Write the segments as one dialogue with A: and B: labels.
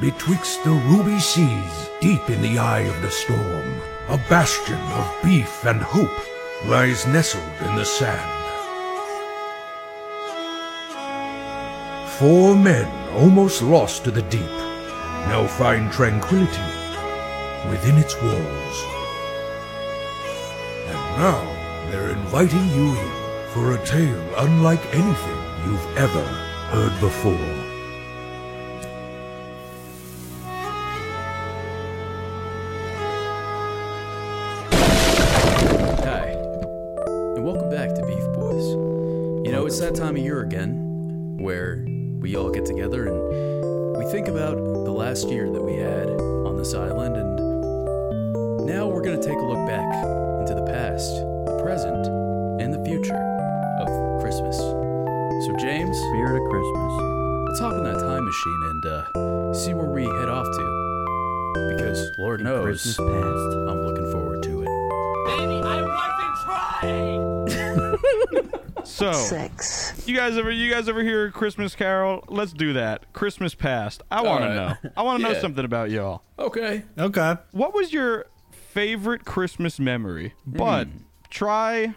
A: Betwixt the ruby seas, deep in the eye of the storm, a bastion of beef and hope lies nestled in the sand. Four men almost lost to the deep now find tranquility within its walls. And now they're inviting you in for a tale unlike anything you've ever heard before.
B: Hi, and welcome back to Beef Boys. You know, it's that time of year again where we all get together and we think about the last year that we had on this island, and now we're going to take a look back into the past, the present, and the future of Christmas. So, James,
C: Spirit of Christmas.
B: let's hop in that time machine and uh, see where we head off to. Because Lord knows,
C: Christmas past.
B: I'm looking forward to it.
D: Baby, I wasn't trying!
E: So
F: six.
E: you guys ever you guys ever hear Christmas Carol? Let's do that. Christmas past. I want
B: right.
E: to know. I want to
B: Yeah.
E: know something about y'all.
B: Okay.
G: Okay.
E: What was your favorite Christmas memory? But
B: Hmm.
E: try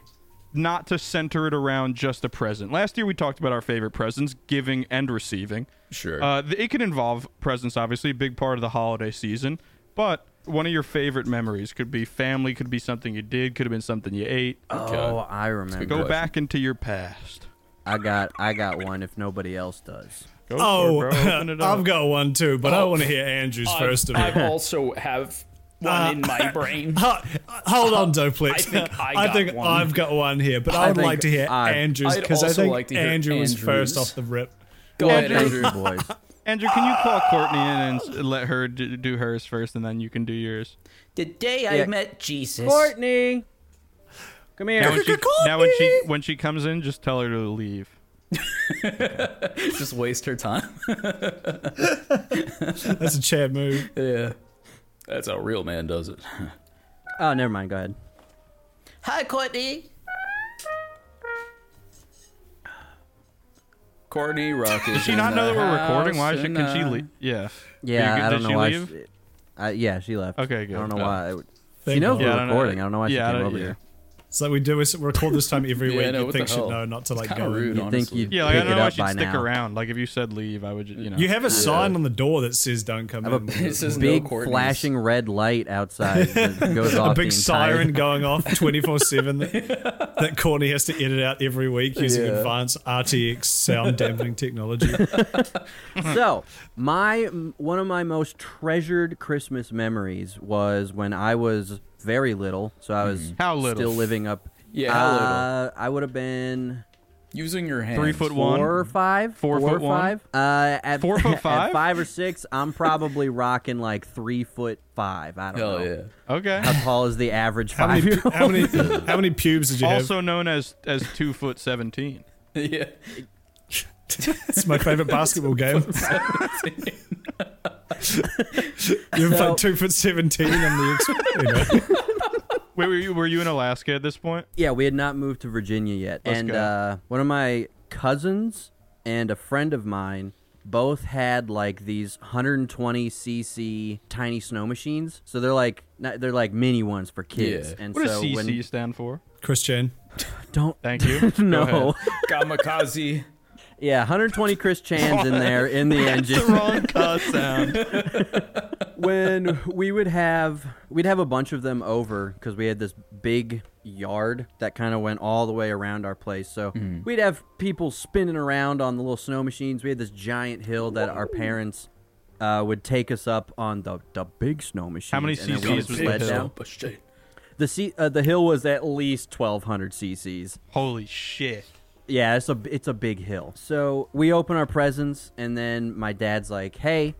E: not to center it around just a present. Last year we talked about our favorite presents, giving and receiving.
B: Sure.
E: Uh, th- it can involve presents, obviously, a big part of the holiday season. But one of your favorite memories could be family, could be something you did, could have been something you ate.
C: Oh, I remember.
E: Go back into your past.
C: I got I got one if nobody else does.
E: Go
G: Oh,
E: for it, bro. Open it up.
G: I've got one too, but I want to hear Andrew's first of
H: I
G: all.
H: also have one in
E: Uh,
H: my brain.
G: Ho- Hold on, Doplex.
H: I think I got
G: think
H: one.
G: I've got one here, but I would
C: think
G: like to hear
C: I-
G: Andrew's
H: I'd
G: because I
H: also
G: think
H: like to hear
G: Andrew was
H: Andrew's.
G: first off the rip.
B: Go ahead,
C: Thank
B: Andrew.
C: you, boys.
E: Andrew, can you call Courtney in and s- let her d- do hers first, and then you can do yours?
D: The day
C: Yeah.
D: I met Jesus.
I: Courtney, come
E: Now
I: here.
E: when, she, now when she when she comes in, just tell her to leave.
B: Just waste her time.
G: That's a Chad move.
B: Yeah. That's how a real man does it.
C: Oh, never mind. Go ahead.
D: Hi, Courtney.
B: Courtney Rock is.
E: Does she not know that we're recording? Why should, can she leave? Yeah.
C: Yeah,
E: You-
C: I
E: did
C: don't
E: she
C: know why.
E: leave?
C: She, I, yeah, she left.
E: Okay, good.
C: I don't know
E: Uh,
C: why. I would-
G: Thank
C: She knows
G: you.
C: we're
E: I don't know.
C: recording. I don't know why she
E: Yeah, I
C: came
E: don't-
C: over
E: yeah.
C: here.
G: It's like we do. We record this time
B: Yeah,
G: every
B: I
G: week.
B: know,
G: you
B: what
G: think
B: the
G: she'd
B: hell?
G: know not to like
B: Kind
G: go.
B: of rude.
C: You think
B: honestly.
C: you'd
E: Yeah, like, I
C: pick
E: don't
C: it
E: know why
C: up
E: she'd
C: by
E: stick
C: now?
E: around. Like, if you said leave, I would, ju- you know.
G: You have a sign on the door that says "Don't come in."
B: It says no
C: Big
B: Courtney's.
C: flashing red light outside that goes off.
G: a big
C: the entire-
G: siren going off 24 7 that that Corny has to edit out every week using
B: Yeah.
G: advanced RTX sound dampening technology.
C: so my one of my most treasured christmas memories was when i was very little so i was
E: Mm-hmm. How little?
C: still living up
B: Yeah, how little?
C: uh, i would have been
B: Using your hands.
E: Three foot
C: four
E: one.
C: or five
E: Four
C: or
E: foot one?
C: five uh at,
E: Four foot
C: at
E: five?
C: five or six i'm probably rocking like three foot five i don't
B: Hell
C: know
B: yeah.
E: Okay.
C: how tall is the average
G: How
C: five
G: many,
C: year
G: how, many, how many pubes did you
E: also known as as two foot seventeen.
B: yeah.
G: have? It's my favorite basketball game. You're
C: So-
G: like 2 foot 17 on the X. You know.
E: Wait, were you, were you in Alaska at this point?
C: Yeah, we had not moved to Virginia yet.
E: Let's
C: and
E: go.
C: uh, one of my cousins and a friend of mine both had like these 120 cc tiny snow machines. So they're like not, they're like mini ones for kids.
B: Yeah.
C: And
E: What
C: so
E: does CC
C: when
E: stand for?
G: Chris Chan.
C: don't
E: Thank you. Go
C: no.
E: ahead.
B: Kamikaze.
C: yeah, 120 Chris Chans in there in the engine.
E: Wrong cuss sound.
C: when we would have we'd have a bunch of them over because we had this big yard that kind of went all the way around our place so we'd have people spinning around on the little snow machines we had this giant hill that our parents uh, would take us up on the, the big snow machine
E: many CCs was the hill?
C: the, sea, uh, the hill was at least 1200 cc's
E: Holy shit.
C: yeah, it's a it's a big hill. So we open our presents, and then my dad's like, "Hey,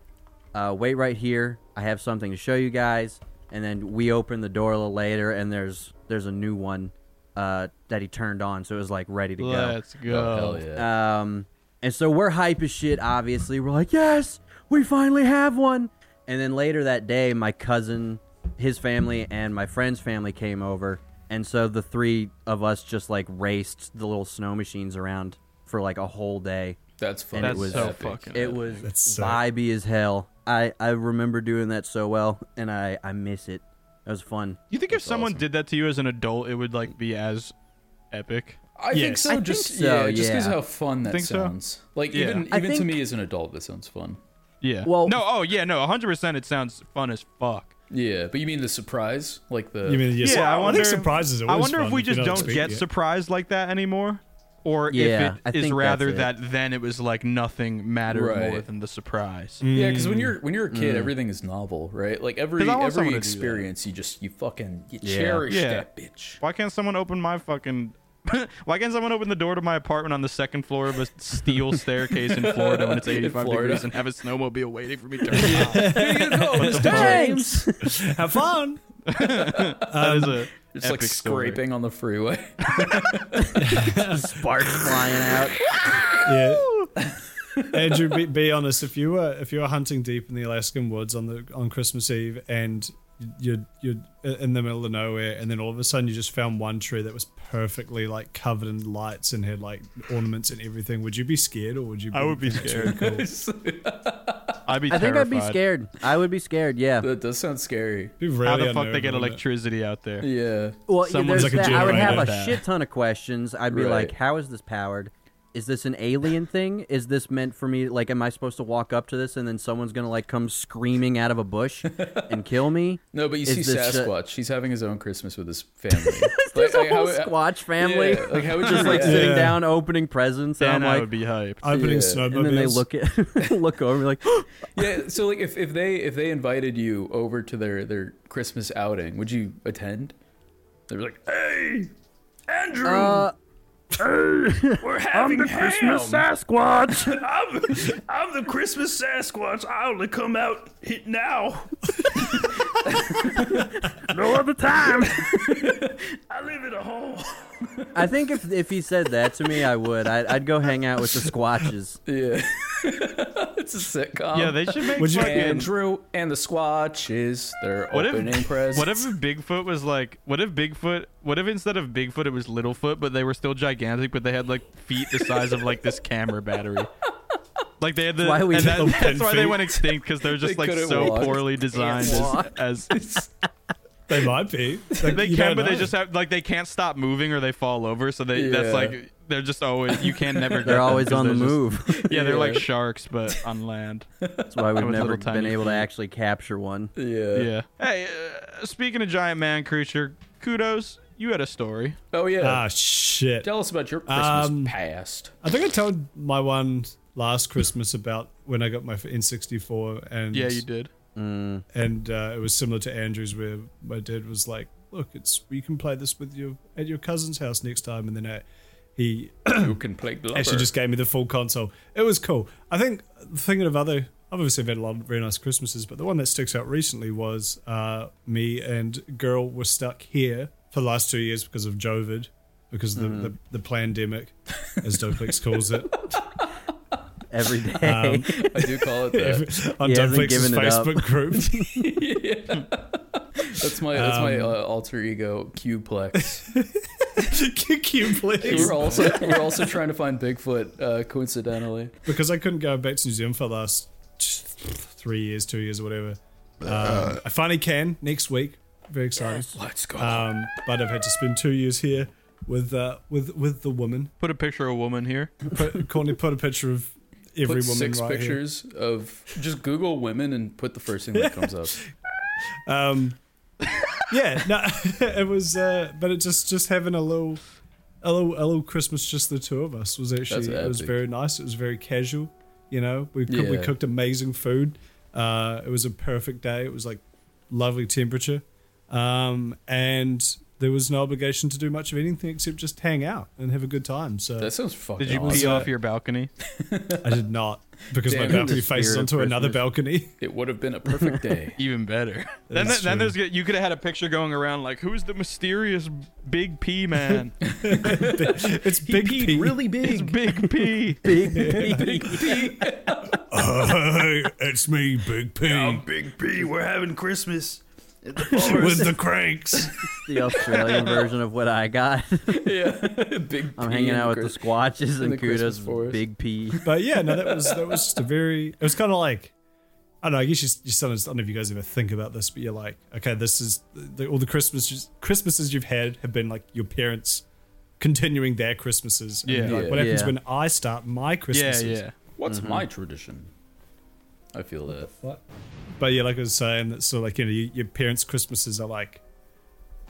C: uh, wait right here. I have something to show you guys." And then we open the door a little later, and there's there's a new one uh, that he turned on, so it was like ready to go.
E: Let's go.
B: Oh, hell yeah.
C: Um, and so we're hype as shit. Obviously, we're like, "Yes, we finally have one." And then later that day, my cousin, his family, and my friend's family came over, and so the three of us just like raced the little snow machines around for like a whole day.
D: That's funny.
C: That's
E: That's
C: was
E: so
D: epic.
E: fucking.
C: It was
G: That's so-
C: vibey as hell. I, I remember doing that so well, and I, I miss it. That was fun.
E: you think if someone did that to you as an adult, it would like be as epic?
D: I think
G: Yes.
D: so.
G: I
C: think
D: just
C: so,
D: yeah, just because
C: yeah.
D: how fun that
E: Think so?
D: sounds. Like
E: Yeah.
D: even
C: I
D: even to
C: think-
D: me as an adult, that sounds fun.
E: Yeah.
C: Well-
E: no. Oh yeah. No. 100. percent It sounds fun as fuck.
D: Yeah, but you mean the surprise, like the
G: You mean yes?
E: yeah. I
G: Well,
E: wonder.
G: think surprises. Are
E: I
G: always
E: wonder if
G: fun
E: we
G: you
E: just don't
G: expect
E: get
G: it.
E: surprised like that anymore, or
C: Yeah, I
E: if it is
C: think
E: rather
C: that's
E: that then it was like nothing mattered more
D: Right.
E: than the surprise.
G: Mm.
D: Yeah, because
C: Mm.
D: when you're when you're a kid, everything is novel, right? Like every
E: 'Cause I want someone
D: every
E: to do that.
D: experience, you just you fucking you cherish
E: Yeah.
D: that bitch.
E: Why can't someone open my fucking? Why can't someone open the door to my apartment on the second floor of a steel staircase in Florida when it's 85
D: Florida.
E: degrees and have a snowmobile waiting for me? Turn around?
C: Thanks!
G: Have fun.
E: that is a
D: It's like
E: epic story.
D: scraping on the freeway.
C: Sparks flying out.
G: yeah. Andrew, be, be honest. If you were if you were hunting deep in the Alaskan woods on the on Christmas Eve and you're you're in the middle of nowhere, and then all of a sudden you just found one tree that was perfectly like covered in lights and had like ornaments and everything, would you be scared or would you?
E: I would be scared. I'd be.
C: I think I'd be
E: terrified.
C: scared. I would be scared, yeah.
D: that does sound scary.
G: be really
E: How the fuck they
G: unnerving,
E: get
G: wouldn't it?
E: electricity out there?
D: Yeah.
C: Well, yeah,
G: Someone's
C: there's
G: like a
C: that. I would have a
G: generator.
C: shit ton of questions. I'd be
D: Right.
C: like, "How is this powered? Is this an alien thing? Is this meant for me? Like, am I supposed to walk up to this and then someone's gonna like come screaming out of a bush and kill me?"
D: No, but you
C: Is
D: see
C: this a-
D: Sasquatch. He's having his own Christmas with his family.
C: There's
D: Like,
C: a whole
D: how- uh,
C: Squatch family
D: Yeah, like how would you
C: just like
D: react?
C: sitting
G: Yeah.
C: down, opening presents,
E: Then
C: and
E: I
C: I'm
E: would
C: like,
E: be hyped.
G: Opening
D: Yeah.
G: snowmobiles.
C: and then they look at look over, and be like,
D: yeah so like if, if they if they invited you over to their their christmas outing would you attend they were like hey andrew
C: uh,
F: We're having ham.
C: Sasquatch."
F: I'm, I'm the Christmas Sasquatch. I only come out hit now.
C: No other time.
F: I live in a hole.
C: I think if if he said that to me, I would. I'd, I'd go hang out with the Squatches.
D: yeah it's a sitcom
E: Yeah, they should make.
G: Would you-
E: fucking-
D: andrew and the squatches they're
E: What if,
D: opening presents
E: what if Bigfoot was like? What if Bigfoot? What if instead of Bigfoot it was Littlefoot, but they were still gigantic, but they had like feet the size of like this camera battery. Like they had the.
C: Why we
E: and that-
G: little pin
E: that's why they
G: feet.
E: went extinct because they're just
D: They
E: like
D: couldn't
E: so
D: walk.
E: poorly designed
C: walk.
E: as. as
G: They might be. Like,
E: they
G: you
E: can,
G: don't
E: but they
G: know.
E: just have like they can't stop moving or they fall over. So they that's
D: Yeah.
E: like they're just always you can never. get
C: They're
E: them
C: always
E: 'cause
C: on the
E: they're just-
C: move.
E: Yeah, they're like
D: Yeah.
E: sharks but on land.
C: That's why we've
E: With
C: never
E: little
C: been
E: tiny
C: able to
E: feet.
C: actually capture one.
D: yeah.
E: Yeah. Hey, uh, speaking of giant man creature, kudos. You had a story.
D: oh yeah
G: Ah shit.
D: tell us about your christmas
G: Um,
D: past
G: I think I told my one last Christmas about when I got my N64 and
E: Yeah, you did.
G: and uh, it was similar to Andrew's where my dad was like, "Look, it's you can play this with your at your cousin's house next time," and then I, he
D: who can play globber
G: actually just gave me the full console. It was cool. I think thinking of other, I've obviously had a lot of very nice Christmases, but the one that sticks out recently was uh, me and girl were stuck here for the last two years because of Jovid, because of the
C: Mm.
G: the, the pandemic, as Doplex calls it.
C: every day.
D: i do call it that
G: on
C: He hasn't
G: Dopelex's
C: given it up.
G: Facebook group.
D: that's my that's my
G: Um,
D: uh, alter ego qplex
G: Kick you, please.
D: we're also we're also trying to find Bigfoot, uh, coincidentally.
G: Because I couldn't go back to New Zealand for the last t- three years, two years, or whatever. Um, I finally can next week. Very excited.
D: Let's go.
G: Um, but I've had to spend two years here with uh, with with the woman.
E: Put a picture of a woman here.
G: Put, Courtney put a picture of every
D: put
G: woman
D: six
G: right here.
D: pictures of just Google women and put the first thing that comes up.
G: um yeah no it was uh but it just just having a little a little a little christmas just the two of us was actually
D: That's
G: it was
D: epic.
G: very nice it was very casual you know we, cooked we
D: Yeah.
G: cooked amazing food uh it was a perfect day it was like lovely temperature um and there was no obligation to do much of anything except just hang out and have a good time so
D: That sounds fucking.
E: Did you
D: awesome.
E: pee
G: uh,
E: off your balcony?
G: i did not because my
D: Damn,
G: balcony
D: the
G: faces
C: spirit of
G: onto another
C: Christmas.
G: balcony
D: It would have been a perfect day.
E: Even better. then
G: That's
E: th- then
G: true.
E: there's you could have had a picture going around like who's the mysterious big P man?
G: it's big P.
E: It's big P.
C: Big P.
G: hey, it's me big p
F: Big P, we're having Christmas.
G: with the cranks.
C: the Australian version of what I got.
D: yeah, big.
C: I'm
D: P
C: hanging
D: in
C: out
D: the
C: with
D: Chris-
C: the Squatches
D: in
C: and
D: the Christmas
C: Kudos
D: forest.
C: Big P.
G: But yeah, no, that was that was just a very. It was kind of like, I don't know. I guess you, you sometimes I don't know if you guys ever think about this, but you're like, okay, this is the, all the Christmases Christmases you've had have been like your parents continuing their Christmases. And
E: Yeah.
G: you're like,
D: Yeah.
G: what happens
C: Yeah.
G: when I start my
E: Yeah,
G: Christmases?
E: yeah.
D: What's my tradition? I feel that.
G: But yeah, like I was saying, that sort of like you know you, your parents' Christmases are like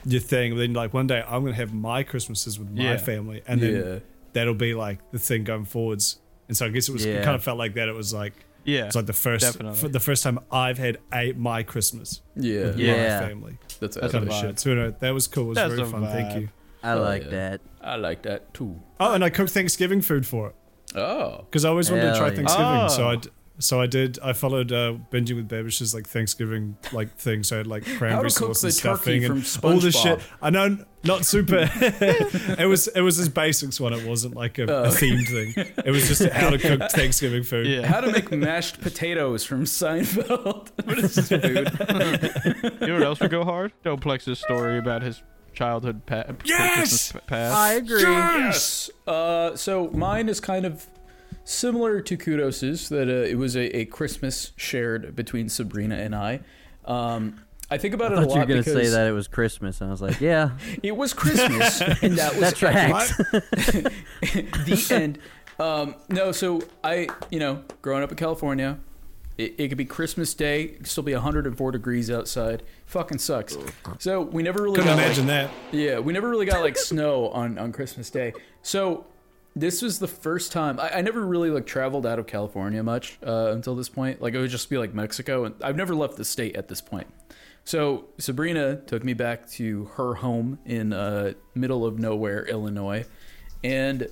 G: your thing. Then like one day I'm gonna have my Christmases with my
E: Yeah.
G: family, and then
D: Yeah.
G: that'll be like the thing going forwards. And so I guess it was
C: Yeah.
G: it kind of felt like that. It was like
E: Yeah.
G: it's like the first
E: Definitely.
G: f- the first time I've had a my Christmas
D: Yeah,
G: with
C: Yeah.
G: my family.
D: that's,
G: That
D: that's
G: kind of
E: vibe.
G: shit. So anyway, that was cool. It was
E: That's
G: very
E: a
G: fun. Thank
E: vibe.
G: you.
C: I
D: Oh,
C: like
D: yeah.
C: that.
D: I like that too.
G: Oh, and I cooked Thanksgiving food for it
D: Oh,
G: because I always wanted to
C: Hell
G: try
C: yeah.
G: Thanksgiving. So
E: Oh.
G: I d- so I did. I followed uh, binging with Babish's like Thanksgiving like thing. So I had like cranberry
D: cook
G: sauce
D: the
G: and
D: turkey
G: stuffing and
D: from
G: all this shit.
D: SpongeBob.
G: I know, not super. it was it was his basics one. It wasn't like a,
D: Oh.
G: a themed thing. It was just how to cook Thanksgiving food.
E: Yeah.
D: how to make mashed potatoes from Seinfeld? what is this food?
E: You know what else would go hard? Doplex's story about his childhood pa-
G: Yes!
E: Christmas pa- past.
C: agree.
D: yes. Uh, so mine is kind of similar to Kudos's. That uh, it was a, a Christmas shared between Sabrina and I. Um, I think about
C: I
D: it a
C: thought
D: lot
C: you were gonna
D: because
C: say that it was Christmas, and I was like, yeah,
D: it was Christmas, and that was
C: that tracks.
D: the end. Um, no, so I, you know, growing up in California, it, it could be Christmas Day, it could still be 104 degrees outside. Fucking sucks. So we never really
G: Couldn't
D: got,
G: imagine
D: like-
G: that.
D: yeah, we never really got like snow on on Christmas Day. So this was the first time I, I never really like traveled out of California much uh, until this point. Like it would just be like Mexico, and I've never left the state at this point. So Sabrina took me back to her home in uh, middle of nowhere, Illinois, and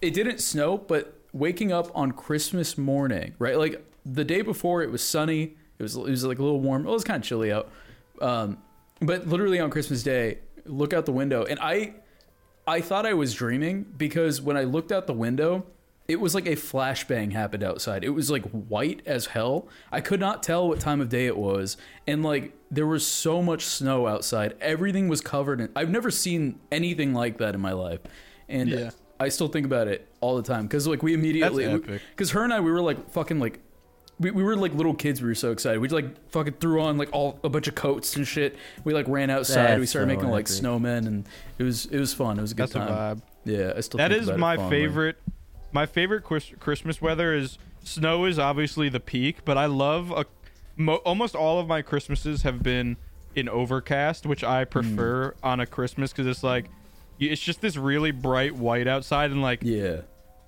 D: it didn't snow. But waking up on Christmas morning, right? Like the day before, it was sunny. It was it was like a little warm. It was kind of chilly out. Um, but literally on Christmas Day, look out the window, and I, I thought I was dreaming because when I looked out the window, it was like a flashbang happened outside. It was like white as hell. I could not tell what time of day it was, and like there was so much snow outside. Everything was covered in. I've never seen anything like that in my life, and
E: Yeah.
D: I still think about it all the time because like we immediately
E: epic.
D: because her and I we were like fucking like we, we were like little kids. We were so excited. We like fucking threw on like all a bunch of coats and shit. We like ran outside. we
C: That's
D: started
C: so
D: making like
C: epic.
D: snowmen, and it was it was fun. It was a good
E: That's a
D: time.
E: vibe.
D: Yeah, I still
E: That
D: think
E: is
D: about it
E: my
D: fondly.
E: favorite. My favorite Chris- Christmas weather is snow is obviously the peak, but I love a mo- almost all of my Christmases have been in overcast, which I
D: Hmm.
E: prefer on a Christmas because it's like y- it's just this really bright white outside, and like
D: Yeah,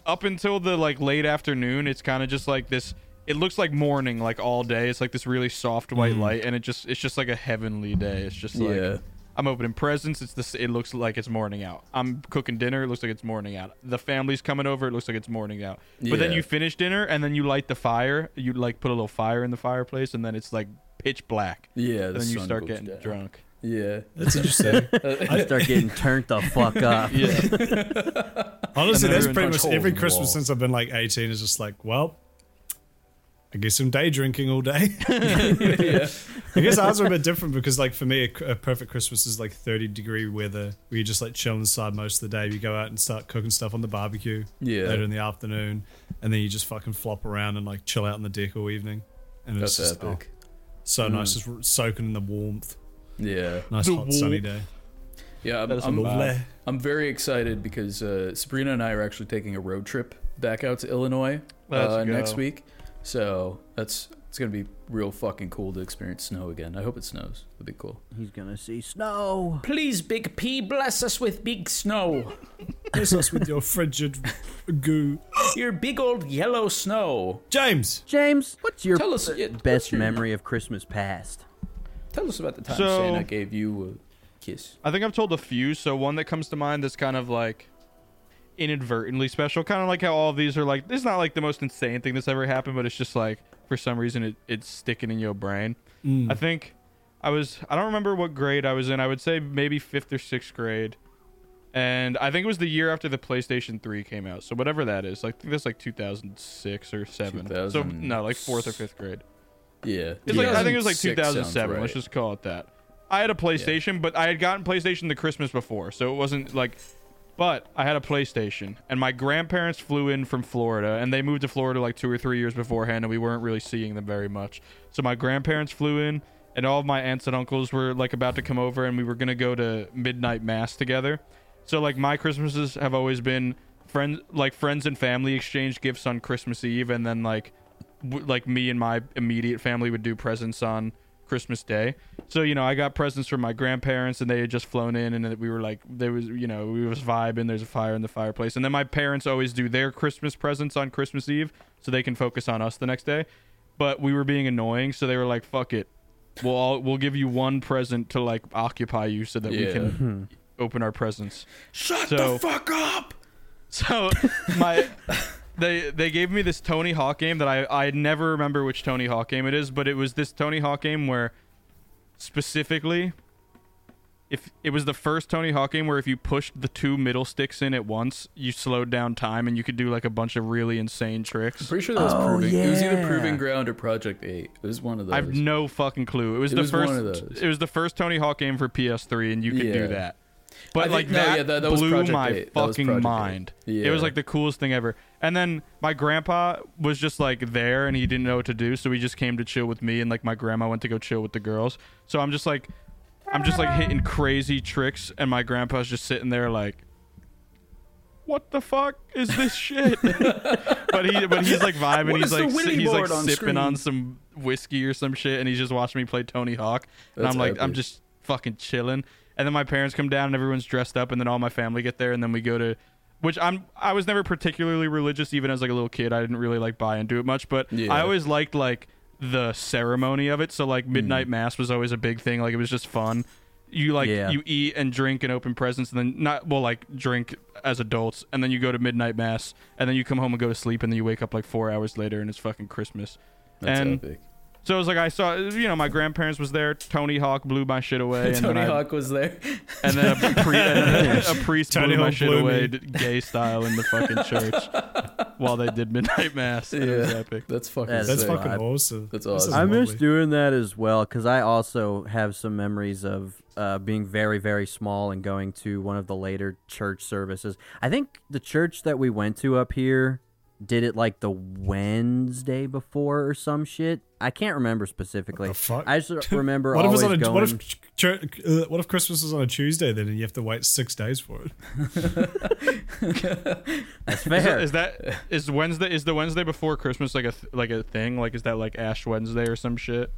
E: up until the like late afternoon, it's kind of just like this. It looks like morning, like all day. It's like this really soft white light, and it just it's just like a heavenly day. It's just like
D: Hmm. Yeah.
E: I'm opening presents. It's this. It looks like it's morning out. I'm cooking dinner. It looks like it's morning out. The family's coming over. It looks like it's morning out. But then
D: Yeah.
E: you finish dinner, and then you light the fire. You like put a little fire in the fireplace, and then it's like pitch black.
D: yeah.
E: And
D: The
E: then you
D: sun
E: start
D: goes
E: getting
D: down.
E: drunk.
D: Yeah,
G: That's interesting.
C: I start getting turned the fuck up.
E: Yeah.
G: Honestly,
E: And then
G: that's pretty
E: everyone punch
G: much
E: holes
G: every
E: in the
G: Christmas
E: wall.
G: since I've been like 18 is just like, well, I guess I'm day drinking all day. I guess ours are a bit different because, like, for me, a, a perfect Christmas is like 30 degree weather where you just like chill inside most of the day. You go out and start cooking stuff on the barbecue
D: Yeah.
G: later in the afternoon, and then you just fucking flop around and like chill out on the deck all evening. And it's
D: that's
G: just oh,
D: epic.
G: so nice, just r- soaking in the warmth.
D: Yeah,
G: Nice
E: The
G: hot sunny
E: warmth.
G: day.
D: yeah. I'm,
E: That is a
D: I'm,
E: vibe.
D: I'm very excited because uh, Sabrina and I are actually taking a road trip back out to Illinois
E: Let's
D: uh,
E: go.
D: next week. So that's it's gonna be real fucking cool to experience snow again. I hope it snows. That'd be cool.
C: He's gonna see snow.
F: Please, Big P, bless us with big snow.
G: Bless us with your frigid goo.
F: Your big old yellow snow.
G: James!
C: James, what's your
D: Tell us- yeah, what's
C: best
D: your-
C: memory of Christmas past?
D: Tell us about the time
E: So-
D: Santa gave you a kiss.
E: I think I've told a few. So one that comes to mind that's kind of like inadvertently special, kind of like how all of these are like. This is not like the most insane thing that's ever happened, but it's just like for some reason it, it's sticking in your brain. I think I was. I don't remember what grade I was in. I would say maybe fifth or sixth grade, and I think it was the year after the PlayStation Three came out. So whatever that is, like I think that's like 2006 or seven. So
D: 2000.
E: no, like fourth or fifth grade.
D: Yeah,
E: It's like I think it was like
D: 2006 sounds
E: 2007.
D: right.
E: Let's just call it that. I had a PlayStation, but I had gotten PlayStation the Christmas before, so it wasn't like. But I had a PlayStation, and my grandparents flew in from Florida, and they moved to Florida like two or three years beforehand, and we weren't really seeing them very much. So my grandparents flew in, and all of my aunts and uncles were like about to come over, and we were gonna go to midnight mass together. So like my Christmases have always been friends, like friends and family exchange gifts on Christmas Eve, and then like w- like me and my immediate family would do presents on Christmas Day. So you know, I got presents from my grandparents, and they had just flown in, and we were like, there was you know, we was vibing. There's a fire in the fireplace, and then my parents always do their Christmas presents on Christmas Eve, so they can focus on us the next day. But we were being annoying, so they were like, "Fuck it, we'll all, we'll give you one present to like occupy you, so that we
B: Yeah.
E: can open our presents."
H: Shut
E: So-
H: the fuck up!
E: So my they they gave me this Tony Hawk game that I I never remember which Tony Hawk game it is, but it was this Tony Hawk game where specifically if it was the first Tony Hawk game where if you pushed the two middle sticks in at once, you slowed down time and you could do like a bunch of really insane tricks.
B: Pretty sure that was
C: Oh,
B: proving. It was either
C: yeah.
B: Proving Ground or Project Eight. It was one of those.
E: I have no fucking clue. It was
B: It
E: the
B: was one
E: first
B: of those.
E: it was the first Tony Hawk game for PS3 and you could
B: Yeah.
E: do that. But
B: I think-
E: like
B: no,
E: that,
B: yeah, that- that was
E: blew
B: Project
E: my
B: Eight. That was
E: fucking
B: Project Eight.
E: mind. It was
B: Yeah.
E: like the coolest thing ever. And then my grandpa was just like there and he didn't know what to do, so he just came to chill with me and like my grandma went to go chill with the girls. So I'm just like I'm just like hitting crazy tricks and my grandpa's just sitting there like what the fuck is this shit? but he but he's like vibing,
D: What
E: he's
D: is the
E: like si-
D: Willy
E: he's like
D: board on
E: sipping
D: screen?
E: on some whiskey or some shit and he's just watching me play Tony Hawk. and
B: That's
E: I'm like, I'm
B: epic.
E: just fucking chilling. And then my parents come down and everyone's dressed up and then all my family get there and then we go to which I'm I was never particularly religious even as like a little kid. I didn't really like buy into it much, but
B: Yeah. Hmm.
E: I always liked like the ceremony of it. So like midnight mass was always a big thing. Like it was just fun. You like
C: Yeah.
E: you eat and drink and open presents and then not well like drink as adults and then you go to midnight mass and then you come home and go to sleep and then you wake up like 4 hours later and it's fucking Christmas.
B: That's
E: and
B: epic.
E: so it was like I saw, you know, my grandparents was there. Tony Hawk blew my shit away, and
B: Tony
E: then I-
B: Hawk was there.
E: and then a, pri- and then a priest
G: Tony
E: blew my
G: Hawk
E: shit
G: blew
E: away,
G: me.
E: d- gay style, in the fucking church while they did midnight mass. It was epic.
B: That's fucking.
C: That's
G: That's
B: sick.
G: fucking
C: vibe.
G: awesome.
B: That's
G: This is
B: awesome.
C: I miss
G: lovely.
C: doing that as well because I also have some memories of uh, being very, very small and going to one of the later church services. I think the church that we went to up here did it like the Wednesday before or some shit. I can't remember specifically.
G: the fuck?
C: I just remember
G: What if,
C: always
G: it's on a,
C: going.
G: what, if, ch- ch- uh, what if Christmas is on a Tuesday then and you have to wait six days for it?
C: That's
E: Is
C: fair.
E: that, is that is Wednesday? Is the Wednesday before Christmas like a th- like a thing? Like is that like Ash Wednesday or some shit?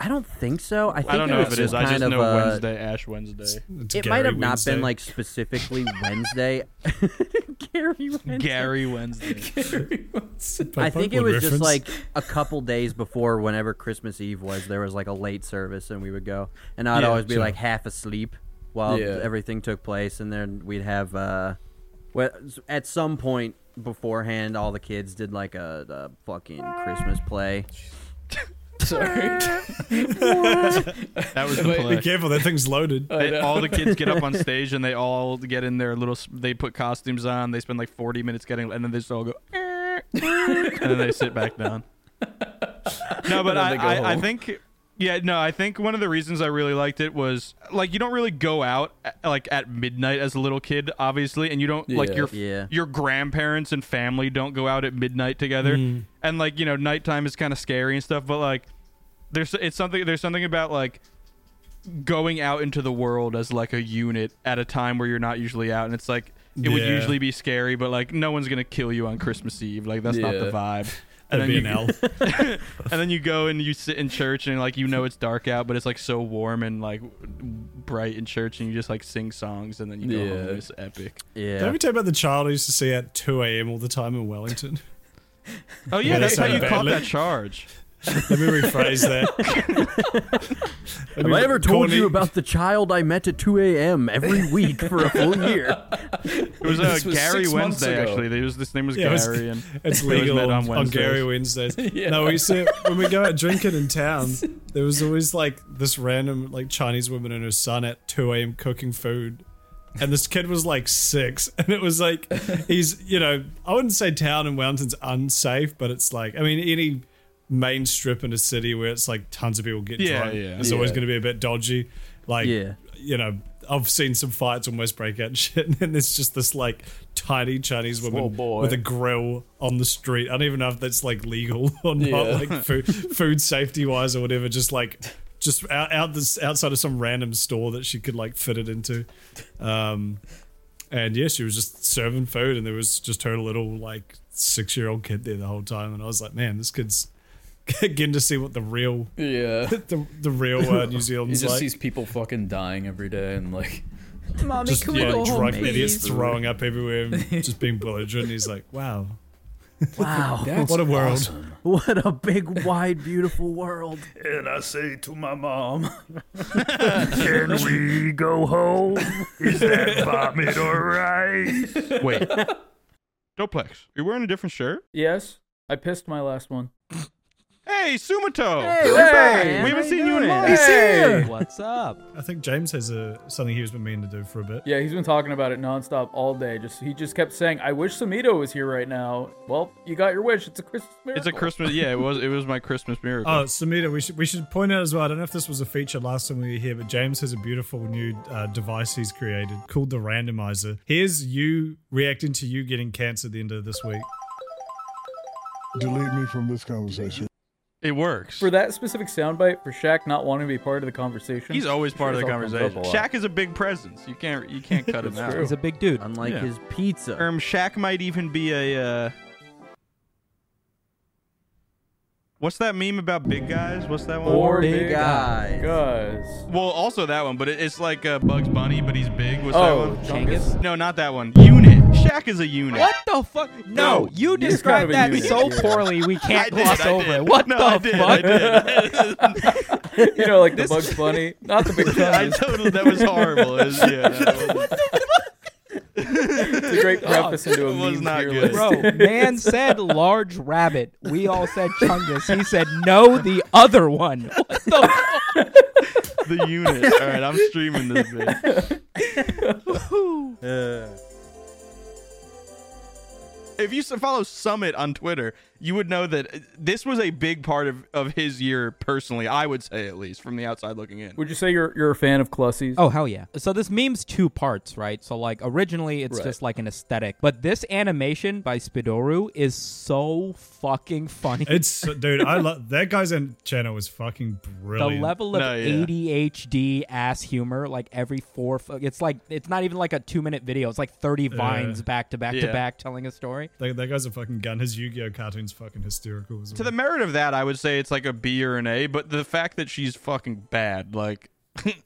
C: I don't think so. I, think
E: I don't know
C: was
E: if it is.
C: just
E: I
C: kind
E: just
C: of
E: know
C: a-
E: Wednesday, Ash Wednesday,
G: It's
C: It
G: Gary
C: might have not
G: Wednesday.
C: been like specifically Wednesday. Gary Wednesday.
E: Gary Wednesday.
C: I think it
G: Buckwood
C: was
G: reference.
C: just like a couple days before whenever Christmas Eve was, there was like a late service and we would go. And I'd
E: Yeah,
C: always be
G: sure.
C: like half asleep while
B: Yeah.
C: everything took place. And then we'd have, uh, well, at some point beforehand, all the kids did like a, a fucking Christmas play.
B: Sorry.
E: That was the
B: Wait,
E: play.
G: Be careful, that thing's loaded.
B: I
E: They,
B: know.
E: all the kids get up on stage and they all get in their little. s- They put costumes on. They spend like forty minutes getting, and then they just all go, "Eh," and then they sit back down. No, but
B: And then
E: I,
B: they go
E: I, I
B: home.
E: think, yeah, no, I think one of the reasons I really liked it was like you don't really go out at- like at midnight as a little kid, obviously, and you don't like
B: Yeah.
E: your
C: Yeah.
E: your grandparents and family don't go out at midnight together,
B: Mm.
E: and like you know nighttime is kind of scary and stuff, but like there's it's something there's something about like going out into the world as like a unit at a time where you're not usually out and it's like it would
G: Yeah.
E: usually be scary but like no one's gonna kill you on christmas eve like that's not the
B: Yeah.
E: vibe and
G: That'd
E: then,
G: be an L.
E: you, and then you go and you sit in church and like you know it's dark out but it's like so warm and like bright in church and you just like sing songs and then you go
B: Yeah.
E: home and it's epic
C: Yeah.
G: Did I ever tell you about the child I used to see at 2 a.m. all the time in Wellington?
E: oh yeah,
G: Yeah,
E: that's how
G: that's
E: you
G: not
E: caught
G: bad.
E: that charge
G: Let me rephrase that. Let
C: Have
G: me-
C: I ever told
G: Courtney-
C: you about the child I met at 2 a.m. every week for a full year?
E: it was, uh,
B: This was
E: gary
B: six months
E: wednesday
B: ago.
E: actually There was, this name was
G: Yeah, it was-
E: gary and
G: It's
E: always
G: legal
E: met
G: on,
E: on
G: on,
E: Wednesdays.
G: Gary Wednesdays. No, we used to when we go out drinking in town, there was always like this random like Chinese woman and her son at two AM cooking food. And this kid was like six, and it was like he's you know, I wouldn't say town in Wellington's unsafe, but it's like I mean any main strip in a city where it's like tons of people get
E: Yeah,
G: drunk
E: yeah.
G: is always
B: Yeah.
G: gonna be a bit dodgy. Like,
C: Yeah.
G: you know, I've seen some fights almost break out and shit, and there's just this like tiny Chinese
D: Small
G: woman
D: boy.
G: with a grill on the street. I don't even know if that's like legal or not,
D: Yeah.
G: like food, food safety wise or whatever. Just like, just out, out this outside of some random store that she could like fit it into. Um, and yeah, she was just serving food, and there was just her little like six year old kid there the whole time, and I was like, man, this kid's getting to see what the real
B: Yeah.
G: the, the real uh, New
B: He
G: Zealand's
B: just
G: like.
B: sees people fucking dying every day and like
I: Mommy,
G: just
I: can we
G: yeah,
I: go home,
G: drunk idiots
I: please?
G: throwing up everywhere, and just being belligerent. He's like, wow,
C: Wow.
G: what a world.
C: What a big, wide, beautiful world.
H: And I say to my mom, Can we go home? Is that vomit alright?
E: Wait. Doplex, you're wearing a different shirt?
F: Yes, I pissed my last one.
E: Hey, Sumato!
I: Hey,
E: we haven't seen you in a month.
J: What's up?
G: I think James has a something he was been meaning to do for a bit.
F: Yeah, he's been talking about it nonstop all day. Just he just kept saying, "I wish Samito was here right now." Well, you got your wish. It's a Christmas miracle.
E: It's a Christmas. Yeah, it was. It was my Christmas miracle.
G: Oh, Samita, we should we should point out as well. I don't know if this was a feature last time we were here, but James has a beautiful new uh, device he's created called the randomizer. Here's you reacting to you getting cancer at the end of this week.
K: Delete me from this conversation.
E: it works.
F: for that specific soundbite for Shaq not wanting to be part of the conversation.
E: He's always part of the
F: Sure as hell comes
E: conversation.
F: up a lot.
E: Shaq is a big presence. You can't. You can't cut him
F: It's
E: out.
F: true.
J: He's a big dude.
C: Unlike
E: Yeah.
C: his pizza.
E: Um, Shaq might even be a. Uh... What's that meme about big guys? What's that one?
F: Or
C: Big
F: big
C: eyes.
F: guys.
E: well, also that one, but it, it's like uh, Bugs Bunny, but he's big. What's
F: Oh,
E: that one?
F: Genghis.
E: No, not that one. Unit. Shaq is a unit.
J: What the fuck? No,
F: No,
J: you
F: you
J: described
F: describe a
J: that
F: unit
J: so
F: here.
J: poorly. We
E: I
J: can't
E: did,
J: gloss
E: I
J: over
E: did.
J: it. What
E: no,
J: the
E: I did,
J: fuck?
E: I did.
F: You know, like the Bugs Bunny, not the big
E: I
F: guys.
E: totally. That was horrible. It was- yeah, that was-
F: It's a great preface into a
E: it was
F: meme
E: not
F: tier
E: good.
F: list.
J: Bro, man said large rabbit. We all said chungus. He said no, the other one. What the fuck?
E: the unit. All right, I'm streaming this bitch. Uh, If you s- follow Summit on Twitter, you would know that uh, this was a big part of, of his year personally. I would say, at least from the outside looking in.
F: Would you say you're you're a fan of Clussies?
J: Oh hell yeah! So this meme's two parts, right? So like originally it's
F: Right.
J: just like an aesthetic, but this animation by Spidoru is so fucking funny.
G: It's dude, I love that guy's in- channel was fucking
J: the
G: brilliant.
J: level of
E: No, yeah.
J: ADHD ass humor, like every four, fu- it's like it's not even like a two minute video. It's like thirty vines back to back
E: Yeah.
J: to back telling a story.
G: that, that guy's a fucking gun. His Yu-Gi-Oh cartoon's fucking hysterical. As well.
E: To the merit of that, I would say it's like a B or an A. But the fact that she's fucking bad, like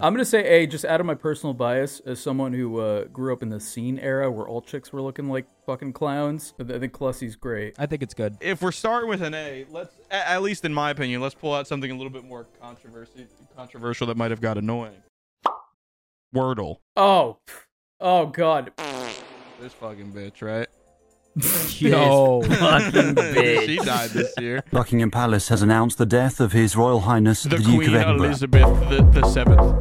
F: I'm gonna say A, just out of my personal bias, as someone who uh, grew up in the scene era where all chicks were looking like fucking clowns. I th- I think Clussy's great.
J: I think it's good.
E: if we're starting with an A, let's a- at least in my opinion, let's pull out something a little bit more controversy controversial that might have got annoying. Wordle.
F: Oh, pff. oh god.
E: This fucking bitch, right?
J: Yo,
E: she died this year.
L: Buckingham Palace has announced the death of His Royal Highness the,
E: The
L: Duke
E: Queen
L: of Edinburgh.
E: Elizabeth the, the Seventh.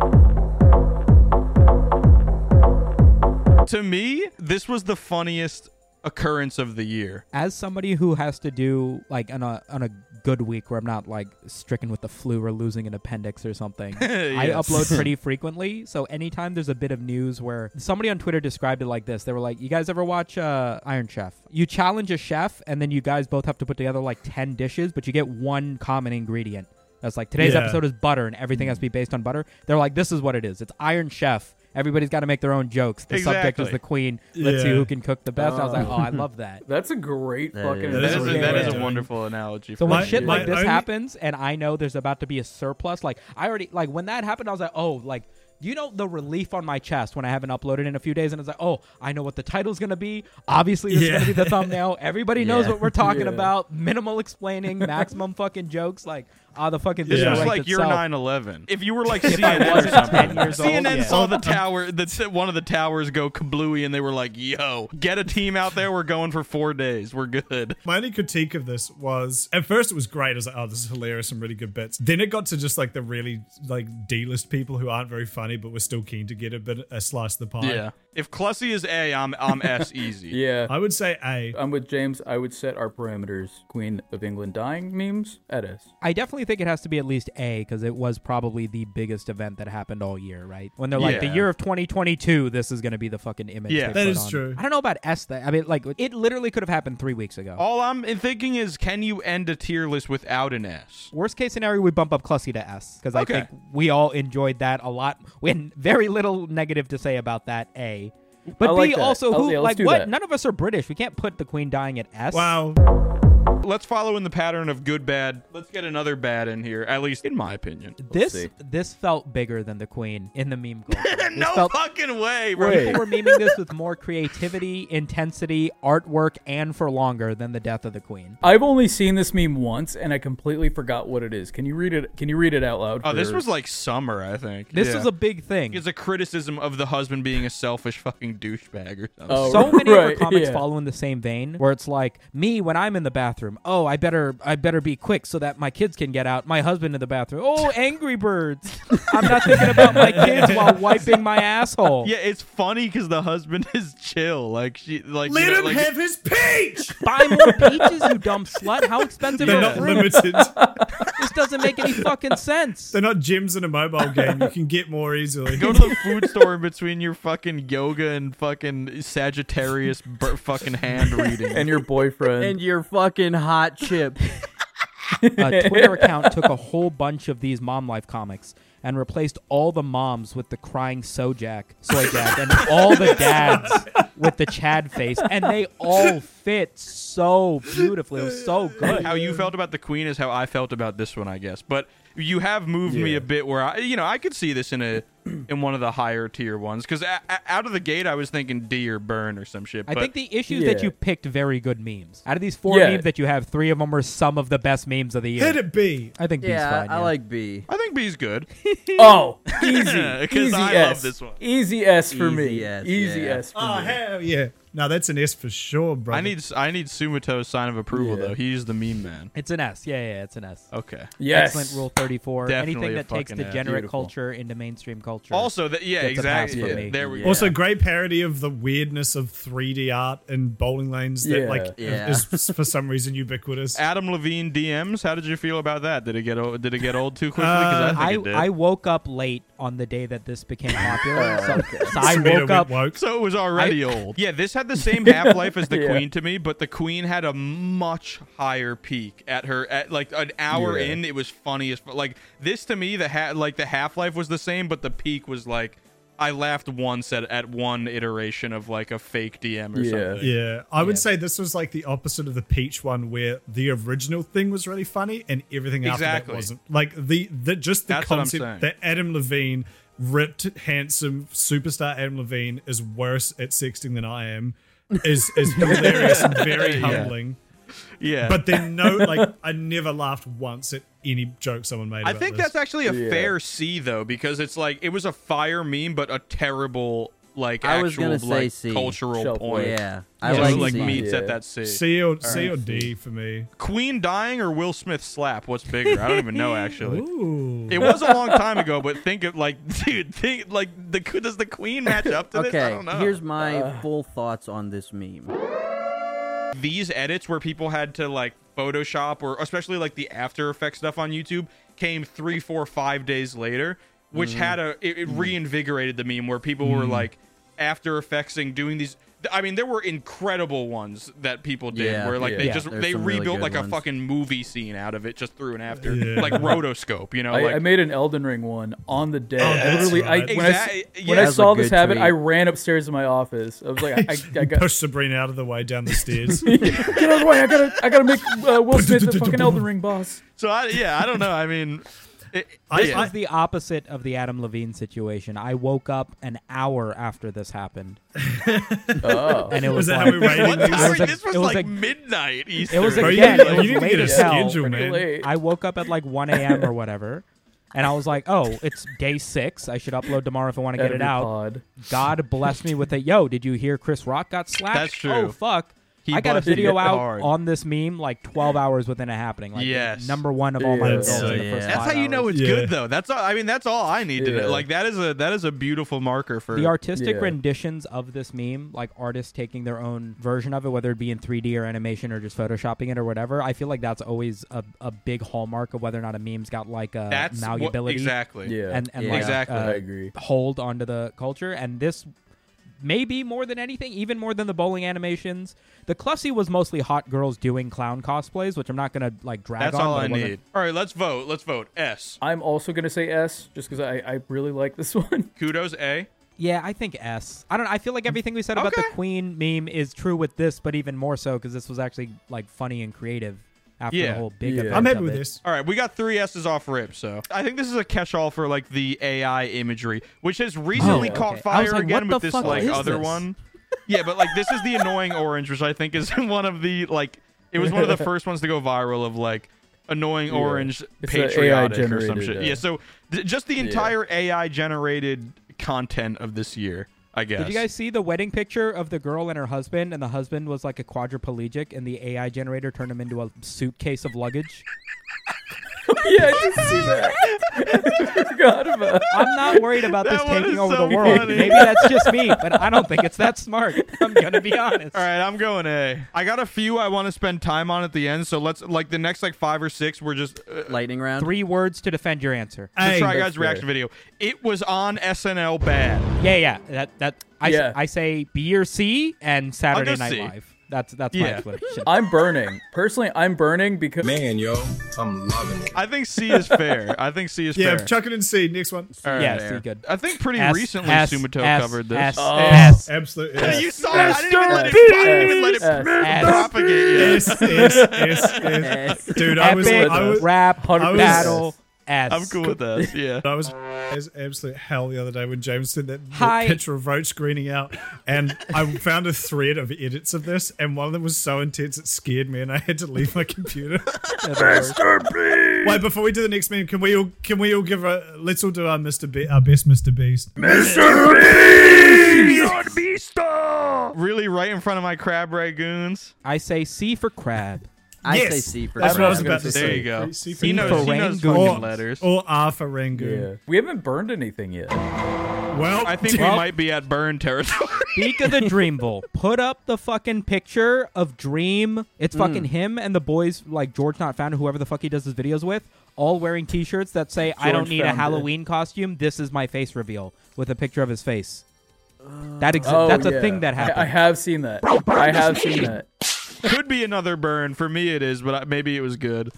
E: To me, this was the funniest occurrence of the year.
J: as somebody who has to do like on a on a good week where I'm not like stricken with the flu or losing an appendix or something, I
E: Yes.
J: upload pretty frequently. So anytime there's a bit of news where somebody on Twitter described it like this, they were like, "You guys ever watch uh, Iron Chef? You challenge a chef, and then you guys both have to put together like ten dishes, but you get one common ingredient." That's like today's
G: Yeah.
J: episode is butter, and everything has to be based on butter. They're like, "This is what it is. It's Iron Chef." Everybody's got to make their own jokes. The subject is
E: Exactly.
J: the queen. Let's see
G: Yeah.
J: who can cook the best. I was like, "Oh, I love that."
F: That's a great
C: That
F: fucking.
C: is-
E: That is, a, that is a
G: Yeah.
E: wonderful analogy.
J: So
E: for
J: when
G: My-
J: shit
G: my
J: like this
G: only-
J: happens, and I know there's about to be a surplus, like I already like when that happened, I was like, oh, like you know the relief on my chest when I haven't uploaded in a few days, and it's like, oh, I know what the title's gonna be. Obviously, it's
G: Yeah.
J: gonna be the thumbnail. Everybody knows
C: Yeah.
J: what we're talking
F: Yeah.
J: about. Minimal explaining, maximum fucking jokes. Like ah, the fucking
G: It's
J: video
E: Just
G: Yeah.
J: writes
E: like you're
J: itself.
E: 9/11. If you were like
J: I
E: CNN or
J: wasn't
E: something,
J: 10 years old,
E: CNN
J: yeah.
E: saw the tower, the, one of the towers go kablooey, and they were like, "Yo, get a team out there. We're going for four days. We're good."
G: My only critique of this was at first it was great. I was like, oh, this is hilarious, some really good bits. Then it got to just like the really like D list people who aren't very funny but were still keen to get a bit a slice of the pie.
E: If Clussy is A, I'm I'm S easy.
F: Yeah.
G: I would say A.
E: Uh,
F: I'm with James. I would set our parameters. Queen of England dying memes at S.
J: I definitely definitely think it has to be at least A because it was probably the biggest event that happened all year, right? When they're like, the
F: Yeah.
J: year of 2022, this is going to be the fucking image.
E: Yeah.
J: they
E: That
J: put
E: is
J: on.
E: true.
J: I don't know about S. That I mean, like it literally could have happened three weeks ago.
E: All I'm thinking is, can you end a tier list without an S?
J: Worst case scenario, we bump up Clussy to S because
E: Okay.
J: I think we all enjoyed that a lot. We had very little negative to say about that. A, but
E: I
J: B
E: like that.
J: also
E: Oh,
J: who
E: yeah, let's
J: like
E: do
J: what?
E: that.
J: None of us are British. We can't put the Queen dying at S.
E: Wow. Let's follow in the pattern of good bad. Let's get another bad in here, at least in my opinion.
J: This this felt bigger than the Queen in the meme culture. This
E: no
J: felt-
E: fucking way, bro.
J: People were memeing this with more creativity, intensity, artwork, and for longer than the death of the Queen.
F: I've only seen this meme once, and I completely forgot what it is. Can you read it? Can you read it out loud?
E: Oh, this
F: for-
E: was like summer, I think.
F: This
J: was a big thing.
E: It's a criticism of the husband being a selfish fucking douchebag or something.
J: so many of our comics follow in the same vein, where it's like me when I'm in the bathroom. Oh, I better I better be quick so that my kids can get out. My husband in the bathroom. Oh, Angry Birds. I'm not thinking about my kids while wiping my asshole.
E: Yeah, it's funny because the husband is chill. Like she, like
J: Let
E: you know,
J: him
E: like-
J: have
G: his peach.
J: Buy more peaches, you dumb slut. How expensive
G: They're
J: are
G: not
J: fruits?
G: limited.
J: this doesn't make any fucking sense.
G: They're not gyms in a mobile game. You can get more easily.
E: Go to the food store in between your fucking yoga and fucking Sagittarius bur- fucking hand reading.
F: and your boyfriend.
C: and your fucking hot chip.
J: a Twitter account took a whole bunch of these mom life comics and replaced all the moms with the crying Sojak, soy dad, and all the dads with the Chad face, and they all fit so beautifully. It was so good.
E: How you felt about the Queen is how I felt about this one, I guess. But you have moved me a bit where I, you know, I could see this in a in one of the higher tier ones because out of the gate I was thinking D or burn or some shit.
J: I
E: but-
J: think the issue is that you picked very good memes. Out of these four
E: Yeah.
J: memes that you have, three of them are some of the best memes of the year.
G: Hit it, B.
J: I think B's
C: Yeah,
J: fine.
C: I
J: yeah.
C: like B.
E: I think B's good.
F: Oh, easy,
E: because
F: easy
E: I
F: S.
E: love this one. Oh,
F: Easy S for me.
E: Easy S,
F: easy
E: yeah.
F: S for me.
G: Oh, Hell yeah. No, that's an S for sure, bro.
E: I need I need Sumato's sign of approval though. He's the meme man.
J: It's an S. Yeah, yeah, yeah, it's an S.
E: Okay.
F: Yes.
J: Excellent rule 34.
E: Definitely
J: Anything
E: a
J: that takes
E: fucking
J: the
E: S.
J: generic
E: Beautiful.
J: culture into mainstream culture.
E: Also, that yeah,
J: gets a pass
E: exactly.
J: from
E: yeah,
J: me.
E: There we go.
G: Also, great parody of the weirdness of 3D art in bowling lanes that,
E: Yeah.
G: like,
E: Yeah.
G: is for some reason ubiquitous.
E: Adam Levine DMs. How did you feel about that? Did it get old, did it get old too quickly? 'Cause Uh, I
J: I,
E: think it did.
J: I woke up late on the day that this became popular.
E: Oh,
J: so, so I
E: Sweet
J: woke up.
E: So it was already old. Yeah, this had the same
J: Yeah.
E: half life as the
J: Yeah.
E: Queen to me, but the Queen had a much higher peak at her at like an hour
F: Yeah.
E: in. It was funny as fu- like this to me. The ha- like the half life was the same, but the peak was like I laughed once at, at one iteration of like a fake DM or something.
G: Yeah, I would say this was like the opposite of the peach one, where the original thing was really funny and everything after
E: Exactly.
G: that wasn't. Like the the just the
E: That's what I'm saying.
G: concept that Adam Levine, ripped, handsome superstar Adam Levine, is worse at sexting than I am, is is hilarious and very
E: Yeah.
G: humbling.
E: Yeah.
G: But then no, like I never laughed once at any joke someone made.
E: I
G: about
E: think
G: this.
E: that's actually a fair C though, because it's like it was a fire meme, but a terrible like
C: I was
E: actual
C: gonna say
E: like,
C: C.
E: cultural
C: Shelf
E: point.
C: life. Yeah, I
E: So
C: like
E: it, like
C: C.
E: meets at
C: Yeah.
E: that C.
G: C or,
E: All
G: C
E: right.
G: or D for me.
E: Queen dying or Will Smith slap? What's bigger? I don't even know actually.
G: Ooh.
E: It was a long time ago, but think of like, dude, think like the does the Queen match up to
C: okay,
E: this? I don't know.
C: here's my
E: Uh.
C: full thoughts on this meme.
E: these edits where people had to like Photoshop or especially like the After Effects stuff on YouTube came three, four, five days later, which
F: Mm.
E: had a it, it reinvigorated the meme where people were
F: Mm.
E: like After Effectsing doing these. I mean, there were incredible ones that people did
F: Yeah.
E: where like they
F: Yeah.
E: just
F: There's
E: they
F: some really
E: rebuilt
F: good
E: like a
F: ones.
E: fucking movie scene out of it just through and after
F: Yeah.
E: like rotoscope, you know,
F: I,
E: like
F: I made an Elden Ring one on the day.
E: Oh,
F: I
E: that's
F: literally,
E: right.
F: I, when, I,
E: Exact-
F: when
E: yeah.
F: I
E: That's a
F: saw this
E: good
F: happen, I
E: tweet.
F: ran upstairs to my office. I was like, I, I, I got
G: pushed Sabrina out of the way down the stairs.
F: get out of the way. I gotta, I gotta make uh, Will Smith the fucking Elden Ring boss.
E: So I, yeah, I don't know. I mean, it,
J: This
E: yeah.
J: was the opposite of the Adam Levine situation. I woke up an hour after this happened,
E: Oh.
J: and it was,
E: Was that
J: like,
E: how we rated
J: it
E: these?
J: was like,
E: This was
J: it was
E: like midnight
J: It was
E: Eastern. Bro, you
J: again.
E: need-
J: it
E: you
J: was
E: need to
J: late
E: get a
J: as hell.
E: schedule, Pretty man. late.
J: I woke up at like 1 a.m. or whatever, and I was like, "Oh, it's day six. I should upload tomorrow if I want to get
F: That'd
J: it
F: be
J: out."
F: odd.
J: God bless me with a yo. Did you hear Chris Rock got slapped?
E: That's true.
J: Oh fuck.
E: He
J: I got a
E: busted
J: video
E: it
J: out
E: hard.
J: on this meme like 12 hours within it happening. Like
E: Yes.
J: number one of all my results.
E: that's,
J: in the first
E: that's
J: five
E: how you know
J: hours.
E: it's good though. That's all. I mean, that's all I need to
J: Yeah.
E: know. Like that is a that is a beautiful marker for
J: The artistic renditions of this meme, like artists taking their own version of it, whether it be in 3D or animation or just photoshopping it or whatever, I feel like that's always a, a big hallmark of whether or not a meme's got like a
E: That's what-
J: uh, malleability,
E: exactly. Yeah.
J: and, and
E: Yeah.
J: like,
E: Exactly.
J: uh,
E: I agree.
J: hold onto the culture. And this maybe more than anything, even more than the bowling animations, the Clussy was mostly hot girls doing clown cosplays, which I'm not gonna like drag.
E: That's
J: on,
E: all
J: but
E: I
J: it wasn't-
E: need. All right, let's vote. Let's vote. S.
F: I'm also gonna say S, just because I, I really like this one.
E: Kudos A.
J: Yeah, I think S. I don't know. I feel like everything we said about the Queen meme is true with this, but even more so because this was actually like funny and creative after the whole big. event of it.
E: All right, we got three S's off rip. So I think this is a catch-all for like the AI imagery, which has recently
J: Oh,
E: caught
J: okay. I was
E: fire
J: like,
E: again
J: what
E: with
J: the
E: this
J: fuck
E: like
J: is
E: other
J: this?
E: one. Yeah, but like this is the annoying orange, which I think is one of the like it was one of the first ones to go viral of like annoying
F: Yeah.
E: orange
F: It's the AI
E: patriotic or some
F: generated,
E: shit.
F: uh,
E: yeah, so th- just the
F: yeah.
E: entire AI generated content of this year, I guess.
J: Did you guys see the wedding picture of the girl and her husband? And the husband was like a quadriplegic, and the AI generator turned him into a suitcase of luggage.
F: yeah, I did see that. I forgot about.
J: I'm not worried about this
F: That one
J: taking
F: is
J: over
F: so
J: the world.
F: funny.
J: Maybe that's just me, but I don't think it's that smart. I'm gonna be honest.
E: All right, I'm going A. I got a few I want to spend time on at the end, so let's like the next like five or six. We're just uh,
J: Lightning round. Three words to defend your answer.
E: the Try Guys reaction video. It was on SNL bad.
J: Yeah, yeah. That that I s-
E: Yeah.
J: I say B or C and Saturday
E: go
J: Night
E: C.
J: Live. That's that's my explanation.
F: I'm burning. Personally, I'm burning because
K: man, yo, I'm loving it.
E: I think C is fair. I think C is
G: yeah,
E: fair.
G: chuck it in C. Next one.
E: All right.
J: Yeah, C, good.
E: I think pretty
J: S,
E: recently
J: S,
E: Sumato
J: S,
E: covered this.
J: S,
E: Oh.
J: S.
G: Absolutely.
E: You saw it. I didn't even let it, I didn't even let it propagate yet.
G: S, S, S, S. Dude, I was,
J: Epic
G: I was
J: rap
G: I was-
J: battle. S.
E: I'm cool with that. Yeah.
G: I was as absolute hell the other day when James sent that that
J: Hi.
G: picture of Roach greening out, and I found a thread of edits of this, and one of them was so intense it scared me, and I had to leave my computer.
H: Faster, please.
G: Wait, before we do the next meme, can we all can we all give a let's all do our Mr. Be- our best Mr. Beast.
H: Mr. Beast! Mr. Beast!
E: Really, right in front of my crab ragoons.
J: I say C for crab.
C: I say C for
G: That's what I was
C: Rangoon.
G: about to say.
E: There you go.
G: C
E: He knows-
G: Rangoon.
E: he knows
G: Or-
E: fucking letters.
G: Or R for Rangoon.
F: Yeah. We haven't burned anything yet.
G: Well,
E: I think we
J: Well-
E: might be at burn territory.
J: Speak of the Dream Bowl. Put up the fucking picture of Dream. It's fucking
C: Mm.
J: him and the boys, like George Not Found, whoever the fuck he does his videos with, all wearing t shirts that say, I don't
F: George
J: need a
F: Found it.
J: Halloween costume. This is my face reveal with a picture of his face. That exi-
F: Oh,
J: That's
F: yeah.
J: a thing that
F: I-
J: happened.
F: I, have seen that. I have seen that.
E: Could be another burn. For me, it is, but I- maybe it was good.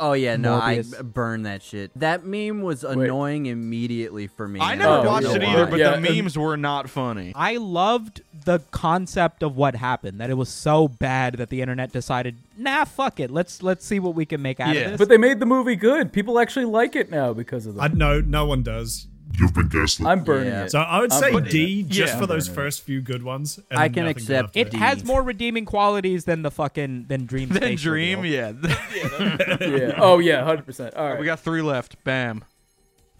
C: Oh yeah, no, I
J: Morbius.
C: burn that shit. That meme was annoying immediately for me. Oh,
E: I
C: and
E: never
C: don't
E: watched
C: know
E: it either,
C: why.
E: but the memes were not funny.
J: I loved the concept of what happened. That it was so bad that the internet decided, nah, fuck it. Let's let's see what we can make out of this.
F: But they made the movie good. People actually like it now because of
G: I
F: that.
G: no, no one does.
K: You've been gaslit.
F: I'm burning it.
G: So I would
E: Um,
F: I'm
G: say
F: burning
G: D
F: it.
G: just
F: Yeah.
G: for those
F: I'm
G: first few good ones. and
C: I can
G: nothing good
C: accept
G: after
J: it
G: that.
J: has more redeeming qualities than the fucking than Dream.
E: Then
J: Space
E: Dream,
J: reveal.
E: yeah.
F: Yeah. Oh yeah, hundred percent. All right.
E: We got three left. Bam.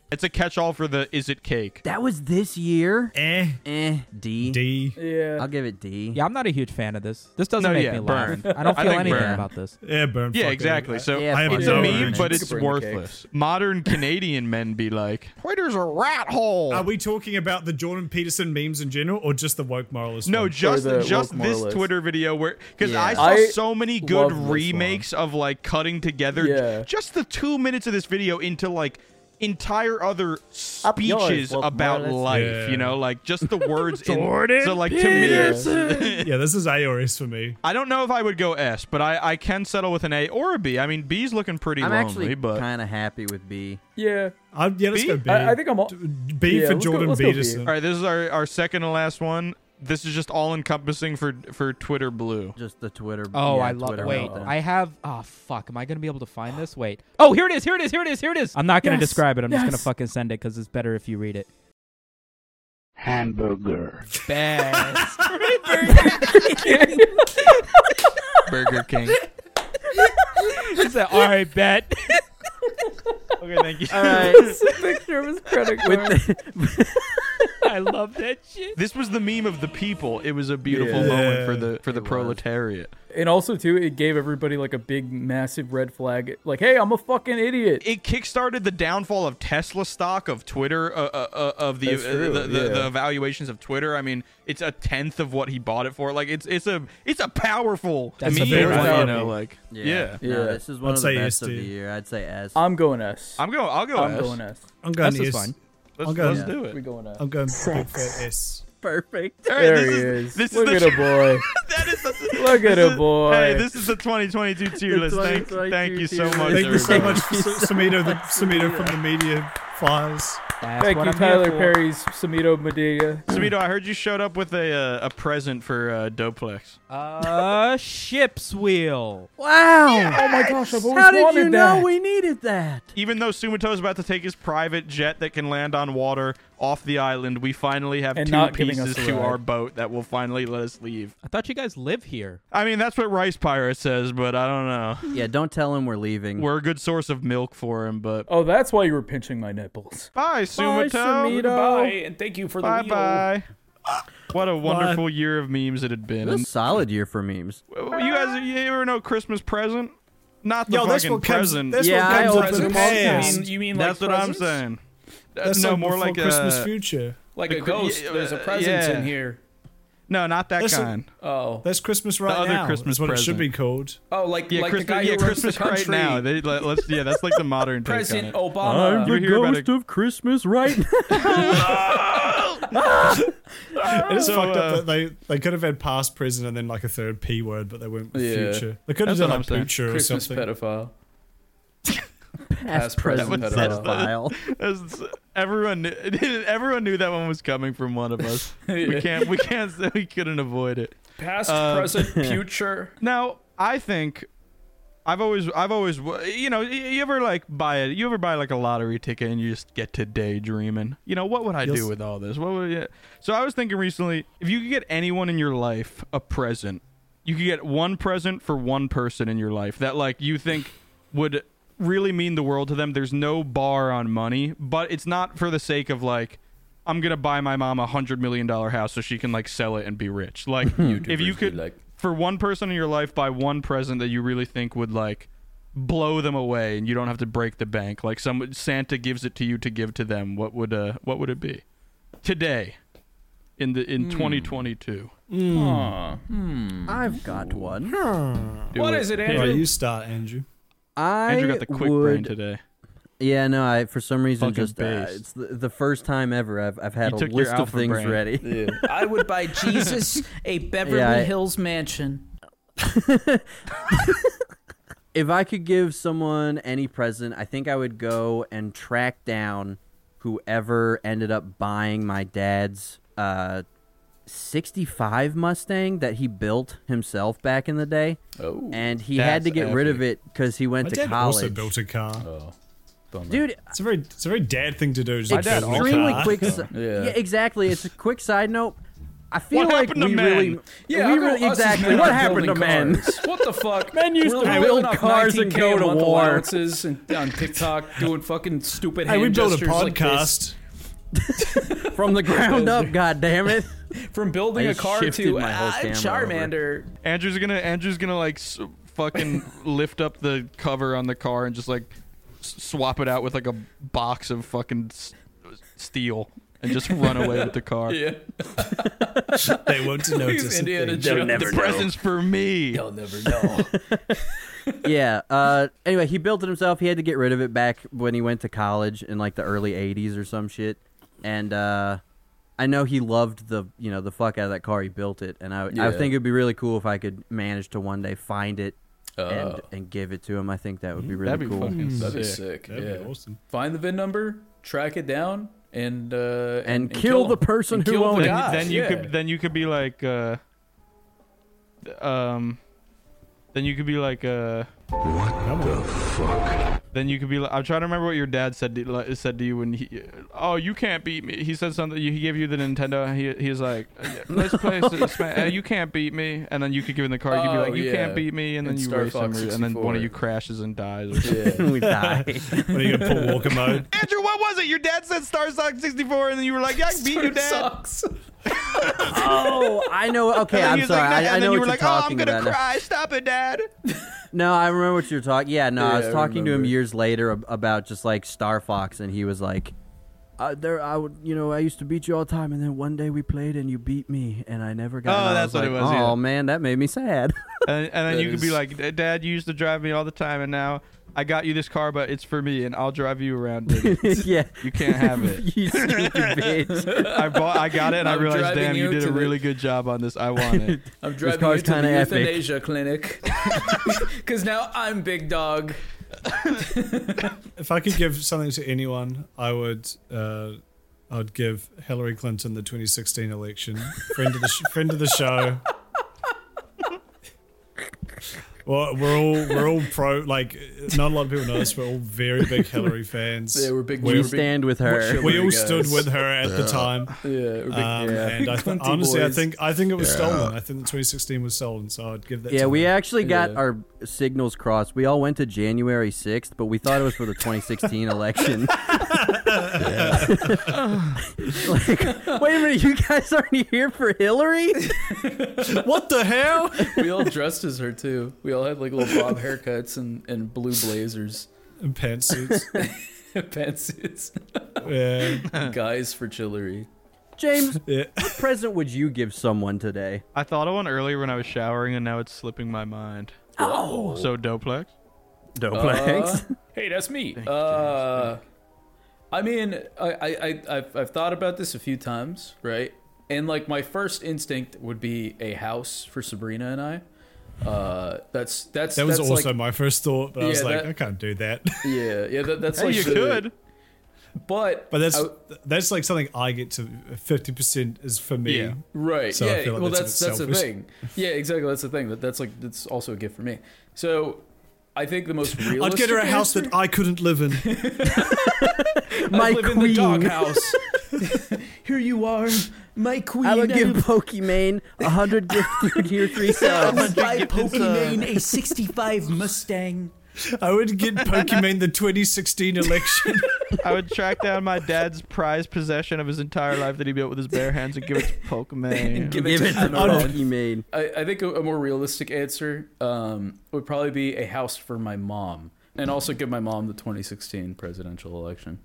E: It's a catch-all for the is it cake.
C: That was this year.
G: Eh.
C: Eh. D.
G: D.
F: Yeah.
C: I'll give it D.
J: Yeah, I'm not a huge fan of this. This doesn't
E: No,
J: make
E: yeah,
J: me laugh.
E: burn.
J: I don't
E: I
J: feel
E: think
J: anything
E: burn.
J: about this.
G: Yeah, Eh, burn.
E: Yeah,
G: fucking-
E: exactly. So
G: I have
E: it's a
G: no
E: meme,
G: urge.
E: but it's
F: Burn the cake.
E: worthless. Modern Canadian men be like, Twitter's a rat hole.
G: Are we talking about the Jordan Peterson memes in general, or just the woke moralist?
E: no,
G: one?
E: just
F: the
E: just
F: woke
E: this
F: moralist.
E: Twitter video where because
C: Yeah.
E: I saw
F: I
E: so many
F: love
E: good
F: this
E: remakes of like cutting together
F: Yeah.
E: just the two minutes of this video into like entire other
F: Up yours,
E: speeches
F: woke
E: about
F: moralist.
E: life.
G: Yeah.
E: You know, like just the words. in,
H: Jordan
E: so like to me,
G: yeah, this is A or S for me.
E: I don't know if I would go S, but I, I can settle with an A or a B. I mean, B's looking pretty
C: I'm
E: lonely,
C: actually
E: but
C: kind of happy with B.
F: Yeah.
G: i yeah, let's
E: B?
G: go B.
F: I, I think I'm all.
G: B
F: yeah,
G: for
F: let's go-
G: Jordan
F: let's go B.
G: Peterson.
E: All right, this is our, our second and last one. This is just all encompassing for for Twitter Blue.
C: Just the Twitter.
J: Oh,
C: yeah,
J: I love.
C: Twitter
J: Wait,
C: meltdown.
J: I have. Oh fuck, am I gonna be able to find this? Wait. Oh, here it is. Here it is. Here it is. Here it is. I'm not gonna
F: Yes,
J: describe it. I'm just gonna
F: yes.
J: fucking send it because it's better if you read it.
H: Hamburger.
J: Best
E: Burger King.
J: It's a all right bet.
E: Okay, thank you.
C: All right.
F: This picture was credit
C: with the,
J: I love that shit.
E: This was the meme of the people. It was a beautiful
F: Yeah.
E: moment for the for the proletariat.
F: And also too, it gave everybody like a big massive red flag. Like, hey, I'm a fucking idiot.
E: It kickstarted the downfall of Tesla stock of Twitter uh, uh, uh, of the,
F: That's true,
E: uh, the, the,
F: yeah.
E: the evaluations of Twitter. I mean, it's a tenth of what he bought it for. Like it's it's a it's a powerful
F: That's a
E: meme,
F: very
E: right? you
F: powerful
E: know,
F: meme.
E: like
F: Yeah.
E: yeah.
F: Yeah. No, this is one I'd of the say best of SD. the
C: year. I'd say S.
F: I'm going S.
E: I'm going. I'll go.
F: I'm
E: S.
F: going S.
G: I'm going S.
E: Let's,
G: I'm going,
E: let's do it.
F: We going S.
G: I'm going big fat S.
C: Perfect.
E: All right,
F: there
E: this
F: he
E: is-
F: is.
E: this is
F: Look
E: the
F: at a boy.
E: that is the,
F: Look at
E: this
F: a
E: is-
F: boy.
E: Hey, this is the 2022 tier
F: The
E: list. Thank,
F: 2022
E: thank you so
F: tier
E: much.
G: Thank you so much,
E: everybody.
G: Samito, the, Samito from the media files.
F: Thank you, Tyler Perry's Samito Medea.
E: Samito, I heard you showed up with a uh, a present for uh, Doplex.
J: Uh, ship's wheel.
C: Wow.
F: Oh my gosh, I've always
C: How did
F: wanted that.
C: you know we needed that?
E: Even though Sumito's about to take his private jet that can land on water off the island, we finally have
F: And
E: two
F: not giving
E: pieces
F: us a
E: to
F: ride.
E: our boat that will finally let us leave.
J: I thought you guys live here.
E: I mean, that's what Rice Pirate says, but I don't know.
F: Hmm.
C: Yeah, don't tell him we're leaving.
E: We're a good source of milk for him, but
F: Oh, that's why you were pinching my nipples.
E: bye, Sumito.
D: Bye, and thank you for the
E: Bye
D: meal.
E: bye. What a wonderful year of memes it had been.
C: It was a solid year for memes.
E: You guys, you ever know Christmas present? Not the
G: Yo,
E: fucking
G: that's what comes-
E: present.
G: that's Yeah, what I comes up in the
E: Presents?
G: past.
D: You mean- you mean
E: that's
D: like
E: what
D: presents?
E: I'm saying. Uh,
G: That's
E: no,
G: like
E: more
G: before
E: like
G: Christmas
E: uh,
G: future.
D: Like
E: the
D: a
E: cri-
D: ghost.
E: yeah,
D: There's a
E: uh,
D: presence
E: yeah.
D: in here.
E: No, not that
G: That's a-
E: kind.
D: Oh.
G: That's Christmas right
E: The other
G: now. is
E: Christmas
G: what it should
E: present.
G: be called.
D: Oh, like
E: yeah,
D: like
E: Christmas,
D: the guy who
E: yeah,
D: runs
E: Christmas
D: the country.
E: right now. They, let, us yeah, that's like the modern take on
D: President
E: it. Oh,
D: Obama.
E: You hear about it-
C: of Christmas right
G: It is
E: So,
G: fucked up
E: uh,
G: that they, they could have had past, present, and then like a third P word, but they went with
D: Yeah.
G: future. They could have
E: That's
G: done
E: what
G: like
E: I'm saying.
G: future or
D: Christmas
G: something.
D: pedophile.
C: Past
D: Past
C: present
D: present
E: That was-
C: pedophile.
E: That's- everyone, knew, everyone knew that one was coming from one of us. We can't, we can't, say we couldn't avoid it.
D: Past,
E: Um,
D: present, future.
E: Now, I think I've always, I've always, you know, you ever like buy it, you ever buy like a lottery ticket and you just get to daydreaming. You know, what would I
G: Yes.
E: do with all this? What would? I, so I was thinking recently, if you could get anyone in your life a present, you could get one present for one person in your life that like you think would really mean the world to them. There's no bar on money, but it's not for the sake of like. I'm gonna buy my mom a hundred million dollar house so she can like sell it and be rich. Like, if you
D: YouTubers be
E: could,
D: like-
E: for one person in your life buy one present that you really think would like blow them away and you don't have to break the bank like some santa gives it to you to give to them what would uh what would it be today in the in 2022
D: Aw.
C: I've got one.
E: Do
D: What is it,
G: All
D: Andrew?
G: right, you start, Andrew.
C: I
E: andrew got the quick
C: would...
E: brain today
C: Yeah, no, I for some reason
E: Fucking
C: just uh,
E: base.
C: it's the, the first time ever I've I've had
E: You
C: a
E: took your
C: list of
E: alpha
C: things
E: brain.
C: ready.
D: I would buy Jesus a Beverly
C: Yeah, I-
D: Hills mansion.
C: if I could give someone any present, I think I would go and track down whoever ended up buying my dad's uh, 65 Mustang that he built himself back in the day.
D: Oh.
C: And he
E: That's
C: had to get rid of
E: epic.
C: it because he went
G: My
C: to
G: dad
C: college.
G: also built a car.
D: Oh.
C: Dude,
G: It's a very, it's a very dad thing to do. Just
E: My
G: build
E: dad
G: a
E: also-
C: extremely
G: car.
C: quick. si-
D: Yeah.
C: yeah. exactly. It's a quick side note. I feel
E: What
C: like
E: happened to
C: we
E: men?
C: really,
D: Yeah,
C: we
D: how come
C: really-
D: us as
C: exactly.
D: men
C: What
D: are
C: happened to
D: building
C: men?
D: cars? What the fuck?
C: Men used
D: We're
C: to
D: living
C: build
D: off
C: cars and
D: 19K
C: go to
D: month
C: war.
D: allowances and on TikTok doing fucking stupid
G: Hey,
D: hand
G: we built a
D: gestures like this.
G: podcast.
C: From the ground up, God damn it.
D: From building
C: I
D: a car
C: shifted
D: to
C: my whole
D: "Ah, I'm
C: camera over."
D: Charmander.
E: andrew's gonna andrew's gonna like s- fucking lift up the cover on the car and just like s- swap it out with like a box of fucking s- steel and just run away with the car
D: Yeah.
G: they won't notice. a
D: Indiana
G: thing.
D: Jones.
E: the presents for me
D: They'll never know.
C: yeah. Uh, anyway, he built it himself. He had to get rid of it back when he went to college in like the early '80s or some shit. And uh, I know he loved the you know the fuck out of that car. He built it, and I I
D: Yeah.
C: think it'd be really cool if I could manage to one day find it
D: Oh.
C: and and give it to him. I think that would be really
E: Uh. Mm, that'd be
C: cool.
E: fucking
D: That'd be
E: sick.
D: sick.
G: That'd
D: yeah.
G: be awesome.
D: Find the VIN number, track it down, and uh, and,
C: kill
D: him.
C: the person
D: And
C: who
D: kill the
C: owned it.
D: guy.
E: then you
D: Yeah.
E: could then you could be like uh th- um Then you could be like, uh,
K: What the fuck?
E: then you could be like, I'm trying to remember what your dad said to, like, said to you when he, oh, you can't beat me. He said something. He gave you the Nintendo. He, he's like, let's play. Sma- uh, you can't beat me. And then you could give him the card. You could
D: Oh,
E: be like, you
D: yeah.
E: can't beat me. And then
D: In
E: you
D: Star
E: race
D: Fox
E: him, and then one
D: 64.
E: of you crashes and dies. Or something.
D: Yeah. We die.
G: What are you gonna pull Walker mode?
E: Andrew, what was it? Your dad said Star Sox 64, and then you were like, yeah, I can beat you, Dad.
C: Oh, I know. Okay,
E: And then
C: I'm
E: he was
C: sorry.
E: like, "No,"
C: I, I
E: and
C: know
E: then
C: what
E: you
C: you're
E: were like, oh, I'm
C: talking
E: going to
C: about. now.
E: cry. Stop it, Dad.
C: No, I remember what you were talking. Yeah, no, I
E: Yeah, I
C: was talking to him
E: remember.
C: years later ab- about just like Star Fox, and he was like, uh, "There, I would, you know, I used to beat you all the time, and then one day we played, and you beat me, and I never got."
E: Oh,
C: and I
E: that's what it
C: like,
E: was,
C: Oh
E: yeah.
C: man, that made me sad.
E: And, and then
C: That
E: you could be
C: is-
E: like, "D- Dad, you used to drive me all the time, and now I got you this car, but it's for me, and I'll drive you around. With it.
C: yeah,
E: You can't have it.
C: you sneaky bitch.
E: I bought, I got it, and i
D: I'm
E: realized,
D: driving
E: damn, you
D: you
E: did
D: to
E: a
D: the-
E: really good job on this. I want it.
D: I'm driving
C: car's
D: you to
C: kinda
D: the
C: epic.
D: euthanasia clinic. Because now I'm big dog.
G: If I could give something to anyone, I would. Uh, I'd give Hillary Clinton the 2016 election. Friend of the sh- friend of the show. Well, we're all we're all pro. Like, not a lot of people know this. We're all very big Hillary fans.
D: Yeah, we're big-
C: We stand with her.
G: We all
D: Hillary
G: stood
D: guys.
G: with her at the
D: Yeah.
G: time.
D: Yeah, we're big-
G: Um,
D: yeah.
G: And I th-
D: Clinty
G: honestly, I
D: boys.
G: think I think it was
D: Yeah.
G: stolen. I think the 2016 was stolen. So I'd give that.
C: yeah,
G: to
C: we
G: her.
C: actually got our signals crossed. We all went to January 6th, but we thought it was for the 2016 election. like, wait a minute, you guys aren't here for Hillary?
G: what the hell?
D: We all dressed as her too. We all had like little bob haircuts and, and blue blazers,
G: and pantsuits.
D: pantsuits.
G: Yeah.
D: Guys for chillery.
C: James,
G: Yeah.
C: what present would you give someone today?
E: I thought of one earlier when I was showering, and now it's slipping my mind.
C: Oh.
E: So, Doplex?
D: Uh, hey, that's me. uh, I mean, I, I, I, I've, I've thought about this a few times, right? And like my first instinct would be a house for Sabrina and I. Uh, that's that's
G: That was
D: that's
G: also
D: like,
G: my first thought, but I was
D: Yeah,
G: like,
D: that-
G: I can't do that.
D: yeah yeah that, that's
E: Hey,
D: like
E: you
D: the-
E: could.
D: but
G: But that's
D: I-
C: Oh.
G: that's like something I get to fifty percent is for me.
D: Yeah. Right.
G: So
D: yeah.
G: I feel like
D: well,
G: that's
D: that's
G: a bit
D: that's the
G: selfish.
D: thing. Yeah, exactly. That's the thing. That that's like that's also a gift for me. So I think the most realistic.
G: I'd get her a house
D: answer,
G: that I couldn't live in.
C: My
D: I live in the
C: queen.
D: doghouse. Here you are, my queen.
C: I would give Pokimane 100 gifts through tier 3 subs.
M: uh,
D: a 65 Mustang.
G: I would get Pokemon the 2016 election.
E: I would track down my dad's prized possession of his entire life that he built with his bare hands and give it to Pokemon.
D: Give
C: Give
D: to
C: it to
D: Admiral.
C: Pokimane.
D: I, I think a, a more realistic answer um, would probably be a house for my mom, and also give my mom the 2016 presidential election.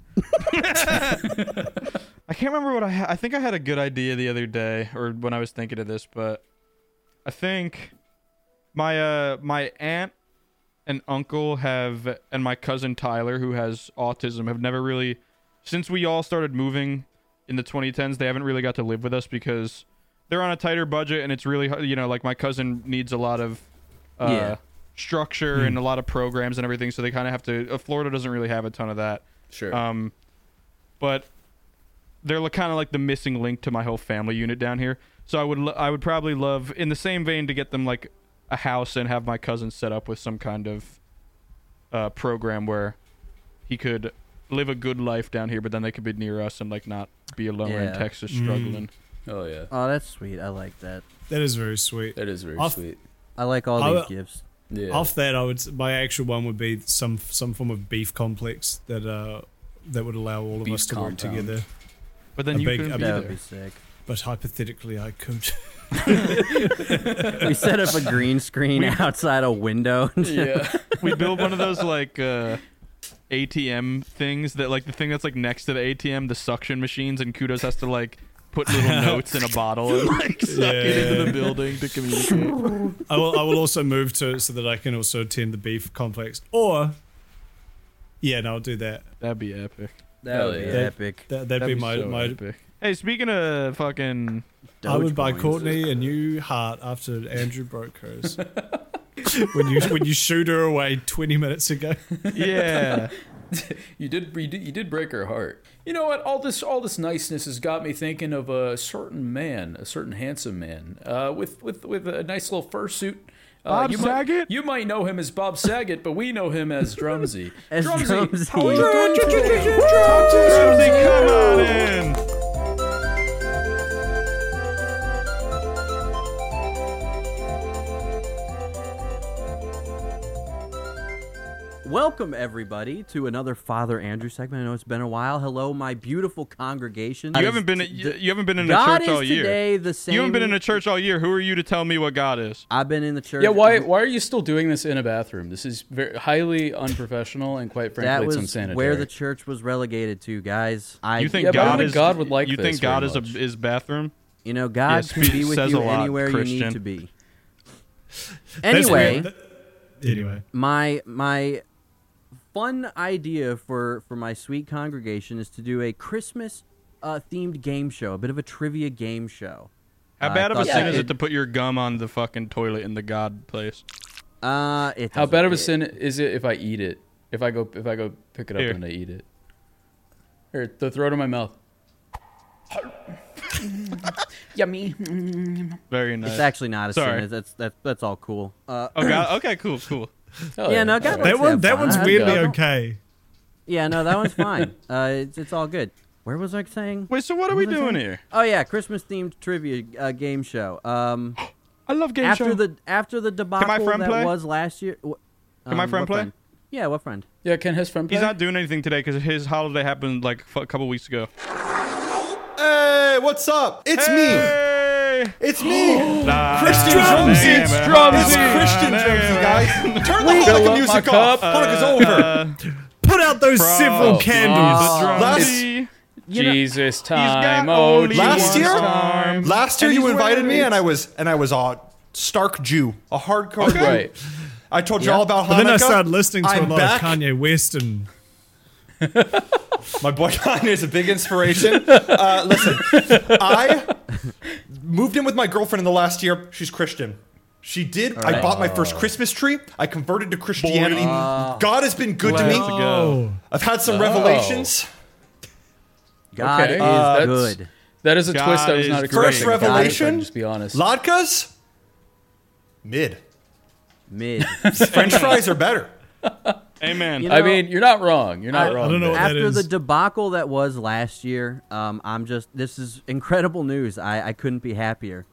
E: I can't remember what I ha- I think I had a good idea the other day or when I was thinking of this, but I think my uh my aunt and uncle have and my cousin Tyler who has autism have never really since we all started moving in the 2010s, they haven't really got to live with us because they're on a tighter budget and it's really hard, you know, like my cousin needs a lot of uh
C: Yeah. Hmm.
E: structure and a lot of programs and everything, so they kind of have to uh, Florida doesn't really have a ton of that.
D: Sure.
E: Um, but they're kind of like the missing link to my whole family unit down here. So I would lo- I would probably love in the same vein to get them like a house and have my cousin set up with some kind of uh, program where he could live a good life down here, but then they could be near us and like not be alone in
C: Yeah. Hmm.
E: Texas
G: Mm.
E: struggling.
D: Oh yeah,
C: Oh, that's sweet. I like that.
G: That is very sweet.
D: that is very
G: Off-
D: sweet.
C: I like all
G: I
C: these
G: would-
C: gifts.
D: Yeah.
G: Off that, I would my actual one would be some some form of beef complex that uh that would allow all of
D: Beef
G: us to
D: compound.
G: work together.
E: But then
G: A
E: you
G: big-
E: couldn't
G: a
E: be
G: big-
C: That would
E: there.
C: be sick.
G: But hypothetically, I could.
C: We set up a green screen outside a window.
D: yeah.
E: we build one of those like uh ATM things that like the thing that's like next to the ATM, the suction machines, and Kudos has to like put little notes in a bottle and like suck it into
G: Yeah.
E: the building to communicate.
G: I will. I will also move to so that I can also attend the beef complex. Or, yeah, no, I'll do that.
E: That'd be epic.
C: That would
D: Hell
C: be
D: yeah.
C: epic.
G: That that'd, be, my
E: so
G: my.
E: epic. Hey, speaking of fucking
G: I would buy
C: Dogecoins.
G: Courtney a new heart after Andrew broke hers. when you when you shoot her away twenty minutes ago.
E: yeah,
D: You did, you did you did break her heart. You know what? All this all this niceness has got me thinking of a certain man, a certain handsome man, uh, with with with a nice little fursuit Uh,
E: Bob
D: you
E: Saget?
D: Might, you might know him as Bob Saget, but we know him as Drumsy.
C: As Drumsy.
D: how are you doing
E: Drumsy,
D: today?
E: Drumsy, come on in.
C: Welcome everybody to another Father Andrew segment. I know it's been a while. Hello, my beautiful congregation.
E: You haven't been you, you haven't been in a
C: God
E: church all
C: is
E: year.
C: today the
E: You haven't been
C: same-
E: in a church all year. Who are you to tell me what God is?
C: I've been in the church.
D: Yeah, why why are you still doing this in a bathroom? This is very highly unprofessional and quite frankly,
C: that
D: it's
C: was
D: unsanitary.
C: where the church was relegated to, guys. I
E: You think
D: Yeah, but I don't
E: God
D: think
E: is
D: God would like
E: You
D: this
E: think God
D: very
E: is a is bathroom?
C: You know, God
E: Yeah,
C: can
E: spe-
C: be with
E: says
C: you
E: a lot,
C: anywhere you
E: Christian.
C: need to be.
G: That's weird.
C: Anyway,
G: That- Anyway.
C: my my fun idea for for my sweet congregation is to do a Christmas uh, themed game show, a bit of a trivia game show.
E: How
C: Uh, I
E: bad of a
C: thought
E: sin
C: that
E: is
C: could-
E: it to put your gum on the fucking toilet in the God place?
C: Uh, it
D: How
C: doesn't
D: bad of a
C: fit.
D: sin is it if I eat it? If I go if I go pick it up
E: Here.
D: and I eat it. Here, th- throw it in my mouth.
I: Yummy.
E: Very nice.
C: It's actually not a
E: Sorry.
C: sin. That's that's that's all cool. Uh,
E: Oh God. Okay. Cool. Cool. Oh,
C: yeah, no, God
G: That
C: likes to
G: one.
C: have
G: That
C: fun.
G: one's
C: I-
G: weirdly
C: I don't-
G: okay.
C: Yeah, no, that one's fine. Uh, it's, it's all good. Where was I saying?
E: Wait. So what are we
C: What was I
E: doing
C: saying?
E: here?
C: Oh yeah, Christmas themed trivia uh, game show. Um,
E: I love game
C: after
E: show.
C: the after the debacle
E: friend
C: that
E: play?
C: was last year. Wh-
E: Can my
C: um,
E: friend
C: what
E: play?
C: Yeah, what friend?
D: Yeah, can his friend play?
E: He's not doing anything today because his holiday happened like f- a couple weeks ago.
M: Hey, what's up? It's me. It's me. Christian
E: Nah,
M: Drumsy.
E: nah,
M: It's
E: nah,
M: Drumsy.
E: nah,
M: Christian
E: nah,
M: Drumsy,
E: nah,
M: guys. Turn the
E: Fill
M: Hanukkah
E: up
M: music
E: my cup.
M: off. Hanukkah's
E: Uh,
M: over. Put out those civil candles. Last,
D: Jesus time. Oh,
M: last, last
D: Jesus
M: year,
D: time.
M: last year
D: And
M: you
D: he's
M: invited
D: wearing
M: me, and
D: it.
M: I was and I was a stark Jew, a hardcore
D: Okay.
M: Jew.
D: Right.
M: I told you
D: Yeah.
M: all about Hanukkah.
G: But then I started listening to
M: I'm
G: a lot
M: back.
G: of Kanye West and
M: My boy Kanye is a big inspiration. Uh, listen, I moved in with my girlfriend in the last year. She's Christian. She did. I
D: right.
M: bought my first Christmas tree. I converted to Christianity. God has been good to me.
E: Let's
C: Oh.
E: go.
M: I've had some revelations.
C: God
D: Okay.
C: is
D: Uh, that's-
C: good.
D: That is a
E: God
D: twist I was not
E: is
D: expecting.
M: First
D: if I'm just-
M: revelation.
D: Just be honest.
M: Latkes, mid.
C: Mid.
M: French fries are better.
E: Amen.
C: You
D: I
C: know,
D: mean, you're not wrong. You're not
G: I
D: wrong.
G: don't know
D: there.
G: what that
C: after
G: is.
C: the debacle that was last year, um, I'm just this is incredible news. I, I couldn't be happier.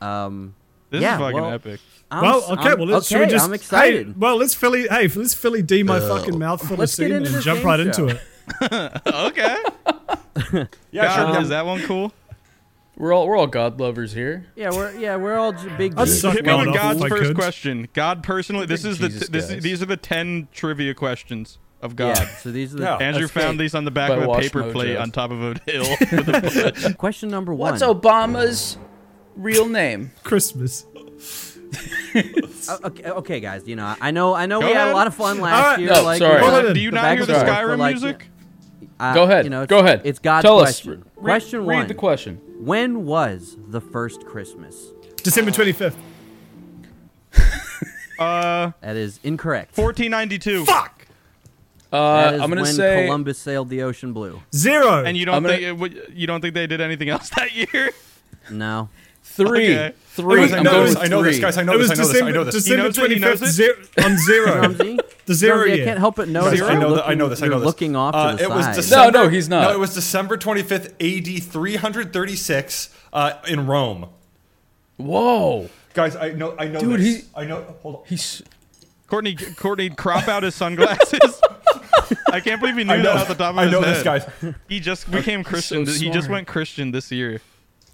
C: Um,
E: This
C: yeah,
E: is fucking
C: well,
E: epic.
C: I'm,
G: well,
C: s-
G: okay,
C: I'm-
G: well, let's, should
C: okay,
G: we just,
C: I'm excited.
G: Hey, well, let's Philly. Hey, let's Philly D my
M: Uh,
G: fucking mouthful of
C: Let's get
G: semen
C: into
G: and
C: this
G: jump
C: game
G: right
C: show.
G: into it.
E: okay.
M: Yeah, sure.
E: God,
M: yeah.
E: is that one cool?
D: We're all we're all God lovers here.
C: yeah, we're yeah we're all j- big.
G: I'd
C: geeks.
G: suck
E: Hit me with
G: God
E: God's
G: if I
E: first
G: could.
E: question. God personally, this is the
D: Jesus,
E: this
D: guys.
E: these are the ten trivia questions of
G: Oh
E: God.
C: Yeah, so these are the
M: Yeah.
E: Andrew
C: Okay.
E: found these on the back
D: By
E: of a
D: Wash
E: paper
D: Mojo.
E: plate on top of a hill. with a foot.
C: Question number one.
D: What's Obama's real name?
G: Christmas.
C: Uh, okay, okay, guys. You know, I know, I know,
E: Go
C: we had
E: ahead.
C: a lot of fun last
G: right,
C: year.
D: no,
C: like,
D: sorry.
C: uh,
G: Hold on.
E: Do you
C: the
E: not
C: back
E: hear
C: and
E: the
C: forth,
E: Skyrim
C: but, like,
E: music?
C: uh,
D: Go ahead.
C: You know, it's-
D: Go ahead.
C: It's God's
D: Tell us.
C: question.
D: Re-
C: question
D: read
C: one.
D: the question.
C: When was the first Christmas?
G: December 25th.
E: Uh,
C: That is incorrect.
E: 1492.
M: Fuck.
C: That
D: Uh,
C: is
D: I'm gonna
C: when
D: say
C: Columbus sailed the ocean blue.
G: Zero.
E: And you
D: I'm
E: don't
D: gonna-
E: think it would- you don't think they did anything else that year?
C: No.
D: three.
E: Okay.
D: Three.
M: Guys, I
D: I'm
M: know
D: going
M: this.
D: with
M: I know this,
D: three.
M: guys. I know
G: it was
M: this. I know this. I
G: December,
M: know this.
G: December
E: knows it, he
G: 25th
E: knows it.
G: zero, on zero.
C: Drumsy?
G: the zero
C: Drumsy, I
G: year.
C: can't help but notice.
M: I
C: you're
M: know,
C: looking,
M: that, I know this. I know
C: you're
M: this.
C: looking off to
M: Uh,
C: the
M: it was
C: side.
M: December,
D: No, no, he's not.
M: No, it was December 25th, AD 336, uh, in Rome.
D: Whoa.
M: Guys, I know. I know.
D: Dude, he-
M: this. I know. Hold on.
D: He's
E: Courtney, Courtney, crop out his sunglasses. I can't believe he
M: I
E: knew
M: know-
E: that off the top of
M: I
E: his
M: know
E: head.
M: this, guys.
E: He just became Christian. he just
D: smart.
E: went Christian this year.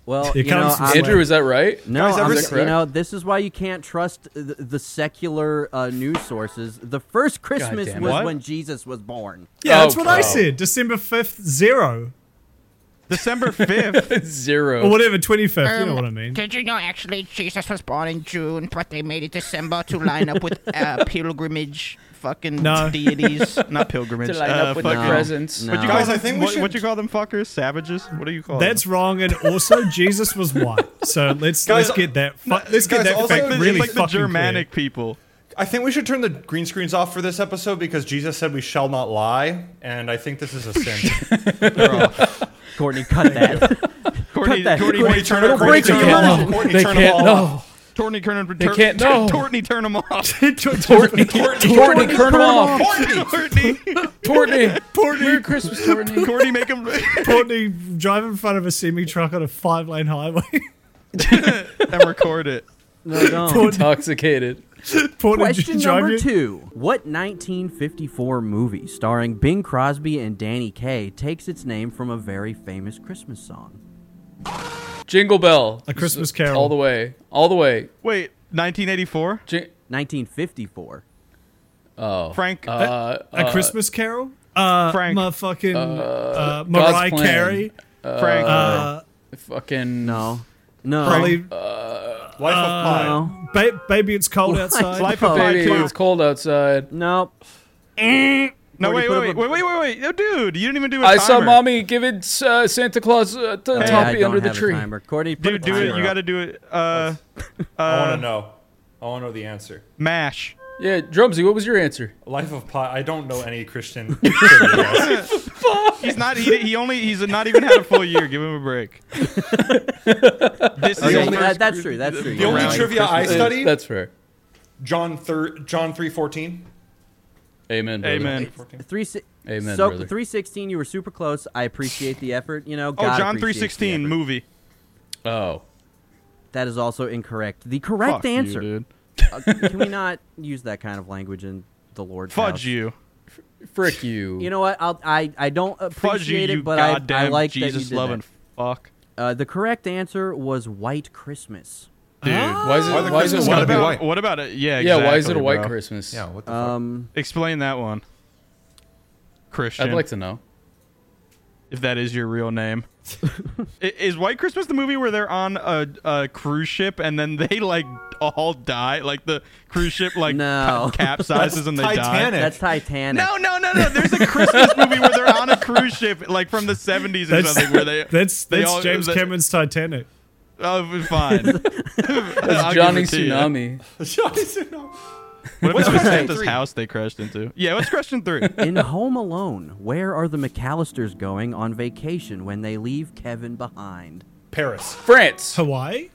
C: Well,
G: It
C: you know,
G: comes from
C: I'm,
D: Andrew. Is that right?
C: No,
M: Guys,
C: I'm
M: ever
C: just-
M: s-
C: you know, this is why you can't trust the, the secular uh, news sources. The first Christmas
D: damn it.
C: was
E: What?
C: when Jesus was born.
G: Yeah, that's
D: Oh,
G: what I
D: wow.
G: said. December 5th, zero.
E: December 5th.
G: Or
D: Zero.
G: whatever, 25th.
M: Um,
G: you know what I mean.
I: Did you know actually Jesus was born in June, but they made it December to line up with uh, pilgrimage fucking
G: No.
I: deities?
E: Not pilgrimage.
D: To line
E: uh,
D: up with the
E: fucking-
D: presents.
C: No.
E: What you
M: Guys,
E: call
M: I
E: them-
M: think we
E: what,
M: should-
E: what you call them fuckers? Savages? What do you call
G: That's
E: them?
G: wrong, and also Jesus was white. So let's
M: Guys,
G: let's get that. Fu- let's get
M: guys,
G: that
M: also-
G: fact
M: it's
E: It's
G: really
E: like the
G: fucking
E: Germanic people.
M: I think we should turn the green screens off for this episode because Jesus said we shall not lie, and I think this is a sin.
C: Courtney, cut that.
E: Courtney,
C: that.
E: Courtney,
C: Courtney,
E: wait,
M: turn
E: Courtney,
M: Courtney,
C: break
M: turn
C: your
M: them all
C: heart.
M: off. Courtney,
F: They
M: turn them
F: can't
M: all
F: know.
M: off.
E: Tortney, turn him.
F: They
E: Tur-
F: can't-
E: Tur-
F: no.
E: Tortney, turn him off.
F: Tortney, Tortney, turn him off.
E: Tortney,
F: Tortney,
E: Tortney,
F: Merry Christmas, Tortney.
E: Tortney, make him.
G: Courtney drive in front of a semi truck on a five lane highway.
E: and record it.
C: No, don't.
F: Intoxicated.
C: Question number two: What 1954 movie starring Bing Crosby and Danny Kaye takes its name from a very famous Christmas song?
F: Jingle Bell.
G: A Christmas
F: Just
G: Carol.
F: All the way. All the way.
E: Wait, 1984?
C: 1954.
F: Oh.
E: Frank.
F: Uh,
G: a
F: uh,
G: Christmas Carol. Uh,
E: Frank.
G: motherfucking uh,
F: God's
G: Mariah
F: Plan.
G: Carey.
F: Uh,
G: Frank. Uh,
F: fucking.
C: No. No.
G: Probably-
F: Uh,
G: Life of Pi.
C: No.
G: Ba- baby, it's cold outside.
F: Baby, it's cold outside.
C: Nope.
E: No,
F: Already
E: wait,
F: put
E: wait,
F: up
E: wait, wait, wait, wait, wait. No, dude, you didn't even do a
F: I
E: timer.
F: saw mommy giving uh, Santa Claus uh, t-
E: Hey, I
F: toffee
E: don't
F: under the
E: have a
F: tree.
C: timer. Courtney, put
E: Dude,
C: a
E: do it.
C: timer
E: You
C: up.
E: got to do it. Uh,
M: I
E: uh,
M: want to know. I want to know the answer.
E: Mash.
F: Yeah, Drumsy, what was your answer?
M: Life of Pi. I don't know any Christian.
E: He's not. He, he only. He's not even had a full year. Give him a break. this
C: Okay,
E: the only-
C: that- that's true. That's true.
M: the only
E: Around
M: trivia I
E: Christmas.
M: studied.
F: That's fair.
M: John thir- John three fourteen.
F: Amen. brother.
E: Amen.
C: Three si-
F: Amen,
C: So
F: brother.
C: three sixteen, you were super close. I appreciate the effort. You know,
E: Oh,
C: God
E: John three sixteen movie.
F: Oh,
C: That is also incorrect. The correct
E: Fuck you,
C: answer.
E: dude.
C: Uh, can we not use that kind of language in the Lord's
E: Fudge
C: house?
E: you.
F: frick you.
C: You know what? I'll, I I don't
E: Fudge you,
C: appreciate
E: you
C: it, but I,
E: goddamn
C: I like that you
E: Jesus
C: did
E: loving
C: that.
E: fuck.
C: Uh, the correct answer was White Christmas.
E: Dude,
F: Why is it- Why the why is it Christmas
E: what
F: gotta be
E: about,
F: white?
E: What about it? Yeah,
F: Yeah,
E: exactly,
F: why is it a white
E: bro.
F: Christmas? Yeah,
M: what
C: Um,
E: Explain that one, Christian.
F: I'd like to know.
E: if that is your real name. I- is White Christmas the movie where they're on a, a cruise ship and then they like all die? Like the cruise ship like
C: No.
E: ca- capsizes and they die.
C: that's Titanic.
E: No, no, no, no. There's a Christmas movie where they're on a cruise ship, like from the 70s or
G: That's,
E: something, where they
G: that's,
E: they
G: that's
E: all-
G: James
E: they-
G: Cameron's Titanic.
E: Oh, fine. That's
F: Johnny Tsunami.
E: What if
M: What's
E: it was
M: question
E: Santa's
M: three?
E: house they crashed into? Yeah, what's question three?
C: In Home Alone, where are the McAllisters going on vacation when they leave Kevin behind?
M: Paris.
F: France.
G: Hawaii?
M: It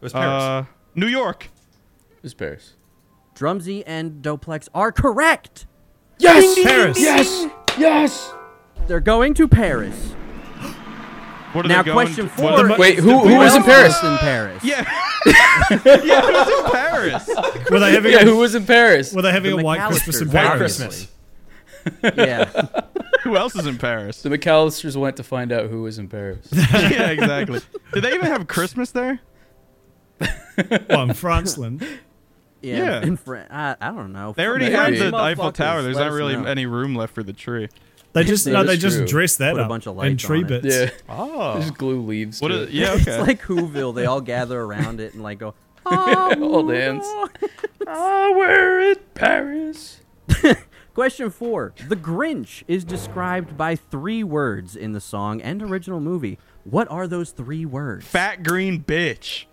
M: was Paris.
E: Uh, New York.
F: It's Paris.
C: Drumsy and Doplex are correct.
F: Yes!
G: Paris.
F: Yes! Yes!
C: They're going to Paris.
E: What are
C: Now,
E: they going
C: question
E: to-
C: four.
E: what are they-
F: Wait, who, who
C: Who
F: was in
C: else
F: Paris?
C: was in Paris?
E: Yeah. yeah, who was in Paris?
G: Were they having
F: Yeah,
G: a,
F: who was in Paris?
G: were they having
C: The
G: a white
C: McAllisters,
G: Christmas in
C: White
G: Paris?
M: Christmas.
C: yeah.
E: Who else is in Paris?
F: The McAllisters went to find out who was in Paris.
E: yeah, exactly. Do they even have Christmas there?
G: Well, in Franceland.
C: Yeah.
E: Yeah.
C: In Fran- I, I don't know.
E: They already
F: Maybe.
E: have the Eiffel
C: Motherfuckers,
E: Tower. There's
C: let
E: not
C: us
E: really
C: know.
E: any room left for the tree.
G: They just
F: That
G: no,
F: is
G: they just
F: true.
G: dress that
C: Put a
G: up
C: bunch of
G: and
C: lights
G: tree
C: on it.
G: bits.
F: Yeah.
E: Oh.
F: Just glue leaves.
E: What
F: to
E: is,
F: it.
E: yeah,
C: It's
E: okay.
C: like Whoville. They all gather around it and like go, oh,
F: All dance. I wear it, Paris.
C: Question four. The Grinch is described by three words in the song and original movie. What are those three words?
E: Fat green bitch.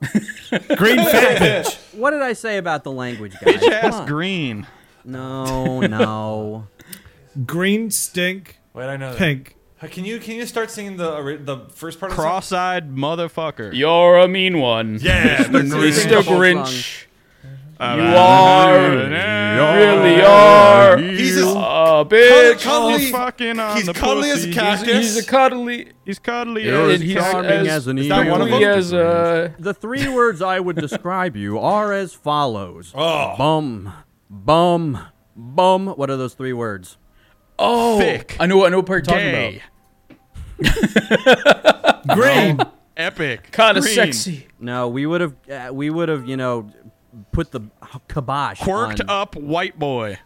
G: Green fat bitch.
C: What did I say about the language, guys?
E: Bitch
C: Come
E: ass
C: on.
E: green.
C: No, no.
G: Green stink.
M: Wait, I know that.
G: Pink.
M: Uh, Can you can you start singing the ori- the first part of the song?
E: Cross eyed motherfucker.
F: You're a mean one.
M: Yeah, the green.
F: Mr. Grinch. You are
C: Uh,
F: really are
M: He's a
F: a bitch.
M: cuddly.
E: fucking on
M: he's
E: the
M: cuddly as
E: pussy.
M: a
E: He's-
M: cactus.
F: He's a cuddly.
E: He's cuddly
F: and
E: as
F: he's
C: charming as an
F: is
C: eagle.
F: that one of
C: Is
F: them? As, uh,
C: that The three words I would describe you are as follows.
M: Oh.
C: Bum, bum, bum. What are those three words?
F: oh,
E: Thick.
F: I know. I know what part you're talking
E: gay.
F: about.
G: Green.
E: Epic.
F: Kind of
E: Green.
F: sexy.
C: No, we would have, uh, we would have, you know, put the h- kibosh.
E: Quirked
C: on.
E: up white boy.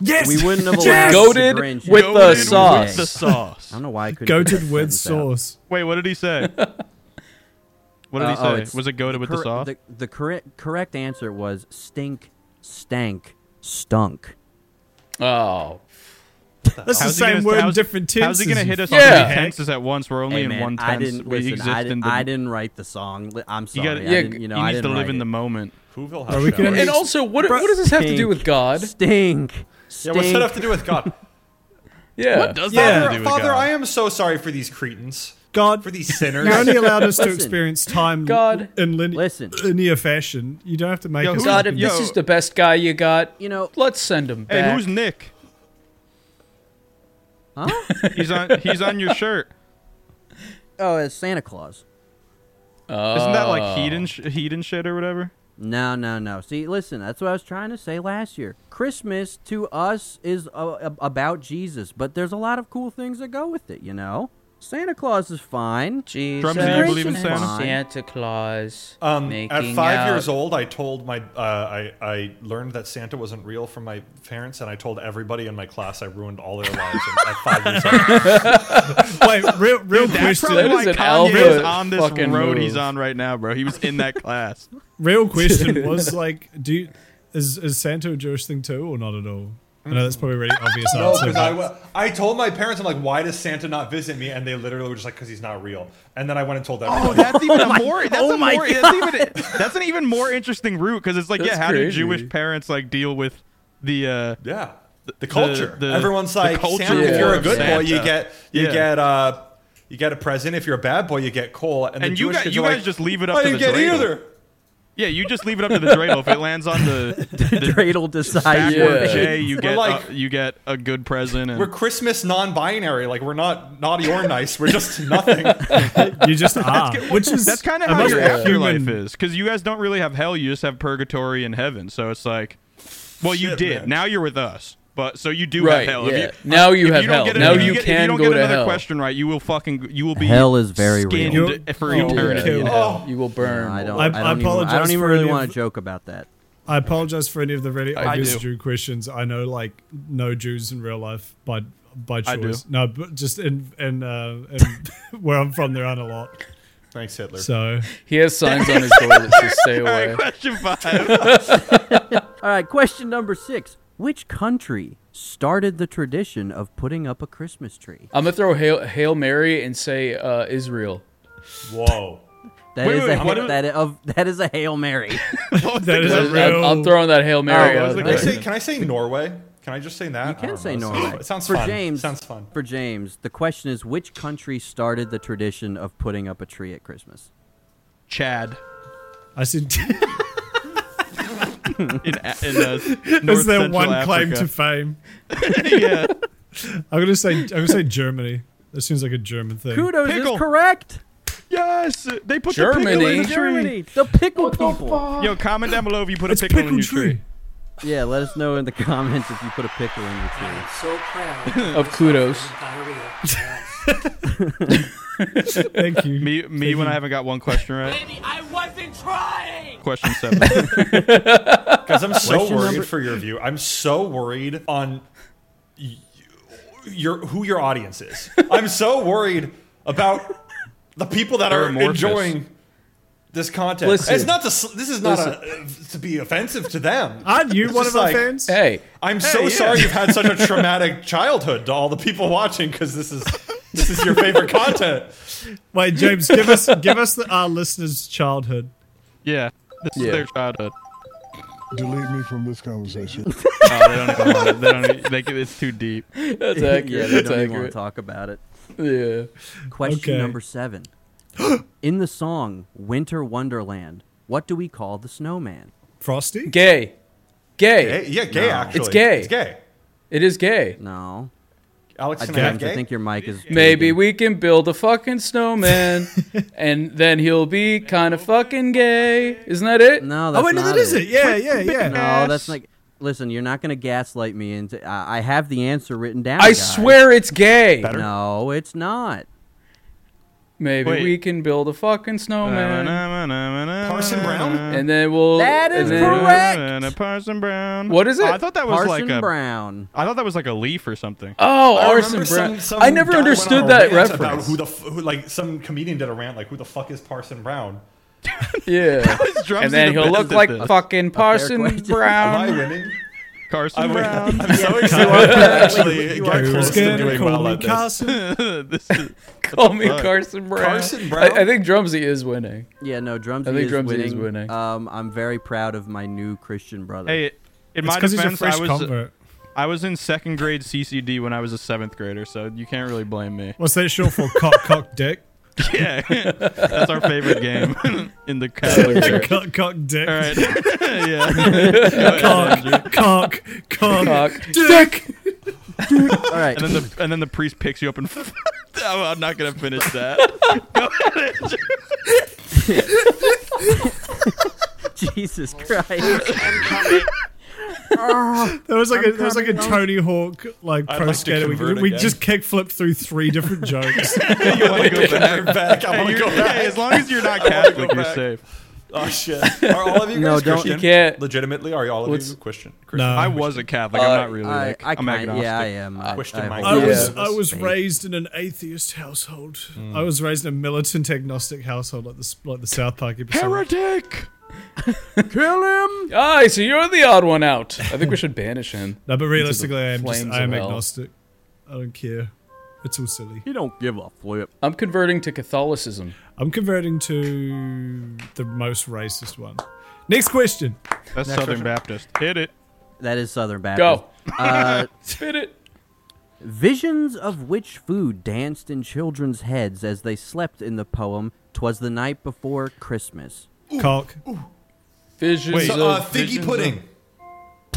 G: yes.
C: We wouldn't have allowed
G: Yes!
C: the
F: Goated
C: Grinch.
F: with
E: Goated
F: the
E: With
F: sauce.
E: the
C: I
E: sauce.
C: don't know why I couldn't. get
G: Goated
C: that
G: with
C: sentence out.
G: sauce.
E: Wait, what did he say? What did
C: Uh,
E: he
C: oh,
E: say?
C: it's
E: Was it goaded with the
C: cor-
E: sauce?
C: The, the correct correct answer was stink, stank, stunk.
F: Oh,
G: That's the
E: How's he
G: same
E: gonna-
G: word in
E: how's-
G: different tenses.
E: How's he gonna hit us
G: you
E: on
F: Yeah.
E: three tenses at once? We're only
C: Hey,
E: in
C: man,
E: one
C: I
E: tense.
C: didn't
E: we
C: listen.
E: exist
C: I,
E: in
C: didn't,
E: the.
C: I didn't write the song. Li- I'm
E: you
C: sorry.
E: gotta,
C: I
E: yeah,
C: didn't, you know,
E: you
C: I
E: need to
C: didn't
E: live
C: write
E: in the
C: it.
E: moment.
M: Whoville
G: Are we
M: Hush
G: gonna-
M: Hour.
F: and also, what, what does this have to do
C: Stink,
F: with God?
C: Stink.
M: Yeah,
C: stink.
M: what's that have to do with God?
F: Yeah,
E: Does
G: Yeah.
E: that have to
M: Father,
E: do with God?
M: I am so sorry for these Cretans.
G: God,
M: for these sinners.
G: You only allowed us to
M: Listen.
G: experience time
D: God.
G: in lin- linear fashion. You don't have to make us.
D: God, if this is the best guy you got, you know, let's send him
E: Hey,
D: back.
E: who's Nick?
C: Huh?
E: He's on. He's on your shirt.
C: Oh, it's Santa Claus.
E: Isn't that
C: Oh.
E: like heat and sh- heat and shit or whatever?
C: No, no, no. See, listen, that's what I was trying to say last year. Christmas to us is a, a- about Jesus, but there's a lot of cool things that go with it, you know? Santa Claus is fine.
M: Drums, do you Jesus believe in is
D: Uh,
M: Santa? fine.
C: Santa Claus.
M: Um, at five years old, I told my uh, I I learned that Santa wasn't real from my parents, and I told everybody in my class I ruined all their lives in- at five years old.
G: Wait, real, real
E: Dude, that's
G: question.
E: probably why Kanye is on this road he's on right now, bro. He was in that class.
G: Real question was like, do you, is is Santa a Jewish thing too, or not at all? I know that's probably a really obvious
M: Mm. No,
G: answer.
M: because I,
G: but-
M: wa- I told my parents, I'm like, why does Santa not visit me? And they literally were just like, because he's not real. And then I went and told them.
E: Oh, that's even a more. That's a more. That's, even a- that's an even more interesting route because it's like,
M: That's
E: yeah, how do
M: crazy.
E: Jewish parents like deal with the uh
M: yeah the culture. Everyone's like, Santa, if you're a good boy, you get you get uh you get a present. If you're a bad boy, you get coal. And, the
E: And you
M: Jewish
E: guys-
M: kids
E: you
M: are
E: guys
M: like,
E: just leave it up
M: I
E: to
M: didn't
E: the
M: get
E: dreidel."
M: either.
E: yeah, you just leave it up to the dreidel. If it lands on the, the
C: dreidel decides.
E: backward
M: Yeah.
E: J, you
M: We're
E: get
M: like-
E: a, you get a good present.
M: We're
E: And
M: Christmas non-binary. Like we're not naughty or nice. We're just nothing.
G: you just
E: That's ki- that's kind of how your afterlife
M: human-
E: is because you guys don't really have hell. You just have purgatory and heaven. So it's like, well, you
D: Shit,
E: did.
D: man.
E: Now you're with us. But so you do
D: Right,
E: have hell.
D: yeah.
E: If you,
D: Now you
E: if
D: have
E: don't
D: hell.
E: Get
D: Now
E: another-
D: you
E: get-
D: can
E: if you don't
D: go
E: get
D: to
E: another
D: hell.
E: question right. You will fucking you will be
C: Hell is very
E: skinned
C: real.
E: for
C: You're-
E: eternity. in
C: Oh,
E: hell.
D: You will burn.
C: I don't,
G: I-
C: I, don't
G: I
C: even, I
G: apologize
C: don't even
G: for
C: really
G: any
C: want
G: of-
C: to joke about that.
G: I apologize for any of the really
C: I
G: obvious
C: do.
G: Jew questions. I know, like, no Jews in real life by by choice.
E: I do.
G: No, but just in in, uh, in where I'm from, there aren't a lot.
M: Thanks, Hitler.
G: So
D: He has signs on his door that says "Stay away."
E: question
C: All right, question number six. Which country started the tradition of putting up a Christmas tree?
D: I'm gonna throw Hail, Hail Mary and say uh, Israel.
M: Whoa.
C: That is a ha- that i- of that is a hail mary.
G: that is a
D: I'm, I'm throwing that
E: Oh,
D: Hail Mary. uh, out
M: Can I
D: there.
M: say, can I say Norway? Can I just say that?
C: You
M: I
C: can
M: don't
C: say
M: know.
C: Norway.
M: It sounds
C: for
M: fun.
C: James.
M: Sounds fun.
C: For James, the question is which country started the tradition of putting up a tree at Christmas?
E: Chad.
G: I said
E: in, a- in uh,
G: Is
E: North
G: there
E: Central
G: one claim
E: Africa.
G: to fame?
E: yeah.
G: I'm gonna say I'm gonna say Germany. That seems like a German thing.
C: Kudos is correct.
E: Yes, they put the pickle in
G: Germany.
E: the tree.
C: Germany, the pickle people.
E: Yo, comment down below if you put
G: It's
E: a pickle,
G: pickle
E: in your
G: tree.
E: tree.
C: Yeah, let us know in the comments if you put a pickle in your tree.
N: So proud
D: Of kudos.
G: Thank you.
E: Me, me
G: Thank
E: when
G: you.
E: I haven't got one question right.
N: I wasn't trying.
E: Question seven.
M: Because I'm so
E: Question
M: worried
E: number-
M: for your view. I'm so worried on y- your who your audience is. I'm so worried about the people that
E: They're
M: are
E: amorphous.
M: enjoying this content.
E: Listen.
M: it's not to, s- this is not a, to be offensive to them.
G: Aren't you
M: It's
G: one
M: just
G: of our
M: like,
G: fans?
D: Hey,
M: I'm so
G: Hey, yeah.
M: sorry you've had such a traumatic childhood to all the people watching because this is this is your favorite content.
G: Wait, James, give us give us the, our listeners' childhood.
E: Yeah, this
G: Yeah.
E: is their childhood.
O: Delete me from this conversation.
E: Oh, they don't even want it. They don't. Even, they, can- it's too deep.
D: That's
C: yeah,
D: accurate.
C: they
D: That's
C: don't even
D: accurate.
C: want to talk about it.
D: Yeah.
C: Question
D: Okay.
C: number seven. In the song "Winter Wonderland," what do we call the snowman?
G: Frosty.
D: Gay. Gay.
M: Gay- yeah, gay,
C: No.
M: actually.
D: It's gay.
M: It's gay.
D: It is gay.
C: No.
M: Alex
C: I
M: and I have
C: James, I
M: gay?
C: think your mic is.
D: Maybe we can build a fucking snowman, and then he'll be kind of fucking gay. Isn't that it?
E: Oh,
C: No, that's not No, that's like. Listen, you're not going to gaslight me into. I I have the answer written down.
D: I
C: guys.
D: swear it's gay.
C: No, it's not.
D: Maybe
C: Wait.
D: we can build a fucking snowman.
E: Parson
M: Brown?
D: And then we'll.
C: That
D: and
C: is
D: then-
C: correct.
E: Parson Brown.
D: What is it?
E: I thought that was
D: Parson
E: like a
C: Brown.
E: I thought that was like a leaf or something.
D: Oh,
M: I remember
D: Arson
M: some-
D: Brown.
M: some
D: I never
M: guy went
D: understood
M: on a
D: that
M: rant
D: reference.
M: About who the f- who, like some comedian did a rant like who the fuck is Parson Brown?
D: Yeah.
M: Drumsy
D: and then
M: the
D: he'll
M: best
D: look
M: at
D: like
M: this.
D: fucking
M: A fair
D: Parson
M: question. Am I
D: Brown.
M: winning?
E: Carson
M: I'm,
E: Brown.
M: I'm so
E: Yeah.
M: excited
E: You are currently- you
M: to actually
E: are
M: get close to
E: currently
M: doing
E: calling
M: well
E: me
M: at this.
E: Carson. This is-
D: Call me
E: Fuck.
D: Carson Brown.
M: Carson Brown?
D: I, I think Drumsy is winning.
C: Yeah, no, Drumsy,
D: I think
C: is,
D: Drumsy
C: winning.
D: is winning.
C: Um, I'm very proud of my new Christian brother.
E: Hey, in
G: It's
E: my
G: 'cause he's a
E: defense,
G: fresh
E: I was
G: convert.
E: I was in second grade CCD when I was a seventh grader, so you can't really blame me.
G: What's that short for? cock, cock, dick.
E: Yeah, that's our favorite game in the
G: Cock-
E: category.
G: cock, cock, dick.
E: All right. yeah.
G: Cock, cock, cock,
E: Cock.
G: dick.
E: All
C: right.
E: And then the and then the priest picks you up and. Oh, I'm not gonna finish that. Go ahead, Andrew.
C: Jesus Christ.
G: that was like a, that was like a Tony Hawk like
M: I'd
G: pro
M: like to
G: skater. We,
M: convert
G: we
M: again.
G: just kickflip through three different jokes.
M: you want to go back? back. I want to
E: You're-
M: go back.
E: hey, as long as you're not
M: I wanna
E: Catholic,
M: go
E: you're
M: back.
E: safe.
M: Oh shit! Are all of you guys
E: No, don't-
M: Christian?
E: You can't-
M: Legitimately, are all of
E: What's-
M: you Christian?
E: No.
M: Christian?
E: I was a Catholic. I'm not really.
C: Uh, I-
E: like,
C: I
E: I'm
C: kinda-
E: agnostic.
C: yeah, I am. I-
E: Question
C: I
E: my
G: I was I
E: beliefs.
G: was raised in an atheist household. I was raised in a militant agnostic household like the like the South Park episode.
E: Heretic.
G: Kill him.
D: Aye, so you're the odd one out. I think we should banish him.
G: No,
D: into
G: but
D: the
G: realistically, I am just,
D: flames
G: I am
D: of hell.
G: agnostic. I don't care. It's all silly.
C: You don't give a flip.
D: I'm converting to Catholicism.
G: I'm converting to the most racist one. Next question. Next
E: That's Southern
G: question.
E: Baptist. Hit it.
C: That is Southern Baptist.
G: Go.
C: Uh,
D: Spit it.
C: Visions of which food danced in children's heads as they slept in the poem "Twas the Night Before Christmas."
G: Cock.
D: Visions
M: Wait,
D: of
M: so, uh, figgy
D: visions
M: pudding.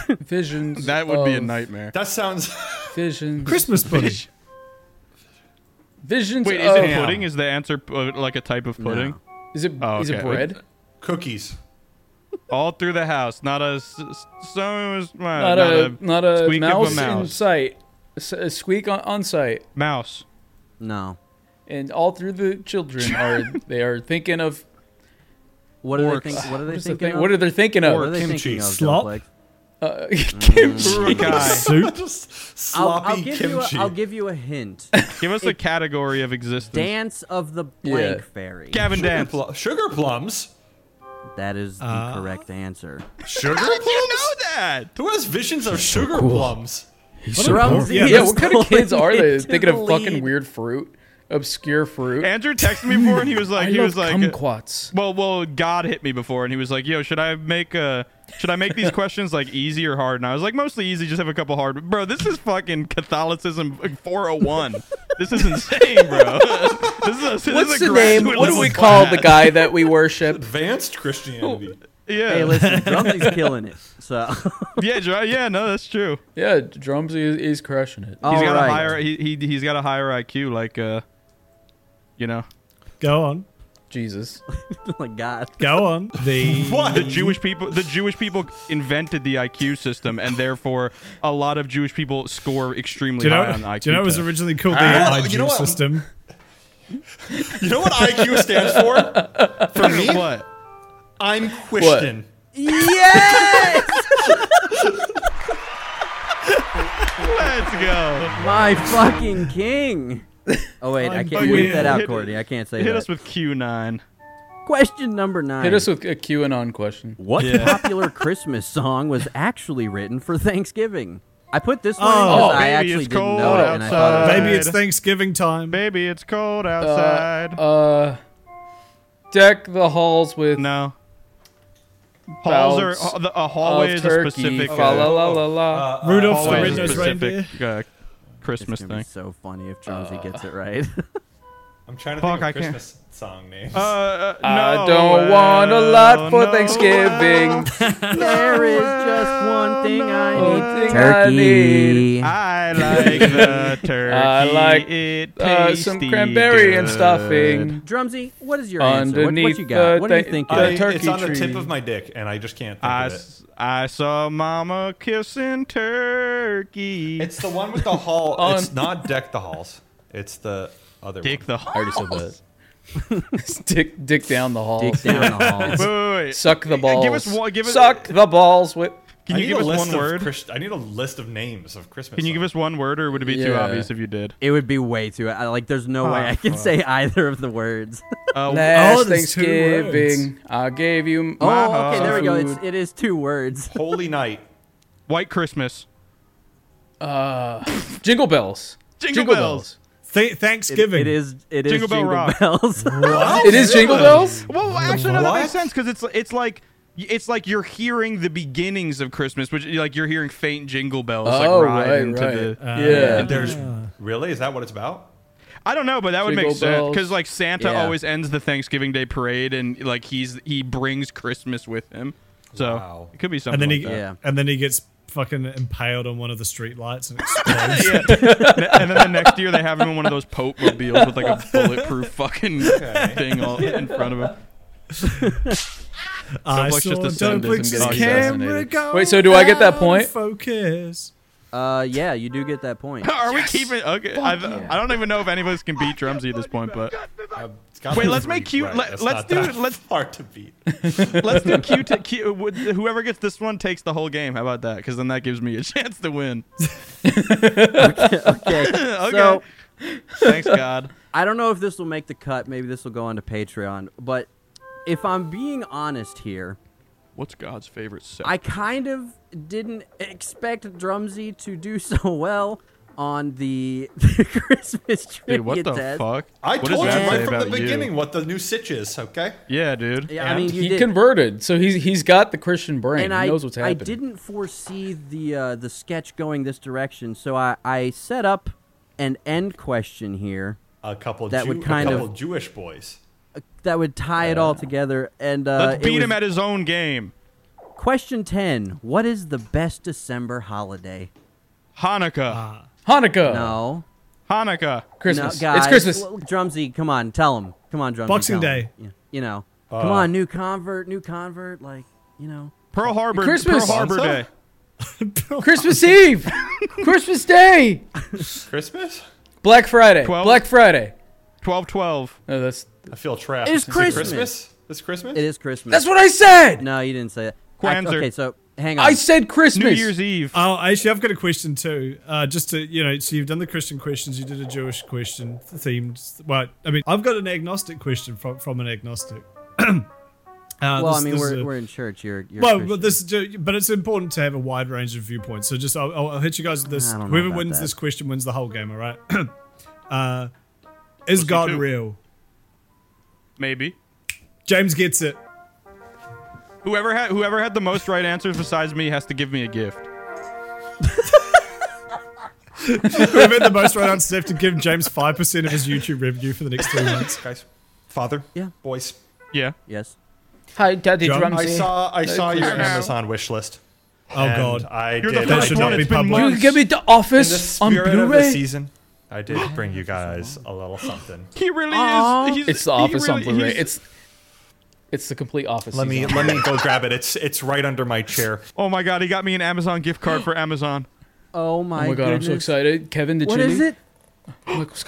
D: of- visions.
E: That would be a
D: of-
E: nightmare.
M: That sounds.
D: Visions.
G: Christmas pudding.
D: Visions.
E: Wait, is
D: of,
E: it pudding? Is the answer uh, like a type of pudding?
D: Is it-
E: Oh,
D: is it
E: okay.
D: bread?
M: Cookies.
E: All through the house. Not a s- s- so is- uh,
D: Not, a, not a
E: squeak
D: mouse,
E: of a
D: in
E: mouse.
D: sight. S- A squeak on, on sight.
E: Mouse.
C: No.
D: And all through the children are they are thinking of.
C: What
D: do
C: are they think- what are they thinking of?
D: What are they thinking of?
C: What are they thinking of,
D: Slop.
C: Snowflake?
D: Uh, kimchi.
G: Soup?
C: I'll- I'll,
M: sloppy
C: give
M: kimchi.
C: You a, I'll give you a hint.
E: Give us a
C: It-
E: category of existence.
C: Dance of the Blank Fairy.
E: Gavin
M: sugar
E: Dance.
M: plu- sugar plums.
C: That is the
M: Uh.
C: correct answer.
M: Sugar
E: How did
M: plums.
E: you know that?
M: Who has visions of sugar
C: cool.
M: plums?
C: What so a- cool.
D: yeah,
C: Yeah,
D: what
C: that's
D: kind of kids
C: going
D: are they
C: into
D: thinking of
C: the
D: fucking
C: lead.
D: weird fruit, obscure fruit?
E: Andrew texted me before and he was like,
D: I
E: he was
D: love
E: like, uh,
D: kumquats.
E: Well, well, God hit me before and he was like, yo, should I make a, should I make these questions like easy or hard? And I was like, mostly easy, just have a couple hard. Bro, this is fucking Catholicism 401. this is insane, bro. this is a, this
D: What's the
E: is a
D: name?
E: graduate
D: What do
E: level
D: we call the
E: class.
D: guy that we worship?
M: Advanced Christianity.
E: Yeah.
C: Hey, listen, Grumpy's killing it. So
E: yeah, dr- yeah, no, that's true.
D: Yeah, Drumsy is, is crushing it.
E: He's got
C: Alright.
E: a higher he, he he's got a higher IQ like uh you know
G: Go on.
D: Jesus.
C: oh my God.
G: Go on. The
E: the Jewish people the Jewish people invented the IQ system and therefore a lot of Jewish people score extremely
G: Do you
E: high
G: know?
E: on IQ.
G: do you know it was
E: tests.
G: originally called the
E: Ah,
G: IQ
E: you know what?
G: system?
M: You know what IQ stands for? For me,
E: what?
M: I'm Christian.
C: Yes!
E: Let's go.
C: My fucking king. Oh wait, I
E: I'm
C: can't
E: fucking-
C: leave that out,
E: hit-
C: Courtney. I can't say
E: Hit
C: that.
E: us with Q9.
C: Question number nine.
D: Hit us with a QAnon question.
C: What
E: Yeah.
C: popular Christmas song was actually written for Thanksgiving? I put this one
G: Oh,
C: because I
E: baby,
C: actually
E: it's
C: didn't
E: cold
C: know it, and I thought it
G: Maybe
C: was
G: it's Thanksgiving time.
E: Baby, it's cold
D: Uh,
E: outside.
D: uh, deck the halls with
E: no. Halls are ha- the- a hallway is a specific, uh,
D: Fa la la la la.
G: Uh, Rudolph the
E: Always a
G: Red-Nosed
E: specific
G: Reindeer.
E: uh,
C: It's
E: Christmas
C: gonna be
E: thing.
C: so funny if Jonesy gets it right.
M: I'm trying to
E: Fuck,
M: think of
E: I can't.
M: Christmas song names.
E: Uh, uh,
D: I
E: no,
D: don't
E: uh,
D: want a lot for
E: no,
D: Thanksgiving.
C: there is just one thing I need.
D: Thing I need.
E: I like the turkey.
D: I like
E: it
D: uh, some
E: tasty
D: cranberry and eh?
E: good.
D: stuffing.
C: Drumsy, what is your answer? What,
D: Underneath
C: what you got?
D: the
C: what are you
D: thing-
C: thinking?
M: I,
D: The turkey
M: it's on the tip
D: tree.
M: of my dick, and I just can't think
E: I,
M: of it.
E: s- I saw mama kissing turkey.
M: It's the one with the hall.
D: On-
M: It's not deck the halls. It's the other
E: Dick
M: one.
E: the
D: I already said that. dick, dick down the hall.
C: Dick down the
E: Wait,
C: halls.
E: wait, wait.
D: Suck the
E: Yeah,
D: balls.
E: Give us one. Give us,
D: Suck the balls with.
E: Can
M: I
E: you
M: need
E: give
M: a
E: us
M: list
E: one
M: of
E: word?
M: Christ- I need a list of names of Christmas.
E: Can you give us one word, or would it be too
D: Yeah.
E: obvious if you did?
C: It would be way too. I- Like, there's no way
E: Ah,
C: I can
E: fuck.
C: say either of the words.
E: Uh,
D: Last
G: Oh, there's two
D: Thanksgiving, I gave you. My
C: oh, okay, there we go. It's,
D: food.
C: it is two words.
M: songs. Holy Night.
E: White Christmas.
D: Uh, jingle bells.
E: Jingle bells.
G: Th- Thanksgiving.
C: It is. It is
E: Jingle
C: jingle,
E: Bell Rock.
C: bells.
M: What?
D: It is jingle bells.
E: Well, actually, no, that
M: What?
E: makes sense because it's it's like it's like you're hearing the beginnings of Christmas, which like you're hearing faint jingle bells
D: Oh,
E: like ride
D: right, Uh,
E: into
D: right.
E: the.
D: yeah.
M: There's really is that what it's about?
E: I don't know, but that would
M: Jingle
E: make sense
M: bells.
E: because like Santa
M: Yeah.
E: always ends the Thanksgiving Day parade, and like he's he brings Christmas with him. So it could be something.
G: and then
E: like
G: he
E: that.
G: and then he gets fucking impaled on one of the street lights and explodes.
E: Yeah. and then the next year they have him in one of those Pope mobiles with like a bulletproof fucking
G: Okay.
E: thing all in front of him.
G: I
E: Someone's
G: saw
E: just ascended
G: Douglas'
E: and getting
G: camera
E: assassinated.
G: go
F: Wait, so do I get that point?
G: Focus.
C: Uh, yeah, you do get that point.
E: Are we keeping? Okay, I've, I don't even know if any of us can beat Drumsy at this point,
M: Uh,
E: but
M: gotta
E: wait,
M: be
E: let's
M: pretty
E: make Q.
M: right.
E: Let,
M: That's
E: let's
M: not
E: do.
M: that
E: Let's
M: hard to beat.
E: let's do Q. To, Q would- whoever gets this one takes the whole game. How about that? Because then that gives me a chance to win. okay.
C: okay.
E: okay.
C: So,
E: Thanks God.
C: I don't know if this will make the cut. Maybe this will go onto Patreon. But if I'm being honest here,
E: what's God's favorite set?
C: I kind of didn't expect Drumsy to do so well on the, the Christmas trivia
M: I
C: test.
E: What does
M: told
E: that
M: you
E: say
M: right from the
E: about you?
M: beginning what the new sitch is. Okay.
E: Yeah, dude.
C: Yeah, I mean, you
F: he
C: did.
F: converted, so he's he's got the Christian brain.
C: And
F: he
C: I,
F: knows what's
C: I
F: happening.
C: didn't foresee the uh, the sketch going this direction, so I, I set up an end question here.
M: A couple
C: that
M: Jew-
C: would kind
M: a couple
C: of
M: Jewish boys.
C: that would tie it all together. And uh,
E: Let's
C: it
E: beat
C: was-
E: him at his own game.
C: Question 10. What is the best December holiday?
F: Uh,
E: Hanukkah. Oh.
F: Hanukkah.
C: No.
E: Hanukkah.
C: No, guys. Well, Drumsy, come on, tell him. Come on, Drumsy.
G: Boxing
C: tell 'em.
G: Day.
C: Yeah, You know.
G: Uh,
C: come on, new convert, new convert, like, you know.
E: Pearl Harbor.
F: Christmas.
E: Pearl Harbor Day.
F: Christmas Eve, Christmas Day,
M: Christmas?
F: Black Friday,
M: Twelve-
F: Black Friday,
E: twelve twelve.
F: No, that's
M: I feel trapped.
F: It's
M: Is it
F: Christmas.
M: Christmas? It's Christmas?
C: It is Christmas.
F: That's what I said!
C: No, you didn't say that. I-
M: Kwanzaa.
C: okay, so hang on.
E: Eve.
F: Uh,
G: Oh, actually, I've got a question too. Uh, just to you know, so you've done the Christian questions, you did a Jewish question themed. Well, I mean, I've got an agnostic question from from an agnostic. uh,
C: Well,
G: this-
C: I mean,
G: this is
C: we're,
G: a-
C: we're in church. You're, you're
G: well,
C: Christian.
G: but this, ju- but it's important to have a wide range of viewpoints. So just, I'll, I'll I'll hit you guys with this.
C: I don't know
G: Whoever
C: about
G: wins
C: that.
G: this question wins the whole game. All right. uh, is God real?
E: Maybe.
G: James gets it.
E: Whoever had whoever had the most right answers besides me has to give me a gift.
G: Whoever had the most right answers have to give James five percent of his YouTube revenue for the next three months.
M: Guys, father.
C: Yeah.
M: Boys.
E: Yeah.
C: Yes.
F: Hi, Daddy
M: John,
F: Drumsy.
M: I saw I
F: No
M: saw your
F: Christmas.
M: Oh, Amazon wish list.
G: Oh,
M: And
G: God.
M: I
G: You're the
M: did.
G: first
M: I did.
G: one. It's been
M: In
G: months.
F: You give me the office
M: the
F: on
M: spirit of the
F: Blu-ray.
M: season. I did bring you guys a little something.
E: He really
F: Aw.
E: is. He's,
F: it's the
E: he
F: office
E: really-
F: on Blu-ray.
E: he's-
F: It's it's the complete office.
M: Let me
F: season.
M: let me go grab it. It's it's right under my chair.
E: Oh my god, he got me an Amazon gift card for Amazon.
C: Oh my,
F: Oh my god, I'm so
C: goodness.
F: excited. Kevin, did
C: What
F: you
C: is it?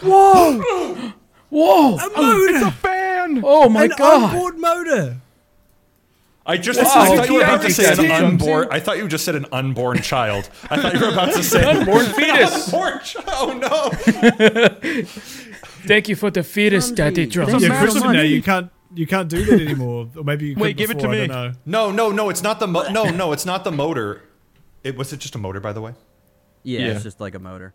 F: Whoa! Whoa!
G: A motor. It's a
E: fan.
F: Oh my
G: An
F: god!
G: onboard motor.
M: I just
F: Wow.
M: I thought you were
F: Yeah,
M: about to
F: it's
M: say an
F: Tim.
M: unborn. I thought you just said an unborn child. I thought you were about to say
F: Unborn fetus.
M: Unborn child. Oh no.
F: Thank you for the fetus, Daddy Drumsy.
G: Yeah, Christian, now you can't you can't do that anymore. Or maybe you could before, I don't know.
M: No, no, no. It's not the mo- no, no. It's not the motor. It was it just a motor, by the way.
C: Yeah,
M: Yeah.
C: it's just like a motor.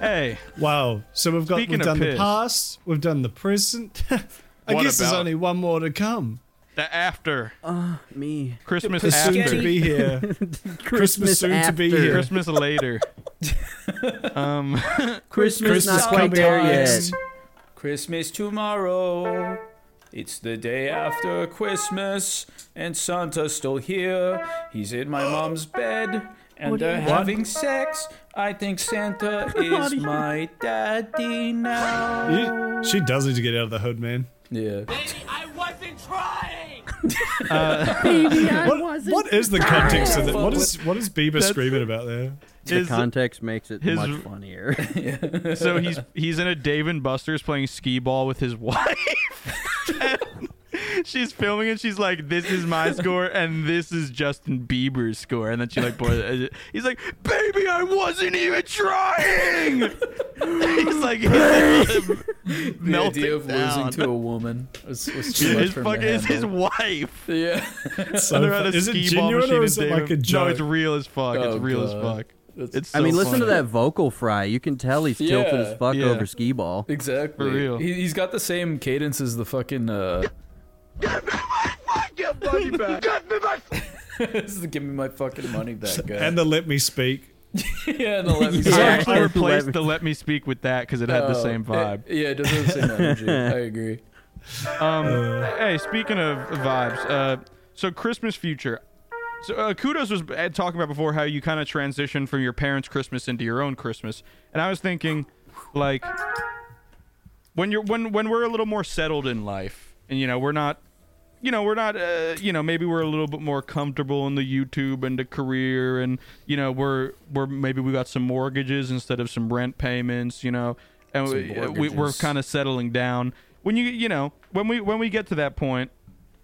E: Hey.
G: Wow. So we've got
E: Speaking
G: we've
E: of
G: done the
E: piss.
G: past, we've done the present. I
E: What
G: guess there's
E: about-
G: only one more to come.
E: The after.
C: Uh, me.
E: Christmas
G: Christmas
E: after.
G: soon to be here. Christmas, soon to be here.
E: Christmas later. um
C: Christmas,
G: Christmas
C: not quite
G: coming
C: there
G: up
C: yet.
G: next.
D: Christmas tomorrow. It's the day after Christmas, and Santa's still here. He's in my mom's bed, and
N: What do you
D: they're
N: mean?
D: having sex. I think Santa
N: What do
D: is
N: you-
D: my daddy now.
G: You- she does need to get out of the hood, man.
D: Yeah.
N: I wasn't trying.
G: Uh,
N: Baby, I
G: what-
N: wasn't
G: what is the context of that? What
N: trying.
G: is what is Bieber
E: That's-
G: screaming about there?
C: The context makes it
E: his-
C: much funnier.
E: so he's he's in a Dave and Buster's playing skee ball with his wife. And she's filming and she's like, "This is my score and this is Justin Bieber's score." And then she like, "Boy," he's like, "Baby, I wasn't even trying." he's like, he's like
D: The
E: melting
D: idea of
E: down.
D: losing to a woman was, was too much
E: his
D: for
E: fucking
D: me. to
E: is his
D: handle.
E: wife.
D: Yeah.
G: So
E: And they're at a
G: fu- is it
E: skee ball
G: genuine or
E: machine
G: is
E: in
G: it
E: Dave-
G: like a
E: No,
G: joke?
E: it's real as fuck.
D: Oh,
E: it's real
D: God.
E: as fuck.
D: That's-
E: It's
C: I mean,
E: so
C: listen to
E: funny.
C: that vocal fry. You can tell he's tilted
D: Yeah,
C: as fuck
E: yeah.
C: over skee ball.
D: Exactly.
E: For real.
D: He, he's got the same cadence as the fucking. Uh,
N: Get money back. Get me my.
D: this is give me my fucking money back, guy.
G: and the let me speak.
D: yeah, and the let me
E: I,
D: speak.
E: I replaced the let me speak with that because it had the
D: Oh,
E: same
D: it-
E: vibe.
D: yeah, it does have the same energy. I agree.
E: Um, hey, speaking of vibes, uh, so Christmas future. So uh, Kudos was uh, talking about before how you kind of transitioned from your parents' Christmas into your own Christmas, and I was thinking, like, when you're when when we're a little more settled in life, and you know we're not, you know we're not, uh, you know maybe we're a little bit more comfortable in the YouTube and the career, and you know we're we're maybe we got some mortgages instead of some rent payments, you know, and
D: Some
E: we, uh, we, we're
D: mortgages.
E: kind kind of settling down when you you know when we when we get to that point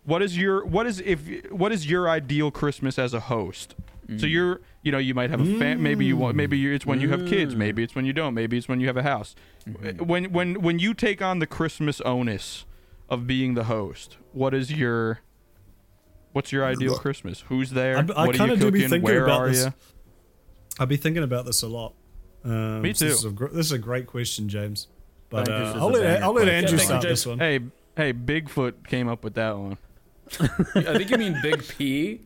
E: what is your what is if what is your ideal christmas as a host so
D: Mm.
E: you're you know you might have a fam- maybe you want maybe you it's when you have
D: Mm.
E: kids maybe it's when you don't maybe it's when you have a house
D: Mm-hmm.
E: when when when you take on the christmas onus of being the host what is your what's your ideal christmas who's there
G: I, I
E: what are
G: kind
E: you
G: of do be
E: cooking
G: thinking
E: where
G: about
E: are
G: this.
E: you
G: I'll be thinking about this a lot. Um,
E: Me
G: so This
E: too.
G: is, a gr- this is a great question, James.
E: I
G: But
E: think
G: uh,
E: this is
G: I'll,
E: a
G: let,
E: banger
G: I'll let
E: question.
G: Andrew start this one.
E: hey hey bigfoot came up with that one
D: I think you mean Big P.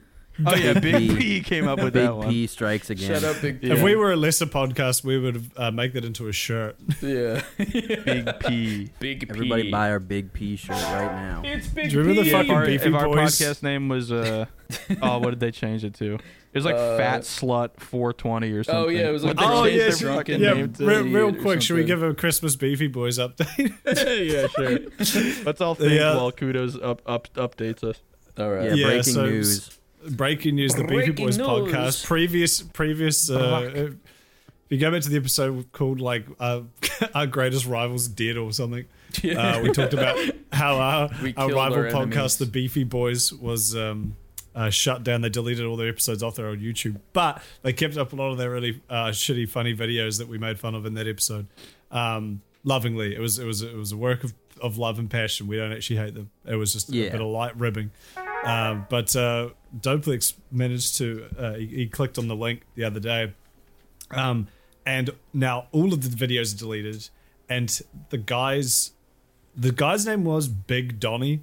E: Oh yeah, Big P came up with
C: Big
E: that one.
C: P strikes again.
D: Shut up, Big P.
G: If we were a lesser podcast, we would uh, make that into a shirt.
D: Yeah.
E: Big P.
D: Big P.
C: Everybody buy our Big P shirt right now.
D: It's Big
G: Do you remember the
D: P.
G: fucking
E: our,
G: Beefy
E: if our
G: Boys?
E: podcast name was uh oh what did they change it to it was like
D: Uh,
E: fat slut 420 or something
D: Oh, yeah, it was like
E: What
D: they changed
E: they change
D: their
E: their fucking
G: yeah.
E: name to
G: Real, real
D: Idiot or
G: quick, should we
D: something.
G: give a Christmas Beefy Boys update?
E: yeah sure let's all think
G: Yeah.
E: while kudos up, up updates us
D: all right
C: Yeah, breaking news.
G: s- Breaking news: The Beefy
D: Breaking
G: Boys
D: news.
G: podcast. Previous, previous. Uh,
D: Fuck.
G: uh, if you go back to the episode called like uh, "Our Greatest Rivals Dead" or something,
D: Yeah.
G: uh, we talked about how our,
D: We
G: our
D: killed
G: rival
D: our
G: podcast,
D: enemies.
G: The Beefy Boys, was um, uh, shut down. They deleted all their episodes off their old YouTube, but they kept up a lot of their really uh, shitty, funny videos that we made fun of in that episode. Um, lovingly, it was it was it was a work of, of love and passion. We don't actually hate them. It was just
C: Yeah.
G: a bit of light ribbing. Um, but uh, Doplex managed to uh, he, he clicked on the link the other day, um, and now all of the videos are deleted, and the guys, the guy's name was Big Donny,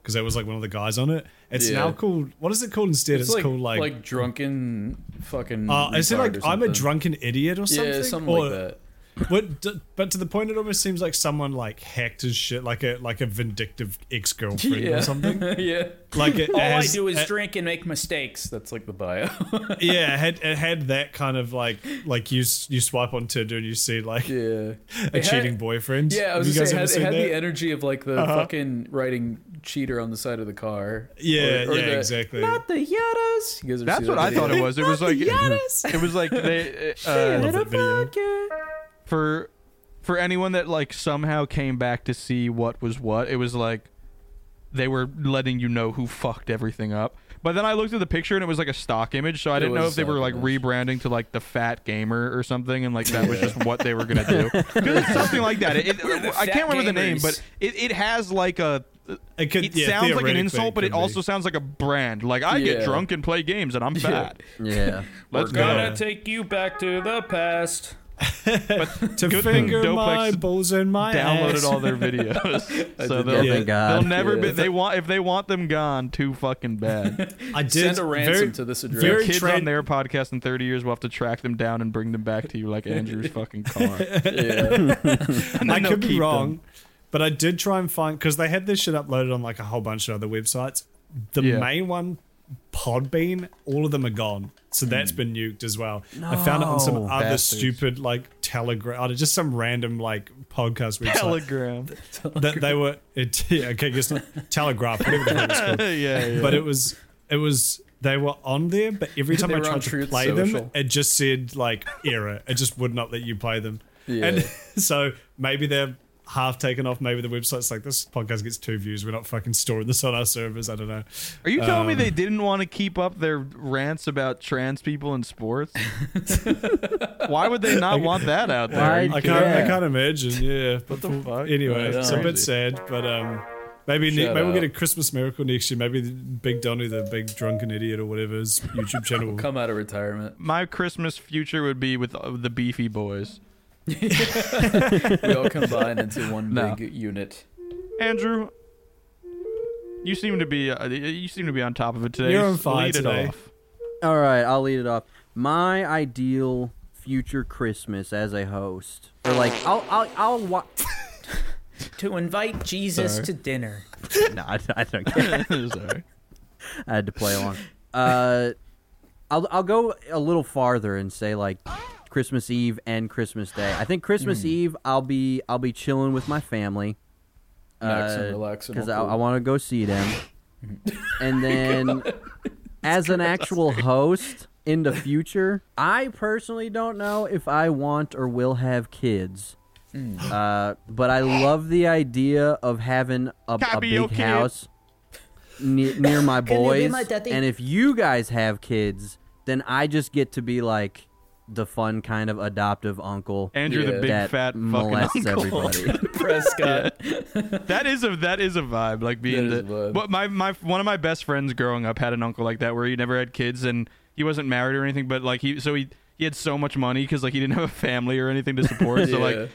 G: because that was like one of the guys on it. It's
D: Yeah.
G: now called what is it called instead? It's,
D: It's like,
G: called like.
D: like drunken fucking.
G: uh, is it
D: retard
G: like
D: or
G: I'm a
D: something.
G: drunken idiot or something?
D: Yeah, something
G: or,
D: like that.
G: But d- but to the point, it almost seems like someone like hacked his shit, like a like a vindictive ex girlfriend
D: yeah.
G: or something.
D: yeah.
G: Like it
D: All
G: has-
D: I do is
G: it-
D: drink and make mistakes. That's like the bio.
G: yeah, it had it had that kind of like like you s- you swipe on Tinder and you see like
D: yeah.
G: a
D: It had-
G: cheating boyfriend.
D: Yeah, I was
G: Have you
D: gonna
G: guys
D: say,
G: ever seen
D: it had, it had
G: that?
D: the energy of like the
G: Uh-huh.
D: fucking writing cheater on the side of the car.
G: Yeah,
D: Or- or
G: yeah,
D: the-
G: exactly.
D: Not the Yadas. You guys ever
E: that's
D: see
E: what
D: that
E: i thought it
D: video?
E: was it was like it was like they uh, for for anyone that like somehow came back to see what was what it was like they were letting you know who fucked everything up but then i looked at the picture and it was like a stock image so i
D: It
E: didn't
D: was
E: know
D: a
E: if they were
D: stock
E: like
D: image.
E: rebranding to like the fat gamer or something and like that was
D: Yeah.
E: just what they were gonna do 'Cause it's something like that It- it-
D: We're the
E: i can't
D: fat
E: remember the name
D: gamers.
E: but it, it has like a
G: It
E: it,
G: could- yeah,
E: sounds like an
G: theoretically
E: insult but
G: it
E: it
G: could
E: also
G: be.
E: sounds like a brand like i get
D: Yeah.
E: drunk and play games and i'm fat
C: Yeah.
E: let's
D: We're gonna
E: go
D: take you back to the past.
G: to
E: Good thing
G: finger my
E: Doplex
G: balls and my
E: downloaded
G: ass.
E: all their videos. so
C: did
E: they'll,
C: that. Yeah.
E: they'll
C: God.
E: never be
D: Yeah.
E: they want if they want them gone too fucking bad.
G: I did
D: Send a ransom
G: very-
D: to this
E: Your
G: Very
D: address.
E: kids
G: tra-
E: on their podcast in 30 years will have to track them down and bring them back to you like Andrew's fucking car.
D: yeah.
E: And then
G: I
E: they'll
G: could be
E: keep them.
G: wrong, but I did try and find because they had this shit uploaded on like a whole bunch of other websites. The
E: Yeah.
G: main one, Podbean, all of them are gone. So that's been nuked as well. I found it on some
E: Hmm. No.
G: other
E: Bastards.
G: stupid like Telegram, oh, just some random like podcast website
E: Telegram.
G: that they were. It, yeah, okay, guess not Telegraph, whatever the hell it's called.
E: yeah, yeah.
G: But it was, it was. They were on there, but every time
D: They
G: I
D: were on
G: tried to
D: Truth
G: play them,
D: Social.
G: it just said like error. It just would not let you play them.
D: Yeah.
G: And so maybe they're half taken off. Maybe the website's like this podcast gets two views. We're not fucking storing this on our servers. I don't know.
E: Are you telling me
G: Um,
E: they didn't want to keep up their rants about trans people in sports? Why would they not want that out there? Are
C: Why
E: you
G: I
E: kidding
G: can't. I
C: Yeah.
G: can't imagine. Yeah. But
E: the
G: for-
E: fuck?
G: Anyway,
D: Yeah,
G: it's a bit
E: crazy.
G: sad, but um. Maybe, ne-
D: Shout
G: maybe we'll get
D: out.
G: a Christmas miracle next year. Maybe the Big Donny, the big drunken idiot or whatever, his YouTube channel will
D: Come out of retirement.
E: My Christmas future would be with uh, the Beefy Boys.
D: We all combine into one
E: No.
D: big unit.
E: Andrew, You seem to be uh, you seem to be on top of it today. Lead It off.
C: All right, I'll lead it off. My ideal future Christmas as a host, or like, I'll, I'll, I'll wa-
P: to invite Jesus
C: Sorry.
P: to dinner.
C: no, I, I don't care. I had to play along. Uh, I'll I'll go a little farther and say like Christmas Eve and Christmas Day. I think Christmas
D: Mm.
C: Eve I'll be I'll be chilling with my family.
D: Maxing, relaxing,
C: because I,
D: all cool.
C: I want to go see them. and then, as an actual host in the future, I personally don't know if I want or will have kids. Uh, but I love the idea of having a,
P: Can I
C: a
P: be your
C: big
P: kid?
C: house near, near my
P: Can you be
C: boys.
P: my daddy?
C: and if you guys have kids, then I just get to be like the fun kind of adoptive uncle.
E: Andrew, the big
C: that
E: fat fucking
C: molests
E: uncle.
C: everybody.
E: Prescott. that is a that is a vibe. Like being the but my my one of my best friends growing up had an uncle like that where he never had kids and he wasn't married or anything. But like he so he he had so much money because like he didn't have a family or anything to support.
D: Yeah.
E: So like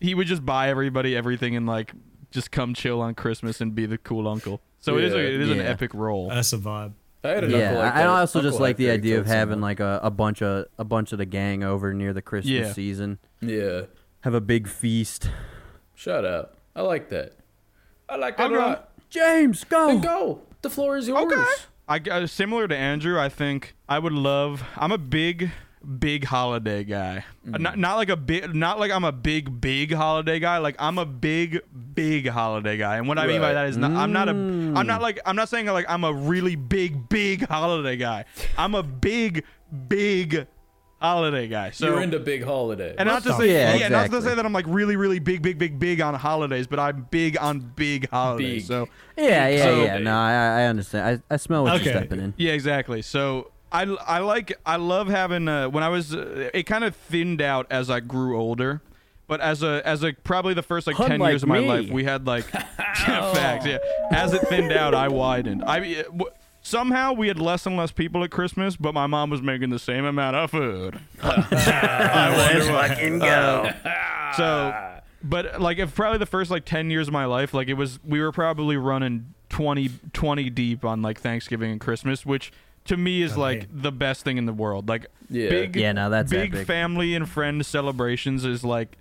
E: he would just buy everybody everything and like just come chill on Christmas and be the cool uncle. So it is a,
D: Yeah.
E: it is an
D: Yeah.
E: epic role.
G: That's a vibe.
D: I had an
C: yeah,
D: uncle like
C: I- I
D: that.
C: also
D: Uncle
C: just like the
D: Hector
C: idea of
D: killed
C: having
D: someone.
C: like a, a bunch of a bunch of the gang over near the Christmas
D: Yeah.
C: season.
D: Yeah.
C: Have a big feast.
D: Shut up. I like that. I like that
C: I'm
D: a
C: wrong.
D: lot.
C: James, go.
D: go. The floor is yours.
E: I g- uh, similar to Andrew, I think I would love. I'm a big, big holiday guy. Uh,
D: Mm.
E: Not not like a big, not like I'm a big, big holiday guy. Like I'm a big, big holiday guy. And what I mean by
D: Right. Mm.
E: that is not, I'm not a, I'm not like, I'm not saying like I'm a really big, big holiday guy. I'm a big, big holiday guy. So
D: You're into big holiday.
E: and not to say yeah, not to say that I'm like really, really big, big, big, big on holidays, but I'm big on big holidays.
D: Big.
E: So
C: Yeah, yeah,
E: So-
C: yeah. No, I, I understand. I, I smell what you're
E: Okay.
C: stepping in.
E: Yeah, exactly. So I, I like I love having uh, when I was uh, it kind of thinned out as I grew older, but as a as a probably the first like ten
D: Unlike
E: years of my
D: me.
E: life we had like yeah, facts yeah as it thinned out I widened I mean, it- w- somehow we had less and less people at Christmas but my mom was making the same amount of food. I
H: Let's
E: wonder why.
H: fucking go.
E: so, but like, if probably the first like 10 years of my life, like it was, we were probably running 20, 20 deep on like Thanksgiving and Christmas, which to me is like the best thing in the world. Like,
D: Yeah.
E: big,
D: Oh, Yeah, no, that's
E: big
D: epic.
E: family and friend celebrations is like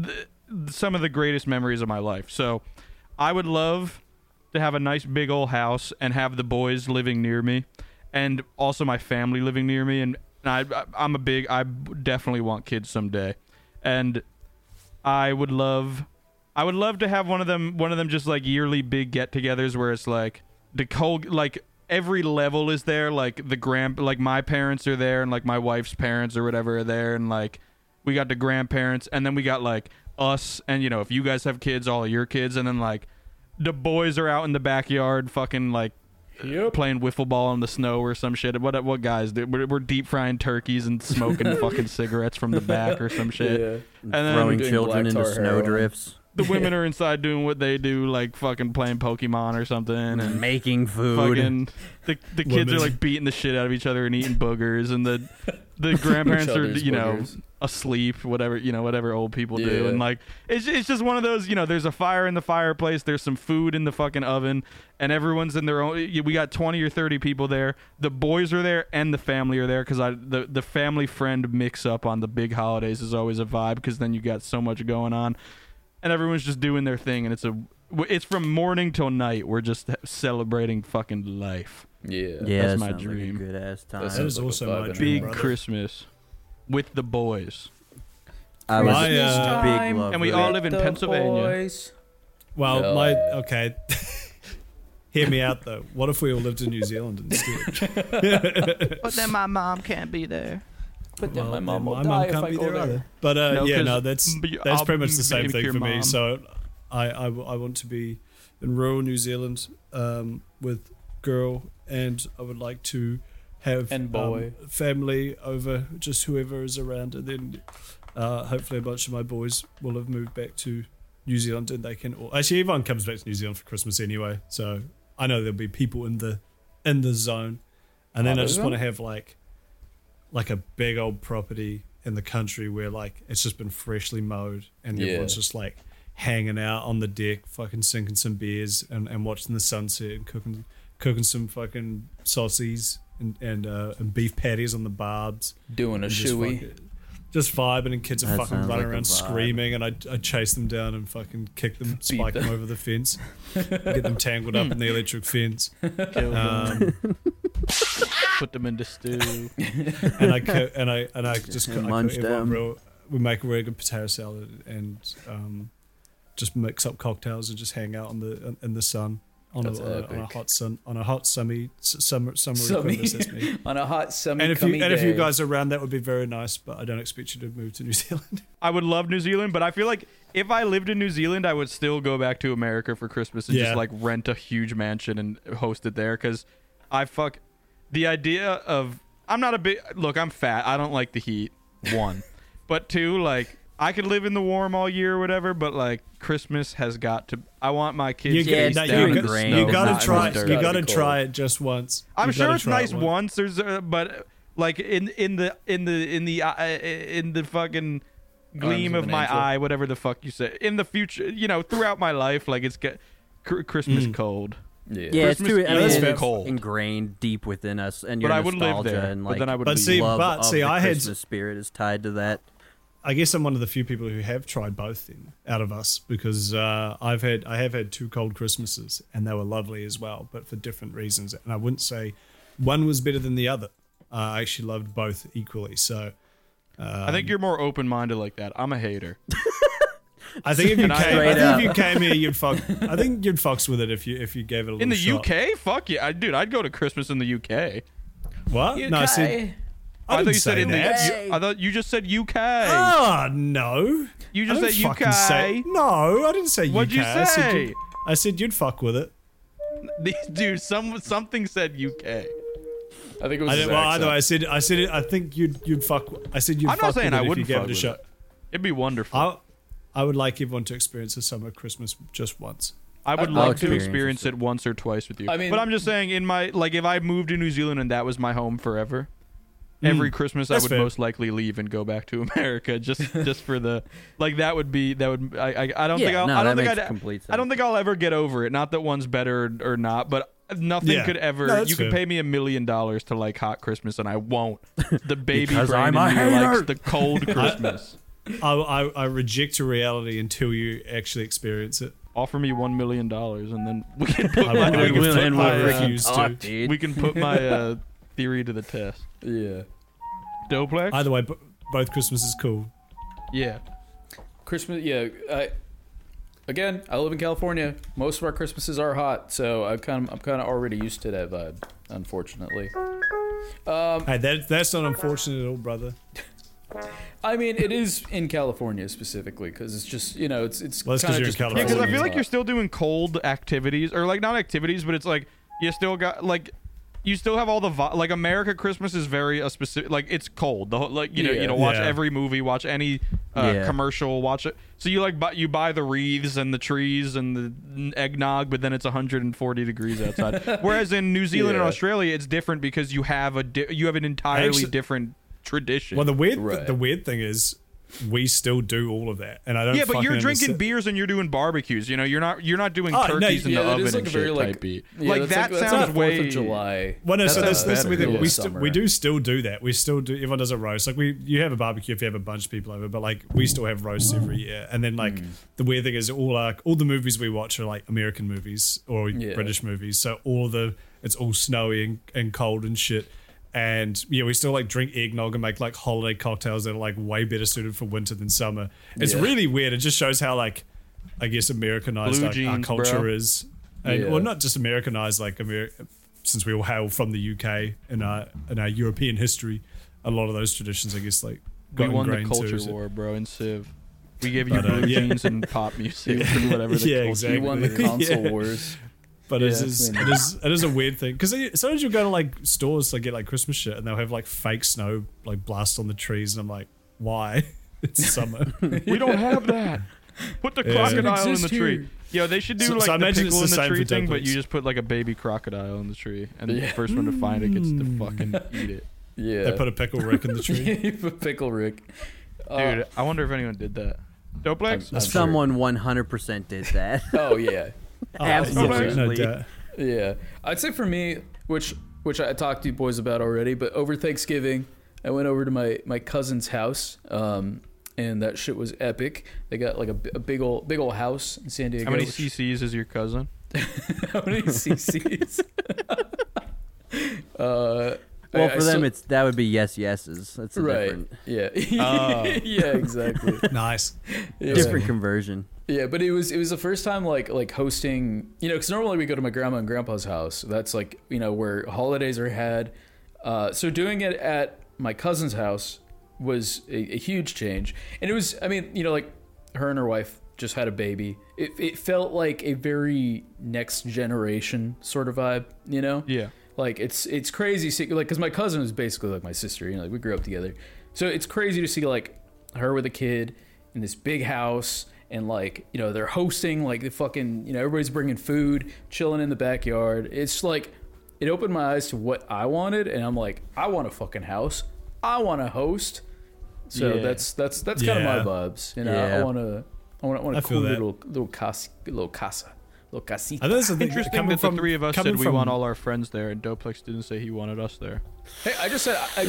E: th- some of the greatest memories of my life. So, I would love to have a nice big old house and have the boys living near me and also my family living near me and, and I, i'm a big i definitely want kids someday and i would love i would love to have one of them one of them just like yearly big get-togethers where it's like the whole like every level is there like the grand like my parents are there and like my wife's parents or whatever are there and like we got the grandparents and then we got like us and you know if you guys have kids all of your kids and then like the boys are out in the backyard fucking like playing wiffle ball in the snow or some shit what what guys do we're, we're deep frying turkeys and smoking fucking cigarettes from the back or some shit
D: Yeah.
E: and then
C: Throwing Doing children black into tar heroin. snowdrifts.
E: the women are inside doing what they do like fucking playing pokemon or something and
C: Making food.
E: fucking, the, the kids
C: Women.
E: are like beating the shit out of each other and eating boogers and the the grandparents
D: Each
E: are
D: other's
E: you know
D: boogers.
E: asleep whatever you know whatever old people do
D: Yeah.
E: and like it's, it's just one of those you know there's a fire in the fireplace there's some food in the fucking oven and everyone's in their own we got 20 or 30 people there the boys are there and the family are there because i the, the family friend mix up on the big holidays is always a vibe because then you got so much going on and everyone's just doing their thing and it's a it's from morning till night we're just celebrating fucking life
D: yeah
C: Yeah, that
E: that's my
C: sounds like a
E: dream
C: good ass time.
E: That's
C: That is also my dream,
E: big
C: brother.
E: christmas with the boys
C: I was My, uh, big love
E: and we
C: with
E: all
C: it.
E: live in
C: The
E: pennsylvania
D: boys.
G: Well,
E: No.
G: my okay. Hear me out though. What if we all lived in New Zealand instead?
I: But then my mom can't be there.
D: But then
G: Well,
D: my
G: then
D: mom will
G: my
D: die
G: mom
D: if
G: can't
D: I
G: be
D: go
G: there
D: there.
G: either. But uh,
E: No,
G: yeah,
E: 'cause
G: no, that's
E: b-
G: that's
E: I'll
G: pretty much the same
E: make
G: thing
E: your
G: for me.
E: mom.
G: So I, I w- I want to be in rural New Zealand um, with girl, and I would like to have
D: And boy.
G: um, family over just whoever is around, and then uh, hopefully a bunch of my boys will have moved back to New Zealand, and they can all, actually everyone comes back to New Zealand for Christmas anyway. So I know there'll be people in the in the zone, and then
D: Oh,
G: I
D: there's
G: just want to
D: one.
G: have like like a big old property in the country where like it's just been freshly mowed and
D: Yeah.
G: everyone's just like hanging out on the deck, fucking sinking some beers and, and watching the sunset and cooking cooking some fucking sausages and and, uh, and beef patties on the barbs.
D: Doing a
G: and just
D: shoey.
G: fucking- Just vibing and kids are
D: That
G: fucking
D: sounds
G: running
D: like a
G: around
D: vibe.
G: screaming and I I chase them down and fucking kick them, spike them.
D: them.
G: over the fence, get them tangled up in the electric fence.
E: Kill them.
G: Um,
E: Put them into stew.
G: and I co- and I and I just co- I cook
E: Munch
G: everyone
E: them.
G: real, we make a really good potato salad and um, just mix up cocktails and just hang out in the in the sun on, a,
D: That's
G: on, a, on a
D: epic.
G: hot sun on a hot summy s- summer summer
D: Summy.
G: equinox, that's me.
D: On a hot summy
G: And if you
D: cummy
G: and if you
D: day.
G: guys are around, that would be very nice. But I don't expect you to move to New Zealand.
E: I would love New Zealand, but I feel like if I lived in New Zealand, I would still go back to America for Christmas and
G: Yeah.
E: just like rent a huge mansion and host it there. Because I fuck the idea of I'm not a big look. I'm fat. I don't like the heat. One, but two, like I could live in the warm all year or whatever. But like Christmas has got to. I want my kids.
G: You
E: to
G: get-
E: be
G: that-
E: down
G: you
E: in
G: got-
E: the
G: you
E: snow and
G: gotta
E: not in
G: try
E: the
G: it.
E: dirt.
G: You gotta try it just once.
E: I'm
G: You
E: sure
G: gotta
E: it's
G: try it
E: nice once. There's, uh, but like in in the in the in the uh, in the fucking gleam
D: Arms
E: of,
D: of an
E: my
D: angel.
E: eye, whatever the fuck you say, in the future, you know, throughout my life, like it's get cr- Christmas
G: Mm.
E: cold.
C: Yeah, it's too I mean,
E: Christmas
C: it's
E: cold.
C: ingrained deep within us, and your
E: But I would live
C: nostalgia
E: there,
C: and
E: but
C: like
E: then I would
C: but
E: leave.
C: see,
E: see,
C: love
E: but
C: of
E: see,
C: the
E: I had-
C: Christmas spirit is tied to that.
G: I guess I'm one of the few people who have tried both then out of us because uh, I've had I have had two cold Christmases and they were lovely as well, but for different reasons. And I wouldn't say one was better than the other. Uh, I actually loved both equally. So
E: I
G: Um,
E: think you're more open minded like that. I'm a hater.
G: I think if you came,
E: And I-
G: I
E: Straight
G: think if you
E: up.
G: came here, you'd fuck. I think you'd fucks with it if you if you gave it a little
E: in the
G: shot.
E: UK, fuck yeah, I, dude, I'd go to Christmas in the UK.
G: What? No, I said- UK. I
E: thought you
G: didn't
E: said
G: say
E: in
G: that.
E: the. I thought you just said UK.
G: Ah, no.
E: You
G: I
E: just
G: didn't
E: said
G: fucking
E: UK.
G: Say, no, I didn't say
E: What'd
G: UK.
E: you
G: I said,
E: say?
G: you'd, I said you'd fuck with it.
E: dude, some something said UK.
D: I think it was.
G: I
D: his
G: didn't, well,
D: accent.
G: either way, I said I said it, I think you'd you'd fuck. I said you'd.
E: I'm
G: fuck
E: not saying
G: with
E: I
G: it if
E: wouldn't
G: you gave
E: fuck
G: it a
E: with
G: shot.
E: it. It'd be wonderful.
G: I, I would like everyone to experience a summer Christmas just once.
E: I would love to experience it once or twice with you.
G: I mean-
E: but I'm just saying, in my like, if I moved to New Zealand and that was my home forever,
D: Mm,
E: every Christmas I
D: that's
E: would
D: fair.
E: most likely leave and go back to America just just for the like that would be that would I I, I don't
D: Yeah,
E: think I'll,
D: no,
E: I don't
D: that
E: think
D: makes
E: I'd,
D: complete
E: I don't think I'll ever get over it. Not that one's better or not, but nothing
D: Yeah.
E: could ever.
D: No, that's
E: you could
D: fair.
E: pay me a million dollars to like hot Christmas and I won't. The baby
G: Because I'm
E: brain
G: a
E: in me likes
G: hater.
E: the cold Christmas.
G: I, I, I reject your reality until you actually experience it.
E: Offer me one million dollars and then we can
G: put
E: my- we can put my, uh,
G: to.
E: We can put my uh, theory to the test.
D: Yeah.
E: Doplex?
G: Either way, b- both Christmas is cool.
E: Yeah.
D: Christmas. Yeah. I, again, I live in California. Most of our Christmases are hot, so I'm kind of I'm kind of already used to that vibe. Unfortunately, um,
G: hey, that that's not unfortunate at all, brother.
D: I mean it is in California specifically because it's just you know it's it's
G: Well, that's 'cause
D: kind of
G: you're in
D: just
G: California.
E: Yeah, because I feel like
D: hot.
E: you're still doing cold activities, or like not activities, but it's like you still got like you still have all the vi- like America Christmas is very a specific like it's cold. The whole, like you know
D: Yeah.
E: you know watch
D: Yeah.
E: every movie, watch any uh,
D: Yeah.
E: commercial, watch it. So you like buy you buy the wreaths and the trees and the eggnog, but then it's 140 degrees outside. Whereas in New Zealand and
G: Yeah.
E: Australia, it's different because you have a di- you have an entirely
G: actually-
E: different tradition.
G: Well, the weird the, weird thing is, we still do all of that, and I don't.
E: yeah, but
G: fucking
E: you're drinking
G: understand-
E: beers and you're doing barbecues. You know, you're not you're not doing
G: Oh, no,
E: turkeys in
G: yeah,
E: the
G: that
E: oven
G: is
E: and
G: like a very,
E: shit
G: like-
E: type beat.
G: yeah,
E: like
G: that's
E: that
G: like- that's
E: sounds
G: like Fourth
E: way
G: of
D: July.
G: Well, no,
E: That
G: so that's,
E: sounds
G: that's the
E: better.
G: thing.
E: Yeah.
G: We, st- we
E: Summer.
G: do still do that. We still do. Everyone does a roast. Like we, you have a barbecue if you have a bunch of people over, but like we still have roasts every year. And then like the weird thing is all our all the movies we watch are like American movies or
D: Yeah.
G: British movies. So all the it's all snowy and, and cold and shit. And yeah, we still like drink eggnog and make like holiday cocktails that are like way better suited for winter than summer. It's
D: Yeah.
G: really weird. It just shows how like I guess Americanized
D: Blue
G: like, our
D: jeans,
G: culture
D: bro.
G: is. And,
D: Yeah.
G: Well, not just Americanized, like Ameri- since we all hail from the UK in our in our European history, a lot of those traditions, I guess, like
E: We
G: got
E: won the
G: ingrained too,
E: culture
G: so-
E: war, bro, in Civ. We gave you
G: But, uh,
E: blue
G: yeah.
E: jeans and pop music and whatever. The
G: yeah,
E: culture-
G: exactly. Yeah. But it is it is it is a weird thing because sometimes you go to like stores to get like Christmas shit and they'll have like fake snow like blast on the trees and I'm like, why? It's summer.
E: We don't have that. Put the
G: Yeah.
E: crocodile in
G: Exist
E: the tree.
G: here.
E: Yo, they should do
G: So- so
E: like
G: I
E: the
G: imagine
E: pickle in
G: it's the
E: the
G: same
E: tree
G: for
E: thing, but
G: dumplings.
E: you just put like a baby crocodile in the tree, and the
D: Yeah.
E: first one to find it gets
G: Mm.
E: to fucking eat it.
D: yeah
G: They put a pickle Rick in the tree.
D: You put pickle Rick. Uh,
E: Dude, I wonder if anyone did that. Doplex?
G: uh,
C: Someone 100% did that.
D: Oh yeah,
C: Absolutely.
D: Yeah. Yeah, I'd say for me, which which I talked to you boys about already, but over Thanksgiving, I went over to my my cousin's house, um, and that shit was epic. They got like a, b- a big old big old house in San Diego.
E: How many
D: which-
E: CCs is your cousin?
D: how many CCs? uh,
C: Well,
D: I- I
C: for them,
D: still-
C: it's that would be yes, yeses. That's the
D: Right.
C: different.
D: Yeah. Oh. Yeah, exactly.
G: Nice.
D: Yeah.
C: Different conversion.
D: Yeah, but it was it was the first time like like hosting, you know, because normally we go to my grandma and grandpa's house. That's like you know where holidays are had. Uh, so doing it at my cousin's house was a, a huge change, and it was I mean you know like her and her wife just had a baby. It it felt like a very next generation sort of vibe, you know.
E: Yeah.
D: Like it's it's crazy see like because my cousin is basically like my sister, you know, like we grew up together. So it's crazy to see like her with a kid in this big house and like you know they're hosting like the fucking you know everybody's bringing food chilling in the backyard it's like it opened my eyes to what i wanted and i'm like i want a fucking house i want to host so
E: Yeah.
D: that's that's that's kind
E: Yeah.
D: of my vibes you know i
E: Yeah.
D: want to i want to want
E: I
D: a
E: feel
D: cool
E: that.
D: little little casa little casa little casita
E: I interesting that the three of us said we want all our friends there, and Doplex didn't say he wanted us there.
D: hey i just said i, I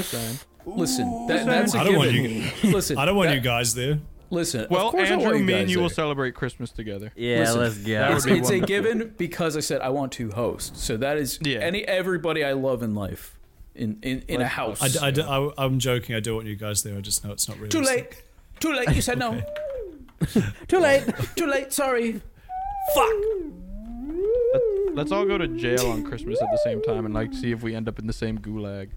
D: listen that,
E: Ooh.
D: that's a
E: I don't want
D: given.
E: you-
D: listen
G: I don't want
D: that-
G: you guys there.
D: Listen,
E: Well,
D: of course I
E: Andrew,
D: want you
E: me
D: guys
E: and you
D: there.
E: will celebrate Christmas together.
D: Listen,
E: That
D: It's,
E: would be
D: it's a
E: wonderful.
D: given because I said I want to host. So that is any everybody I love in life in in, in a house.
G: I, am joking. I do want you guys there. I just know it's not really
D: Too late. Too late. You said no. Too late. Too late. Sorry. Fuck.
E: Let's all go to jail on Christmas at the same time and like see if we end up in the same gulag.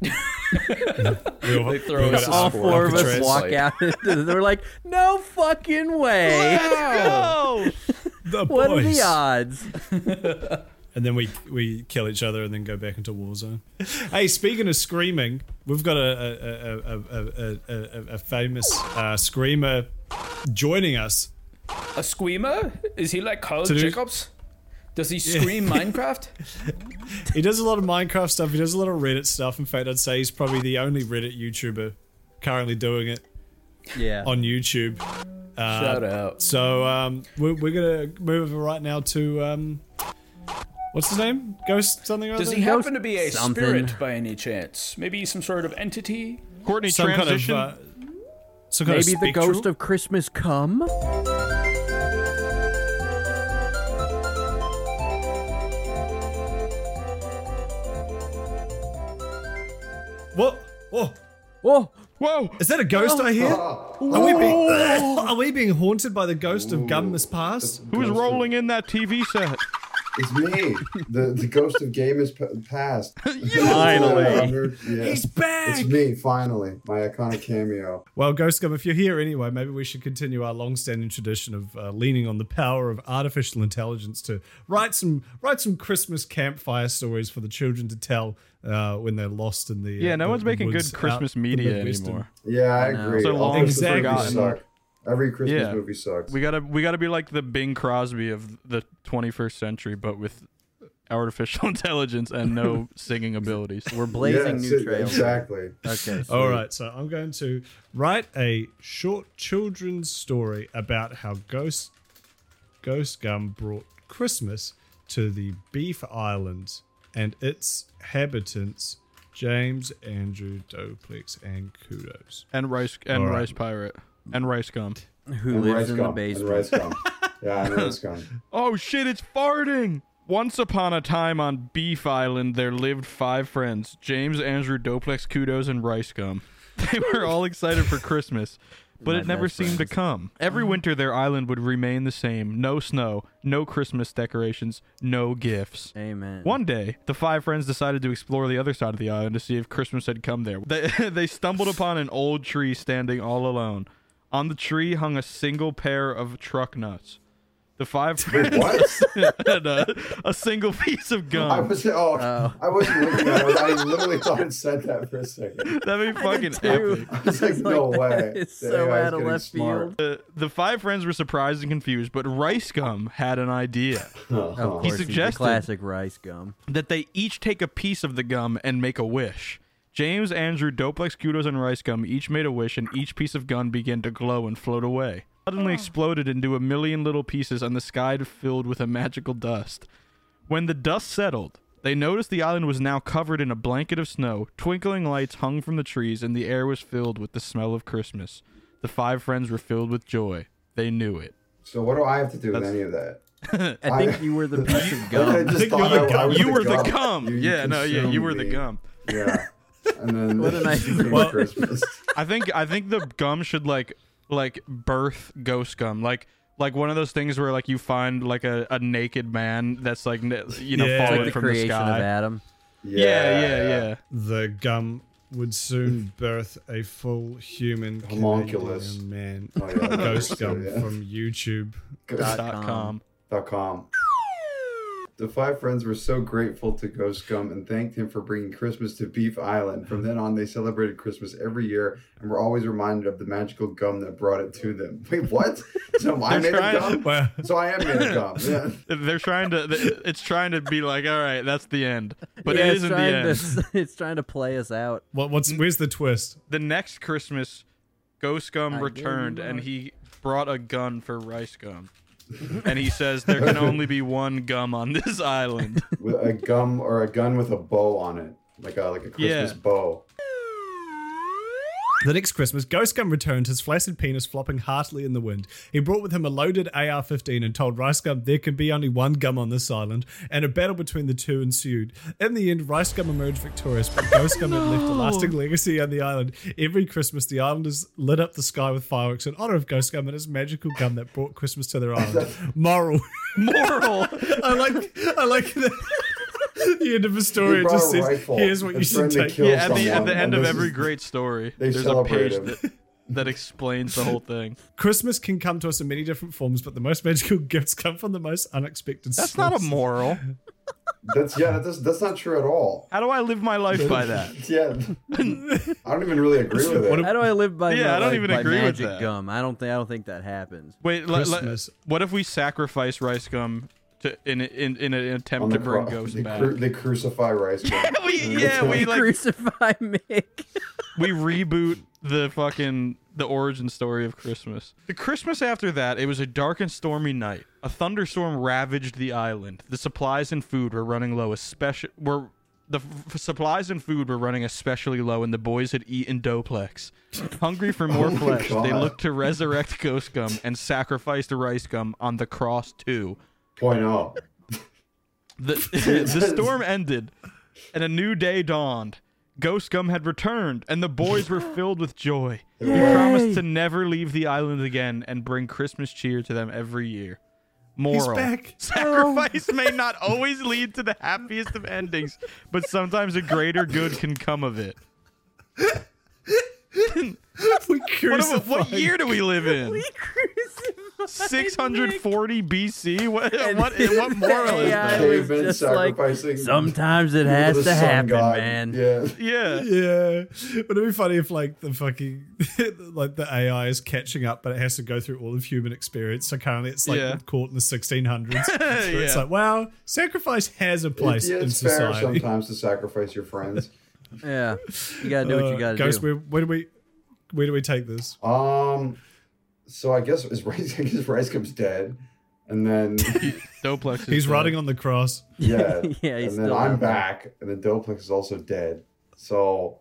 D: they throw us
C: all four of us walk out. into- They're like, no fucking way.
Q: Oh.
E: Let's
G: The
C: what are
G: boys.
C: the odds?
G: And then we we kill each other and then go back into war zone. hey, speaking of screaming, we've got a a, a, a, a, a, a, a famous uh, screamer joining us.
D: A screamer? Is he like Carl
G: To do-
D: Jacobs? Does he scream
G: Yeah.
D: Minecraft?
G: He does a lot of Minecraft stuff. He does a lot of Reddit stuff. In fact, I'd say he's probably the only Reddit YouTuber currently doing it.
C: Yeah.
G: On YouTube. Uh,
D: Shout out.
G: So um, we're, we're gonna move over right now to um, what's his name? Ghost something or
D: Does
G: other?
D: he happen to be a spirit by any chance? Maybe some sort of entity?
E: Courtney
G: Some kind of, transition? uh, some kind of
C: Maybe the
G: spectral?
C: ghost of Christmas come?
G: What? Whoa.
C: Whoa.
G: Whoa. Is that a ghost
E: Oh.
G: I hear?
E: Oh.
G: Are we, being,
E: Whoa.
C: Oh.
G: are we being haunted by the ghost of Gummas Past?
E: Who's rolling in that TV set?
Q: It's me. the The ghost of game is p- past. uh,
G: Finally.
Q: He's back. It's me. Finally, my iconic cameo.
G: Well, Ghost Gum, if you're here anyway, maybe we should continue our long-standing tradition of uh, leaning on the power of artificial intelligence to write some write some Christmas campfire stories for the children to tell uh, when they're lost in the uh,
E: Yeah, no
G: the-
E: one's
G: the
E: making
G: woods
E: good
G: out
E: Christmas
G: in the
E: media
G: Midwestern.
E: anymore.
Q: Yeah, I agree.
E: So
Q: All
E: long
Q: Christmas
E: exactly.
Q: movies
E: forgotten.
Q: suck. Every Christmas
E: Yeah.
Q: movie sucks.
E: We gotta we gotta be like the Bing Crosby of the 21st century, but with artificial intelligence and no singing abilities. We're
Q: blazing Yes, new trails. exactly.
C: Okay.
G: All right, so I'm going to write a short children's story about how Ghost Ghost Gum brought Christmas to the Beef Island and its habitants, James, Andrew, Doplex, and Kudos.
E: And rice and
G: All right.
E: rice pirate and rice gum.
C: Who
Q: And rice gum. And rice gum. yeah, and rice gum.
E: Oh shit, it's farting! Once upon a time on Beef Island, there lived five friends James, Andrew, Doplex, Kudos, and Rice Gum. They were all excited for Christmas, but
M: My
E: it never
M: best
E: seemed to
M: friends.
E: come. Every winter, their island would remain the same no snow, no Christmas decorations, no gifts.
C: Amen.
E: One day, the five friends decided to explore the other side of the island to see if Christmas had come there. They, they stumbled upon an old tree standing all alone. On the tree hung a single pair of truck nuts. The five friends. and, uh, a single piece of gum.
Q: I was oh, I wasn't looking at it. I literally thought it said that for a second.
E: That'd be fucking
Q: too.
E: epic.
Q: I was like, no way. The AI is getting smart.
E: The, the five friends were surprised and confused, but Rice Gum had an idea.
Q: Oh.
C: Of
E: he
C: course, he's the
E: suggested
C: classic rice gum.
E: that they each take a piece of the gum and make a wish. James, Andrew, Doplex, Kudos, and Rice Gum each made a wish, and each piece of gum began to glow and float away. suddenly exploded into a million little pieces and the sky filled with a magical dust. When the dust settled, they noticed the island was now covered in a blanket of snow. Twinkling lights hung from the trees, and the air was filled with the smell of Christmas. The five friends were filled with joy. They knew it.
Q: So what do I have to do with any of that? I
C: think you were the piece of gum.
Q: I just thought Oh, I- I was
E: You
Q: the
E: were the
Q: gum.
E: gum.
Q: You- you
E: yeah, no, yeah, you
Q: consumed
E: were the
Q: me.
E: gum.
Q: Yeah. And then
E: What a nice-
Q: became
E: Well-
Q: Christmas.
E: I think I think the gum should like like birth ghost gum like like one of those things where like you find like a, a naked man that's like n- you know
G: Yeah. It's like
E: falling
G: the
E: from
G: creation
E: the
G: of
E: sky.
G: Adam.
E: Yeah, yeah, yeah.
G: The gum would
Q: Hmm.
G: soon birth a full human
Q: Homunculus.
G: Canadian man.
Q: Oh, yeah, I
G: Ghost
Q: think so,
G: gum
Q: yeah.
G: from YouTube.
Q: Dot com. The five friends were so grateful to Ghost Gum and thanked him for bringing Christmas to Beef Island. From then on, they celebrated Christmas every year and were always reminded of the magical gum that brought it to them. Wait, what? So am I
E: They're
Q: made of
E: trying-
Q: gum? So I am made of gum. Yeah.
E: They're trying to. they- It's trying to be like, all right, that's the end, but it
C: Yeah, it's
E: isn't the
C: trying to-
E: end.
C: it's trying to play us out.
G: What, what's where's the twist?
E: The next Christmas, Ghost Gum
C: I
E: returned
C: did
E: and
C: not.
E: he brought a gun for Rice Gum, and he says there can only be one gum on this island.
Q: With a gum or a gun with a bow on it, like a like a Christmas
E: Yeah.
Q: bow.
G: The next Christmas, Ghost Gum returned, his flaccid penis flopping heartily in the wind. He brought with him a loaded AR 15 and told Rice Gum there can be only one gum on this island, and a battle between the two ensued. In the end, Rice Gum emerged victorious, but Ghost Gum had left a
E: No.
G: lasting legacy on the island. Every Christmas, the islanders lit up the sky with fireworks in honor of Ghost Gum and his magical gum that brought Christmas to their island. Moral.
E: Moral.
G: I like. I like that. The end of the
Q: He
G: story it
Q: brought
G: just
Q: a
G: says,
Q: rifle
G: "Here's what
Q: and
G: you should
Q: threatened to
G: take."
Q: kill
E: yeah, at the at
Q: someone,
E: the end
Q: and
E: of
Q: this
E: every
Q: is-
E: great story,
Q: they
E: there's a
Q: celebrate
E: page
Q: him.
E: that, that explains the whole thing.
G: Christmas can come to us in many different forms, but the most magical gifts come from the most unexpected
E: That's not a
G: sources.
E: moral.
Q: That's yeah. That's that's not true at all.
E: How do I live my life by that?
Q: yeah. I don't even really agree with it.
C: How do I live by?
E: Yeah,
C: my
E: I don't
C: life
E: even
C: by
E: agree with
C: magic
E: that.
C: Gum. I don't think. I don't think that happens.
E: Wait, le- le- what if we sacrifice rice gum to in in, in an
Q: On
E: attempt
Q: the
E: to bring
Q: cro-
E: ghosts
Q: they,
E: back?
Q: cru- they crucify rice. Yeah,
E: yeah, we like
C: crucify Mick.
E: we reboot the fucking the origin story of Christmas. The Christmas after that, it was a dark and stormy night. A thunderstorm ravaged the island. The supplies and food were running low, especially were the f- supplies and food were running especially low, and the boys had eaten Doplex. Hungry for more
Q: Oh my
E: flesh, they
Q: God.
E: looked to resurrect Ghost Gum and sacrificed the Rice Gum on the cross too.
Q: Point oh. out.
E: The, the storm ended, and a new day dawned. Ghost Gum had returned, and the boys were filled with joy. He
G: Yay.
E: promised to never leave the island again and bring Christmas cheer to them every year. Moral.
G: back.
E: Sacrifice may not always lead to the happiest of endings, but sometimes a greater good can come of it.
G: we
E: What, am- what
G: crucify-
E: year do we live in? 640 BC? What, what, eh, what moral is
C: AI
E: that?
C: was just like, Sometimes it
G: people
C: has
G: to
C: to
G: sun
C: happen,
G: god."
C: man.
Q: Yeah.
E: Yeah.
G: Yeah. Would it be funny if like the fucking like the AI is catching up but it has to go through all of human experience. So currently it's like
E: Yeah.
G: caught in the sixteen hundreds. So it's
E: Yeah.
G: like, wow, sacrifice has a
Q: It-
G: place
Q: yeah,
G: in
Q: it's fair
G: society.
Q: sometimes to sacrifice your friends.
C: Yeah, you gotta do what
G: Uh,
C: you gotta
G: Ghost,
C: do.
G: Where, where do we where do we take this?
Q: Um. So I guess is Rice, I guess Rice Gum's dead, and then
E: Doplex.
G: He's riding on the cross.
Q: yeah,
C: Yeah,
Q: and
C: he's
Q: then
C: still
Q: I'm
C: out there.
Q: back, and then Doplex is also dead. So,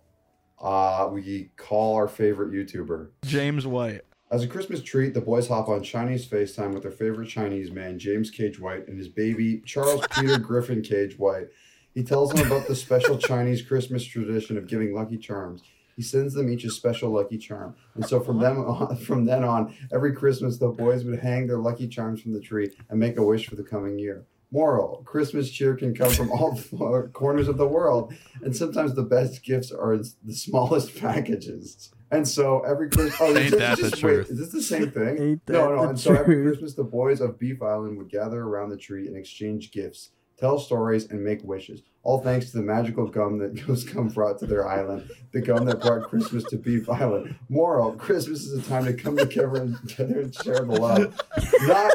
Q: uh, we call our favorite YouTuber.
E: James White.
Q: As a Christmas treat, the boys hop on Chinese FaceTime with their favorite Chinese man, James Cage White, and his baby, Charles Peter Griffin Cage White. He tells them about the special Chinese Christmas tradition of giving lucky charms. He sends them each a special lucky charm, and so from
C: Uh-huh.
Q: them on, from then on, every Christmas the boys would hang their lucky charms from the tree and make a wish for the coming year. Moral: Christmas cheer can come from all four corners of the world, and sometimes the best gifts are in the smallest packages. And so every Christmas, oh,
E: Ain't
Q: this is
E: that the
Q: just- wait,
E: truth.
Q: is this the same thing?
C: Ain't
Q: no,
C: that
Q: no.
C: the
Q: And so every
C: truth?
Q: Christmas, the boys of Beef Island would gather around the tree and exchange gifts, tell stories, and make wishes. All thanks to the magical gum that Ghost Gum brought to their island, the gum that brought Christmas to Beef Island. Moral: Christmas is a time to come together and, together and share the love. Not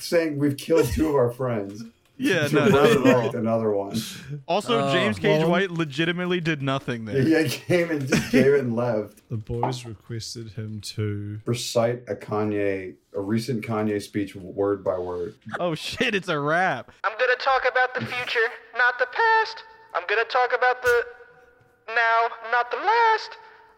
Q: saying we've killed two of our friends.
E: Yeah,
Q: To
E: no, not at all.
Q: resurrect another one.
E: Also,
Q: Oh.
E: James Cage
Q: Well-
E: White legitimately did nothing there.
Q: Yeah, came and just gave it and left.
G: The boys requested him to
Q: recite a Kanye, a recent Kanye speech word by word.
E: Oh shit, it's a rap.
N: I'm gonna talk about the future, not the past. I'm gonna talk about the now, not the last.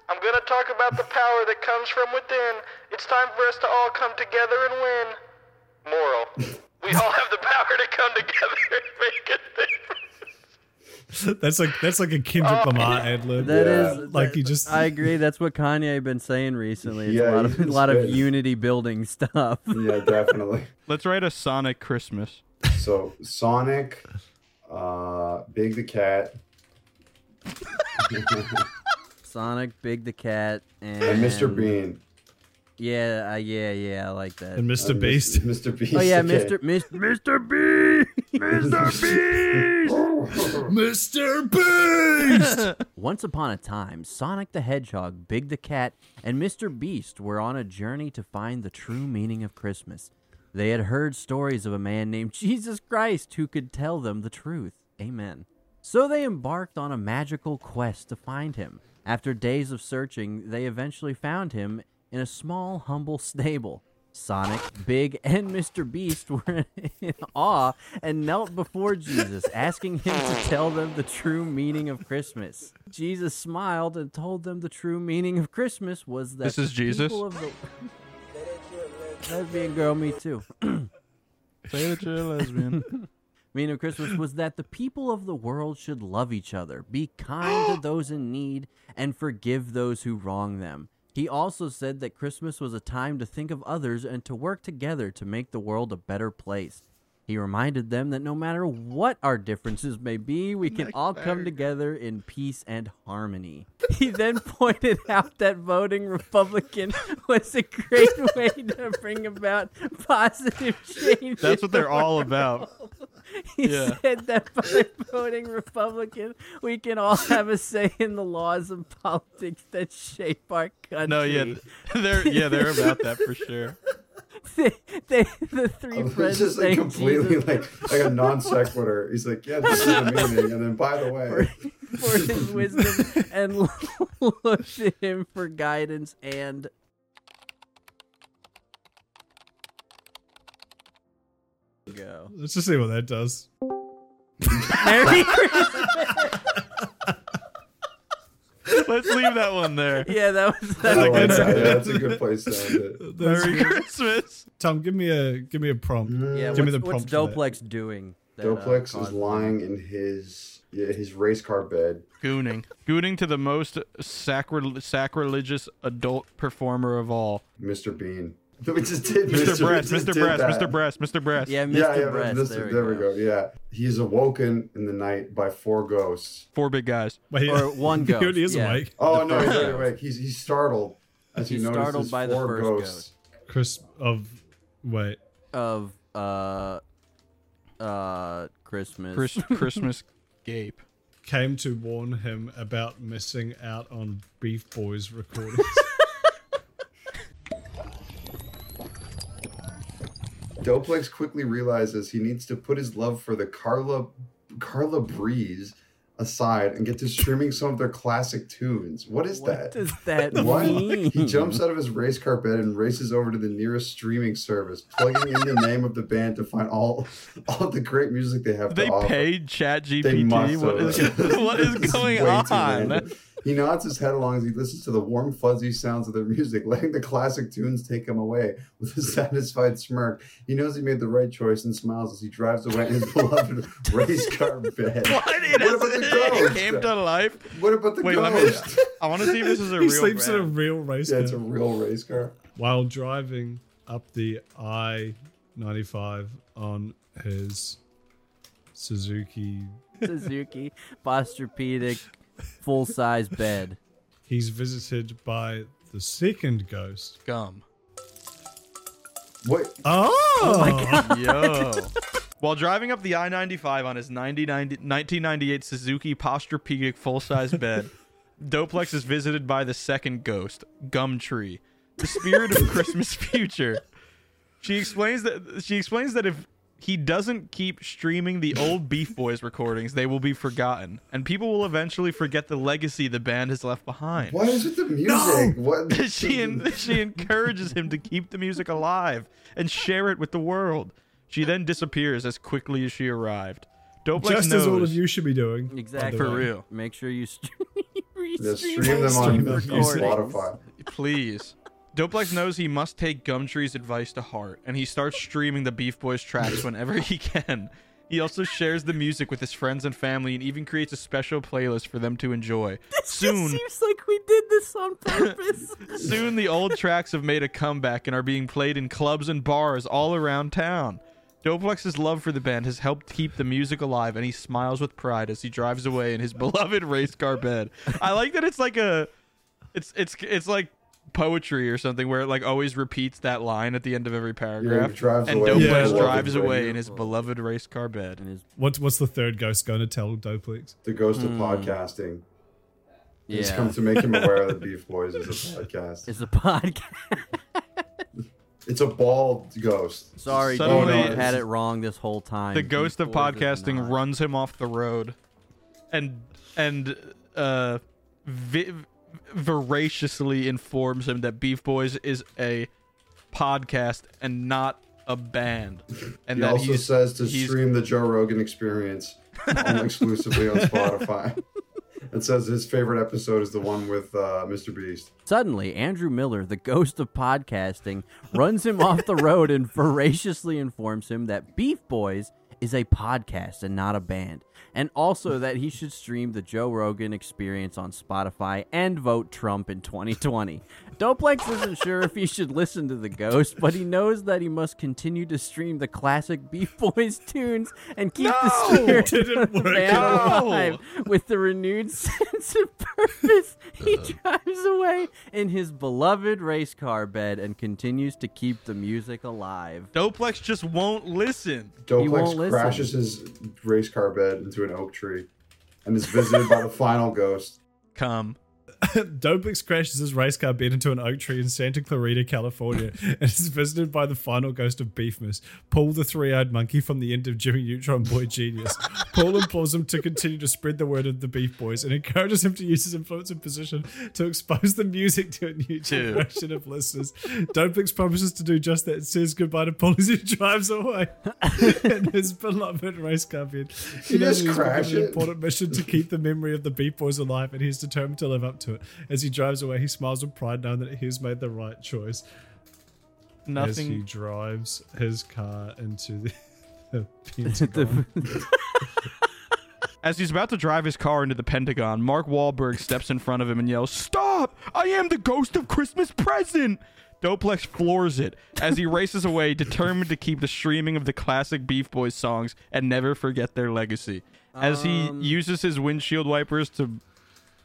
N: I'm gonna talk about the power that comes from within. It's time for us to all come together and win. Moral. We all have the power to come together and make a difference.
G: That's like that's like a Kendrick
Q: Oh,
G: Lamar ad lib.
C: That is
G: like
C: that-
G: he just.
C: I agree. That's what Kanye been saying recently. It's
G: Yeah,
C: a lot
G: he's
C: of a
G: just
C: lot of
G: been-
C: unity building stuff.
Q: Yeah, definitely.
E: Let's write a Sonic Christmas.
Q: So Sonic, uh, Big the Cat,
C: Sonic, Big the Cat, and,
Q: and Mr. Bean.
C: Yeah, uh, yeah, yeah. I like that.
G: And Mr. Uh, Mr. Beast.
Q: Mr. Beast.
C: Oh yeah,
Q: okay.
C: Mr. Mr. Mr. Beast.
G: Mr. Beast.
C: Once upon a time, Sonic the Hedgehog, Big the Cat, and Mr. Beast were on a journey to find the true meaning of Christmas. They had heard stories of a man named Jesus Christ who could tell them the truth. Amen. So they embarked on a magical quest to find him. After days of searching, they eventually found him in a small, humble stable. Sonic, Big, and Mr. Beast were in awe and knelt before Jesus, asking him to tell them the true meaning of Christmas. Jesus smiled and told them the true meaning of Christmas was that
E: This is
C: the
E: Jesus?
C: people of the lesbian girl, me too.
E: Say that you're a lesbian.
C: meaning of Christmas was that the people of the world should love each other, be kind to those in need, and forgive those who wrong them. He also said that Christmas was a time to think of others and to work together to make the world a better place. He reminded them that no matter what our differences may be, we can all come together in peace and harmony. He then pointed out that voting Republican was a great way to bring about positive change.
E: That's
C: in
E: what they're
C: the
E: all
C: world.
E: about.
C: He
E: Yeah.
C: said that by voting Republican, we can all have a say in the laws and politics that shape our country.
E: No, yeah, th- they're yeah they're about that for sure.
C: they, they, the three
Q: It's
C: friends
Q: just like
C: thanked
Q: completely
C: Jesus
Q: like like a non sequitur. He's like, yeah, this is the meaning. And then by the way,
C: for his wisdom and looked to him for guidance and go.
G: Let's just see what that does.
C: Merry Christmas.
E: Let's leave that one there.
C: Yeah, that was
E: I like that.
Q: Yeah, that's a good place to end it.
E: Merry Christmas.
G: Tom, give me a give me a prompt.
Q: Mm-hmm.
C: Yeah,
G: give me the
C: what's- what's
G: prompt. for that.
C: Doplex doing? that, uh,
Q: Doplex is
C: caused-
Q: lying in his yeah, his race car bed.
E: Gooning, gooning to the most sacri- sacrilegious adult performer of all,
Q: Mr. Bean. We just did
E: Mr.
Q: we
E: Breast,
Q: just
E: Mr.
Q: did
E: Breast,
Q: that.
E: Mr. Breast, Mr. Breast.
C: Yeah, Mr.
Q: Yeah, yeah,
C: Breast.
Q: this-
C: there we
Q: there we go. Yeah, he's awoken in the night by four ghosts.
E: four big guys.
G: Wait,
C: Or one
G: he
C: ghost.
G: already is
C: yeah.
G: awake.
Q: Oh
C: The
Q: no,
C: first
Q: he's already
C: ghost.
Q: awake. He's he's startled as
C: He's
Q: he notices
C: startled by the
Q: four
C: first
Q: ghosts.
C: ghost.
G: Chris of wait.
C: Of uh uh Christmas.
E: Chris- Christmas gape.
G: Came to warn him about missing out on Beef Boys recordings.
Q: Doplex quickly realizes he needs to put his love for the Carla Carla Breeze aside and get to streaming some of their classic tunes. What is that?
C: What does that
Q: What?
C: mean?
Q: He jumps out of his race car bed and races over to the nearest streaming service, plugging in the name of the band to find all all the great music they have
E: They
Q: to offer.
E: paid
Q: They
E: ChatGPT.
Q: must
E: What
Q: have.
E: is what is
Q: This way
E: going
Q: too
E: on?
Q: random. He nods his head along as he listens to the warm, fuzzy sounds of their music, letting the classic tunes take him away with a satisfied smirk. He knows he made the right choice and smiles as he drives away in his beloved race car bed.
E: What? It,
Q: What about the
E: it
Q: ghost?
E: came to life.
Q: What about the
E: Wait, let me-
Q: ghost?
E: I want to see if this is a
G: he
E: real.
G: sleeps in a
E: rap.
G: real race
Q: yeah,
G: car.
Q: it's a real race car.
G: While driving up the I ninety five on his Suzuki
C: Suzuki posturpedic full size bed.
G: he's visited by the second ghost.
E: Gum.
Q: What?
G: Oh,
E: Yo. While driving up the I 95 on his 90, 1998 Suzuki posturpedic full size bed, Doplex is visited by the second ghost, Gumtree, the spirit of Christmas future. She explains that she explains that if he doesn't keep streaming the old Beef Boys recordings, they will be forgotten, and people will eventually forget the legacy the band has left behind.
Q: Why is it the music? What?
E: she en- she encourages him to keep the music alive and share it with the world. She then disappears as quickly as she arrived. Doplex
G: Just
E: knows
G: as all of you should be doing. by
C: Exactly.
G: the
E: for
G: way.
E: real.
C: Make sure you st-
Q: Yeah,
C: restream
Q: stream
C: those
Q: them on
C: recordings.
Q: Spotify.
E: Please. Doplex knows he must take Gumtree's advice to heart, and he starts streaming the Beef Boys tracks whenever he can. He also shares the music with his friends and family and even creates a special playlist for them to enjoy. Soon,
P: seems like we did this on purpose.
E: soon the old tracks have made a comeback and are being played in clubs and bars all around town. Doplex's love for the band has helped keep the music alive, and he smiles with pride as he drives away in his beloved race car bed. I like that it's like a, it's it's it's like poetry or something where it like always repeats that line at the end of every paragraph.
Q: drives
E: and
Q: away in his
E: Doplex
Q: beloved
E: drives
Q: race
E: away
Q: car.
E: in his beloved race car bed.
G: What, what's the third ghost going to tell Doplex?
Q: The ghost of
E: Hmm.
Q: podcasting. It's
C: Yeah.
Q: come to make him aware that Beef Boys is a podcast.
C: It's a podcast.
Q: It's a bald ghost.
C: Sorry,
Q: Oh,
C: Dino,
Q: no,
C: I've had it wrong this whole time.
E: the ghost of podcasting runs him off the road and and uh vi- voraciously informs him that beef boys is a podcast and not a band and
Q: he
E: that
Q: also
E: he's,
Q: says to
E: he's-
Q: stream the Joe Rogan experience on- exclusively on Spotify. It says his favorite episode is the one with uh, Mr. Beast.
C: Suddenly, Andrew Miller, the ghost of podcasting, runs him off the road and voraciously informs him that Beef Boys is a podcast and not a band, and also that he should stream the Joe Rogan experience on Spotify and vote Trump in 2020. Doplex isn't sure if he should listen to the ghost, but he knows that he must continue to stream the classic Beef Boys tunes and keep the spirit of the
P: work
C: band
P: at all.
C: alive with the renewed sense of purpose, he drives away in his beloved race car bed and continues to keep the music alive.
E: doplex just won't listen
C: won't
Q: Doplex
C: listen.
Q: crashes his race car bed into an oak tree and is visited by the final ghost.
E: Come.
G: Doplex crashes his race car bed into an oak tree in Santa Clarita, California, and is visited by the final ghost of Beefmas, Paul the Three Eyed Monkey from the end of Jimmy Neutron Boy Genius. Paul implores him to continue to spread the word of the Beef Boys and encourages him to use his influence and position to expose the music to a new generation of listeners. Doplex promises to do just that and says goodbye to Paul as he drives away in his beloved race car bed.
Q: He just
G: knows he's become an
Q: crashed it.
G: important mission to keep the memory of the Beef Boys alive, and he's determined to live up to it. As he drives away, he smiles with pride, knowing that he has made the right choice. As
E: Nothing-
G: he drives his car into the, the Pentagon.
E: As he's about to drive his car into the Pentagon, Mark Wahlberg steps in front of him and yells, Stop! I am the ghost of Christmas present! Doplex floors it as he races away, determined to keep the streaming of the classic Beef Boys songs and never forget their legacy. As he uses his windshield wipers to,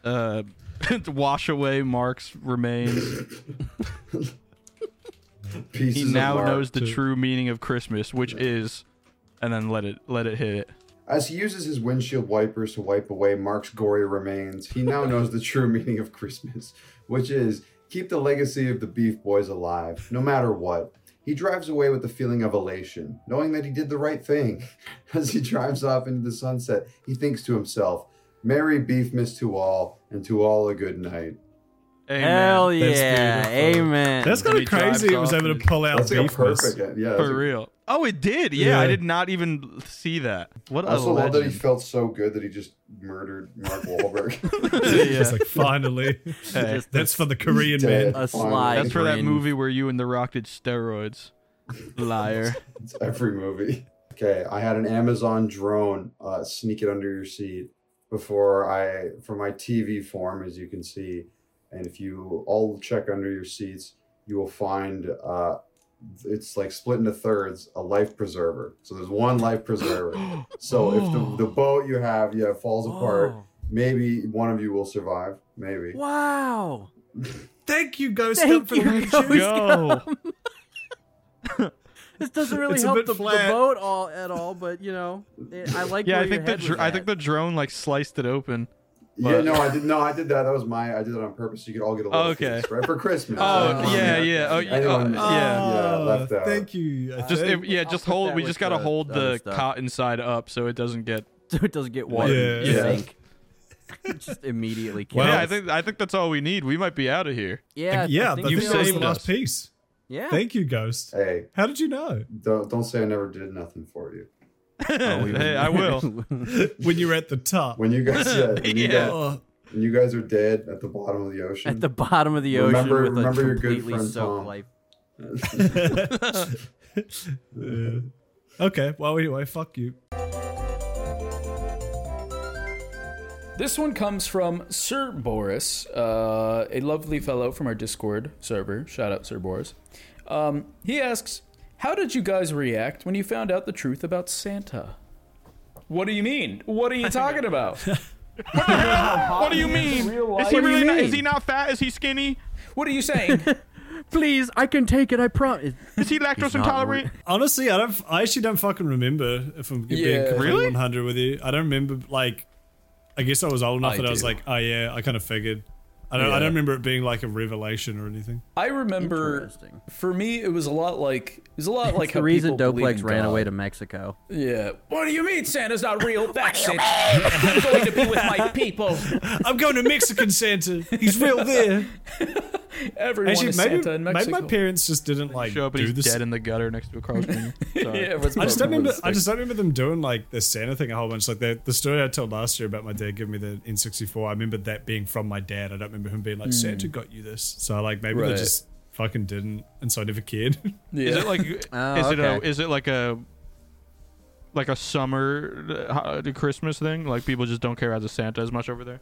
E: uh, to wash away Mark's remains, he
Q: Pieces of
E: now
Q: Mark
E: knows the
Q: too.
E: true meaning of Christmas, which is, and then let it let it hit it.
Q: As he uses his windshield wipers to wipe away Mark's gory remains, he now knows the true meaning of Christmas, which is keep the legacy of the Beef Boys alive, no matter what. He drives away with a feeling of elation, knowing that he did the right thing. As he drives off into the sunset, he thinks to himself, Merry Beefmas to all, and to all a good night.
E: Amen.
C: Hell
Q: That's
C: yeah,
Q: beautiful.
C: amen.
G: That's kind
E: He
G: of crazy.
E: drives
G: It was
E: off
G: able to
E: and-
G: pull out
Q: That's like a
G: Beefmas.
Q: perfect- yeah, that's
E: for
Q: a-
E: real. Oh, it did. Yeah, I
G: Yeah.
E: did not even see that. What
Q: I
E: a
Q: also love that he
E: legend.
Q: felt so good that he just murdered Mark Wahlberg.
G: It's like finally,
E: Hey.
G: that's for the Korean man.
Q: Dead.
C: A sly
E: That's for that
C: grin.
E: movie where you and The Rock did steroids. Liar.
Q: It's every movie. Okay, I had an Amazon drone. Uh, sneak it under your seat before I for my TV form, as you can see. And if you all check under your seats, you will find uh, it's like split into thirds. A life preserver. So there's one life preserver. so if the, the
E: Oh.
Q: boat you have, yeah, falls apart,
C: Oh.
Q: maybe one of you will survive. Maybe.
C: Wow.
G: Thank you, Ghost Cup,
C: Thank
G: for
C: you,
G: the way you
C: Ghost
E: Go. Oh
C: This doesn't really
G: It's a
C: help
G: bit
C: the, the
G: flat.
C: boat all at all, but you know, it, I like.
E: yeah,
C: where
E: I
C: your
E: think the
C: head was
E: dr- I
C: at.
E: think the drone like sliced it open.
Q: yeah, no, I did. No, I did that. That was my. I did it on purpose. You could all get a little
E: Oh, okay.
Q: feast, right for Christmas.
E: Oh, yeah, yeah. Oh,
Q: I know,
E: oh,
Q: I'm-
E: yeah.
Q: yeah, left out.
G: Ah, Thank you. I
E: Just
G: think.
E: it- yeah, just hold. We just gotta hold the cotton side up so it doesn't get
C: so it doesn't get
E: water.
C: water
E: Yeah,
C: in the sink. just immediately kills.
E: yeah, I think I think that's all we need. We might be out of here.
C: Yeah,
G: yeah, but
E: you
G: that was the
E: saved
G: last
E: us.
G: piece.
C: Yeah.
G: Thank you, Ghost.
Q: Hey,
G: how did you know?
Q: Don't, don't say I never did nothing for you.
E: hey, I will.
G: when you're at the top.
Q: When you guys, yeah, when you
G: Yeah.
Q: guys, when you guys are dead at the bottom of the ocean.
C: At the bottom of the ocean
Q: Remember,
C: with
Q: remember
C: a
Q: your good
C: completely
Q: friend
C: soaked
Q: Tom.
C: life.
G: Yeah. Okay. Well, anyway, fuck you.
D: This one comes from Sir Boris, uh, a lovely fellow from our Discord server. Shout out, Sir Boris. Um, he asks, How did you guys react when you found out the truth about Santa? What do you mean? What are you talking about?
E: What do you mean? Is he
D: What do you
E: really? Not,
D: mean?
E: is he not fat? Is he skinny?
D: What are you saying?
C: Please, I can take it. I promise.
E: Is he lactose intolerant?
G: Honestly, I don't. I actually don't fucking remember if I'm being
E: Yeah.
G: completely
E: Really?
G: 100 with you. I don't remember. Like, I guess I was old enough
D: I
G: that I was
D: do.
G: like, oh yeah, I kind of figured. I don't.
D: Yeah.
G: I don't remember it being like a revelation or anything.
D: I remember, for me, it was a lot like it was a lot like
C: It's the
D: how
C: reason
D: people believe
C: Doplex
D: in
C: ran
D: God.
C: away to Mexico.
D: Yeah. What do you mean Santa's not real? That's it. I'm going to be with my people.
G: I'm going to Mexican Santa. He's real there.
D: Everyone
G: Actually,
D: is
G: maybe,
D: Santa in
G: maybe
D: Mexico.
G: my parents just didn't like
E: Show up and
G: do
E: he's
G: this.
E: dead in the gutter next to a car. Sorry.
D: Yeah, it was
G: I just don't
D: broken with
G: remember.
D: a
G: I just
D: stick.
G: don't remember them doing like the Santa thing a whole bunch. Like the the story I told last year about my dad giving me the N64. I remember that being from my dad. I don't remember him being like
E: Mm.
G: Santa
D: Hmm.
G: got you this. So like maybe they
E: Right.
G: just fucking didn't, and so I never cared.
E: Is it like?
D: Oh,
E: is it a? Is it like a? Like a summer uh, ho- Christmas thing? Like people just don't care about the Santa as much over there.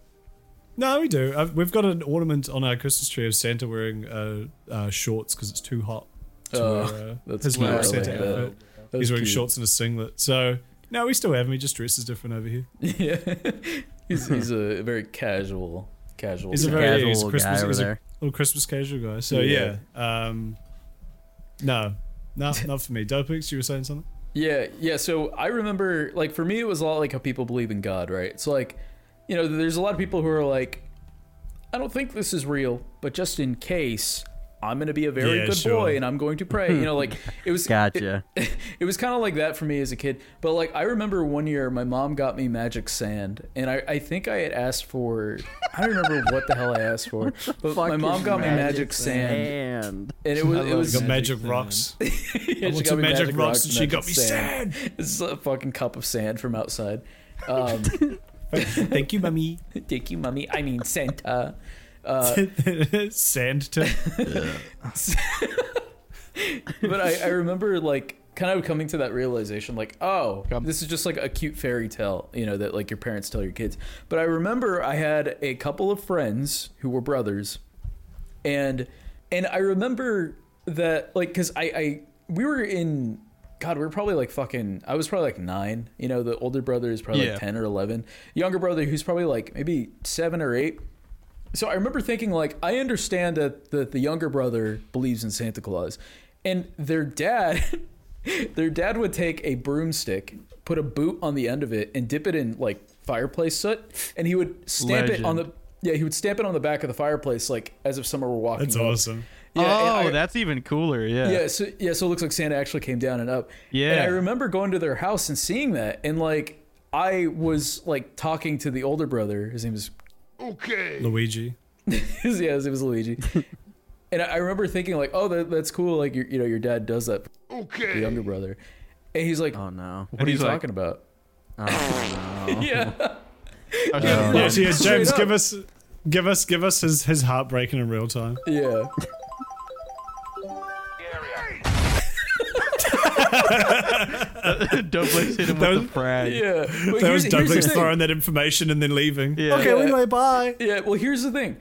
G: No, we do. I've, we've got an ornament on our Christmas tree of Santa wearing uh, uh, shorts because it's too hot. To
D: Oh,
G: wear, uh,
D: that's
G: his
D: cute.
G: normal
D: I like uh,
G: Santa
D: that.
G: outfit.
D: That's
G: He's wearing
D: cute.
G: shorts and a singlet. So no, we still have him. He just dresses different over here.
D: He's, he's a very casual, casual.
G: He's a
D: guy.
G: very he's a Christmas, he's a little Christmas casual guy. So yeah,
D: Yeah.
G: um, no, no, not for me. Dopix, you were saying something.
D: Yeah, yeah. So I remember, like, for me, it was a lot like how people believe in God, right? So, like, you know, there's a lot of people who are like, I don't think this is real, but just in case, I'm going to be a very
C: Yeah,
D: good
C: sure.
D: boy and I'm going to pray. You know, like, it was.
C: Gotcha.
D: It, it was kind of like that for me as a kid. But, like, I remember one year my mom got me magic sand, and I, I think I had asked for, I don't remember what the hell I asked for, but
C: Fuck
D: my mom
C: is
D: got me magic
C: magic
D: sand.
C: sand?
D: And it was,
G: I
D: it
G: love
D: was
G: got magic rocks.
D: yeah,
G: I
D: she
G: want
D: got
G: some
D: me
G: magic
D: magic
G: rocks,
D: rocks
G: and she got me
D: magic sand. This is a fucking cup of sand from outside. Um,
G: Thank you, mummy.
D: Thank you, mummy. I mean Santa. Uh,
G: Sand to
D: but I, I remember like kind of coming to that realization like oh this is just like a cute fairy tale you know that like your parents tell your kids but i remember i had a couple of friends who were brothers and and i remember that like because i i we were in god we were probably like fucking i was probably like nine you know the older brother is probably
E: Yeah.
D: like 10 or 11 younger brother who's probably like maybe seven or eight so I remember thinking, like, I understand that the, the younger brother believes in Santa Claus, and their dad, their dad would take a broomstick, put a boot on the end of it, and dip it in like fireplace soot, and he would stamp it on the
E: Legend.
D: yeah, he would stamp it on the back of the fireplace, like as if someone were walking.
E: That's
D: up.
E: awesome.
D: Yeah, and
E: oh,
D: I-
E: that's even cooler. Yeah.
D: yeah, so yeah, so it looks like Santa actually came down and up.
E: Yeah.
D: And I remember going to their house and seeing that, and like I was like talking to the older brother. His name is
H: Okay.
G: Luigi.
D: his, yeah, his name was Luigi. and I, I remember thinking like, oh, that, that's cool. Like, your, you know, your dad does that. for
H: Okay.
D: The younger brother, and he's like, oh
C: no,
D: what
E: And
D: are you
E: he's like-
D: talking about?
C: Oh, no.
D: yeah.
E: Oh,
G: Yeah,
E: shit.
G: yeah,
E: Straight
G: James,
E: up.
G: give us, give us, give us his his heart breaking in real time.
D: Yeah.
E: Doplex hit him
G: That
E: with
G: was-
E: the frag.
D: Yeah. But
G: that was
D: here's- here's the
G: Doplex
D: thing.
G: throwing that information and then leaving. Okay, we
D: Yeah.
G: like bye.
D: Yeah, well, here's the thing.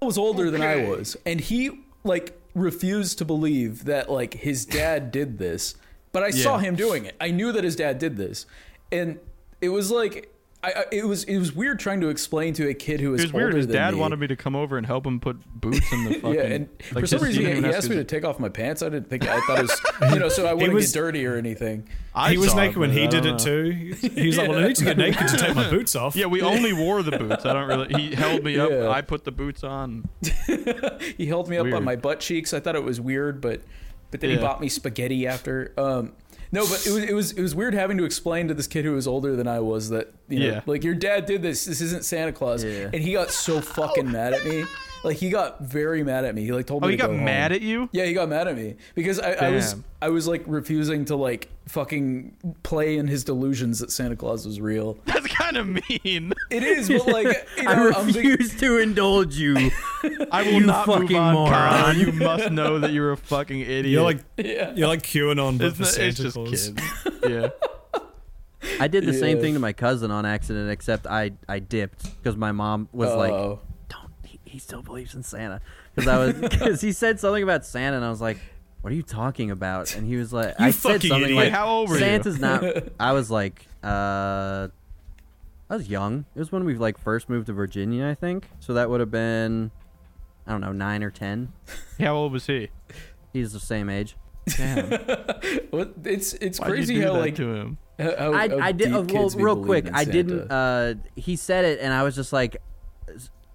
D: I was older than I was, and he like refused to believe that like his dad did this. But I saw
E: Yeah.
D: him doing it. I knew that his dad did this, and it was like I, I, it was it was weird trying to explain to a kid who
E: It
D: is
E: was weird.
D: older
E: His
D: than
E: dad
D: me.
E: wanted me to come over and help him put boots in the fucking.
D: yeah, and
E: like,
D: for some
E: his-
D: reason he,
E: didn't even
D: he
E: ask
D: asked me
E: his-
D: to take off my pants. I didn't think I thought it was you know, so I
G: He
D: wouldn't
G: was-
D: get dirty or anything.
G: he was naked when he did it too. He was like, "Well, I need to get naked to take my boots off."
E: Yeah, we only wore the boots. I don't really. He held me up. I put the boots on.
D: he held me up
E: Weird.
D: on my butt cheeks. I thought it was weird, but but then he
E: Yeah.
D: bought me spaghetti after. Um, no, but it was it was it was weird having to explain to this kid who was older than I was that you know,
E: Yeah.
D: like your dad did this. This isn't Santa Claus, and he got so fucking mad at me. Like he got very mad at me. He like told
E: Oh,
D: me.
E: he
D: to
E: got
D: go home.
E: mad at you?
D: Yeah, he got mad at me because I, I was
E: Damn.
D: I was like refusing to like fucking play in his delusions that Santa Claus was real.
E: That's kind of mean.
D: It is, but like you know,
C: I
D: I'm thinking-
C: refuse to indulge you.
E: I will
C: you
E: not
C: fucking
E: move on,
C: moron.
E: Kyle. You must know that you're a fucking idiot.
G: You're like,
D: Yeah.
G: you're like QAnon, but
E: It's
G: for
E: not- it's
G: Santa
E: just
G: Claus.
E: kids. Yeah.
C: I did the same
E: Yeah.
C: thing to my cousin on accident, except I I dipped because my mom was like,
D: Oh.
C: "Don't." He, he still believes in Santa because I was because he said something about Santa, and I was like, "What are you talking about?" And he was like,
E: You
C: "I said
E: fucking
C: something
E: idiot.
C: like
E: How old were you?
C: Santa's not." I was like, uh. I was young. It was when we like first moved to Virginia, I think. So that would have been, I don't know, nine or ten.
E: How old was he?
C: He's the same age.
D: What- it's it's
E: Why'd you
D: crazy
E: do
D: how
E: that
D: like
E: to him?
D: How, how,
C: I,
D: how
C: I did.
D: deep
C: Uh, well,
D: kids be
C: real
D: believing
C: quick,
D: in
C: I
D: Santa.
C: didn't. Uh, he said it, and I was just like,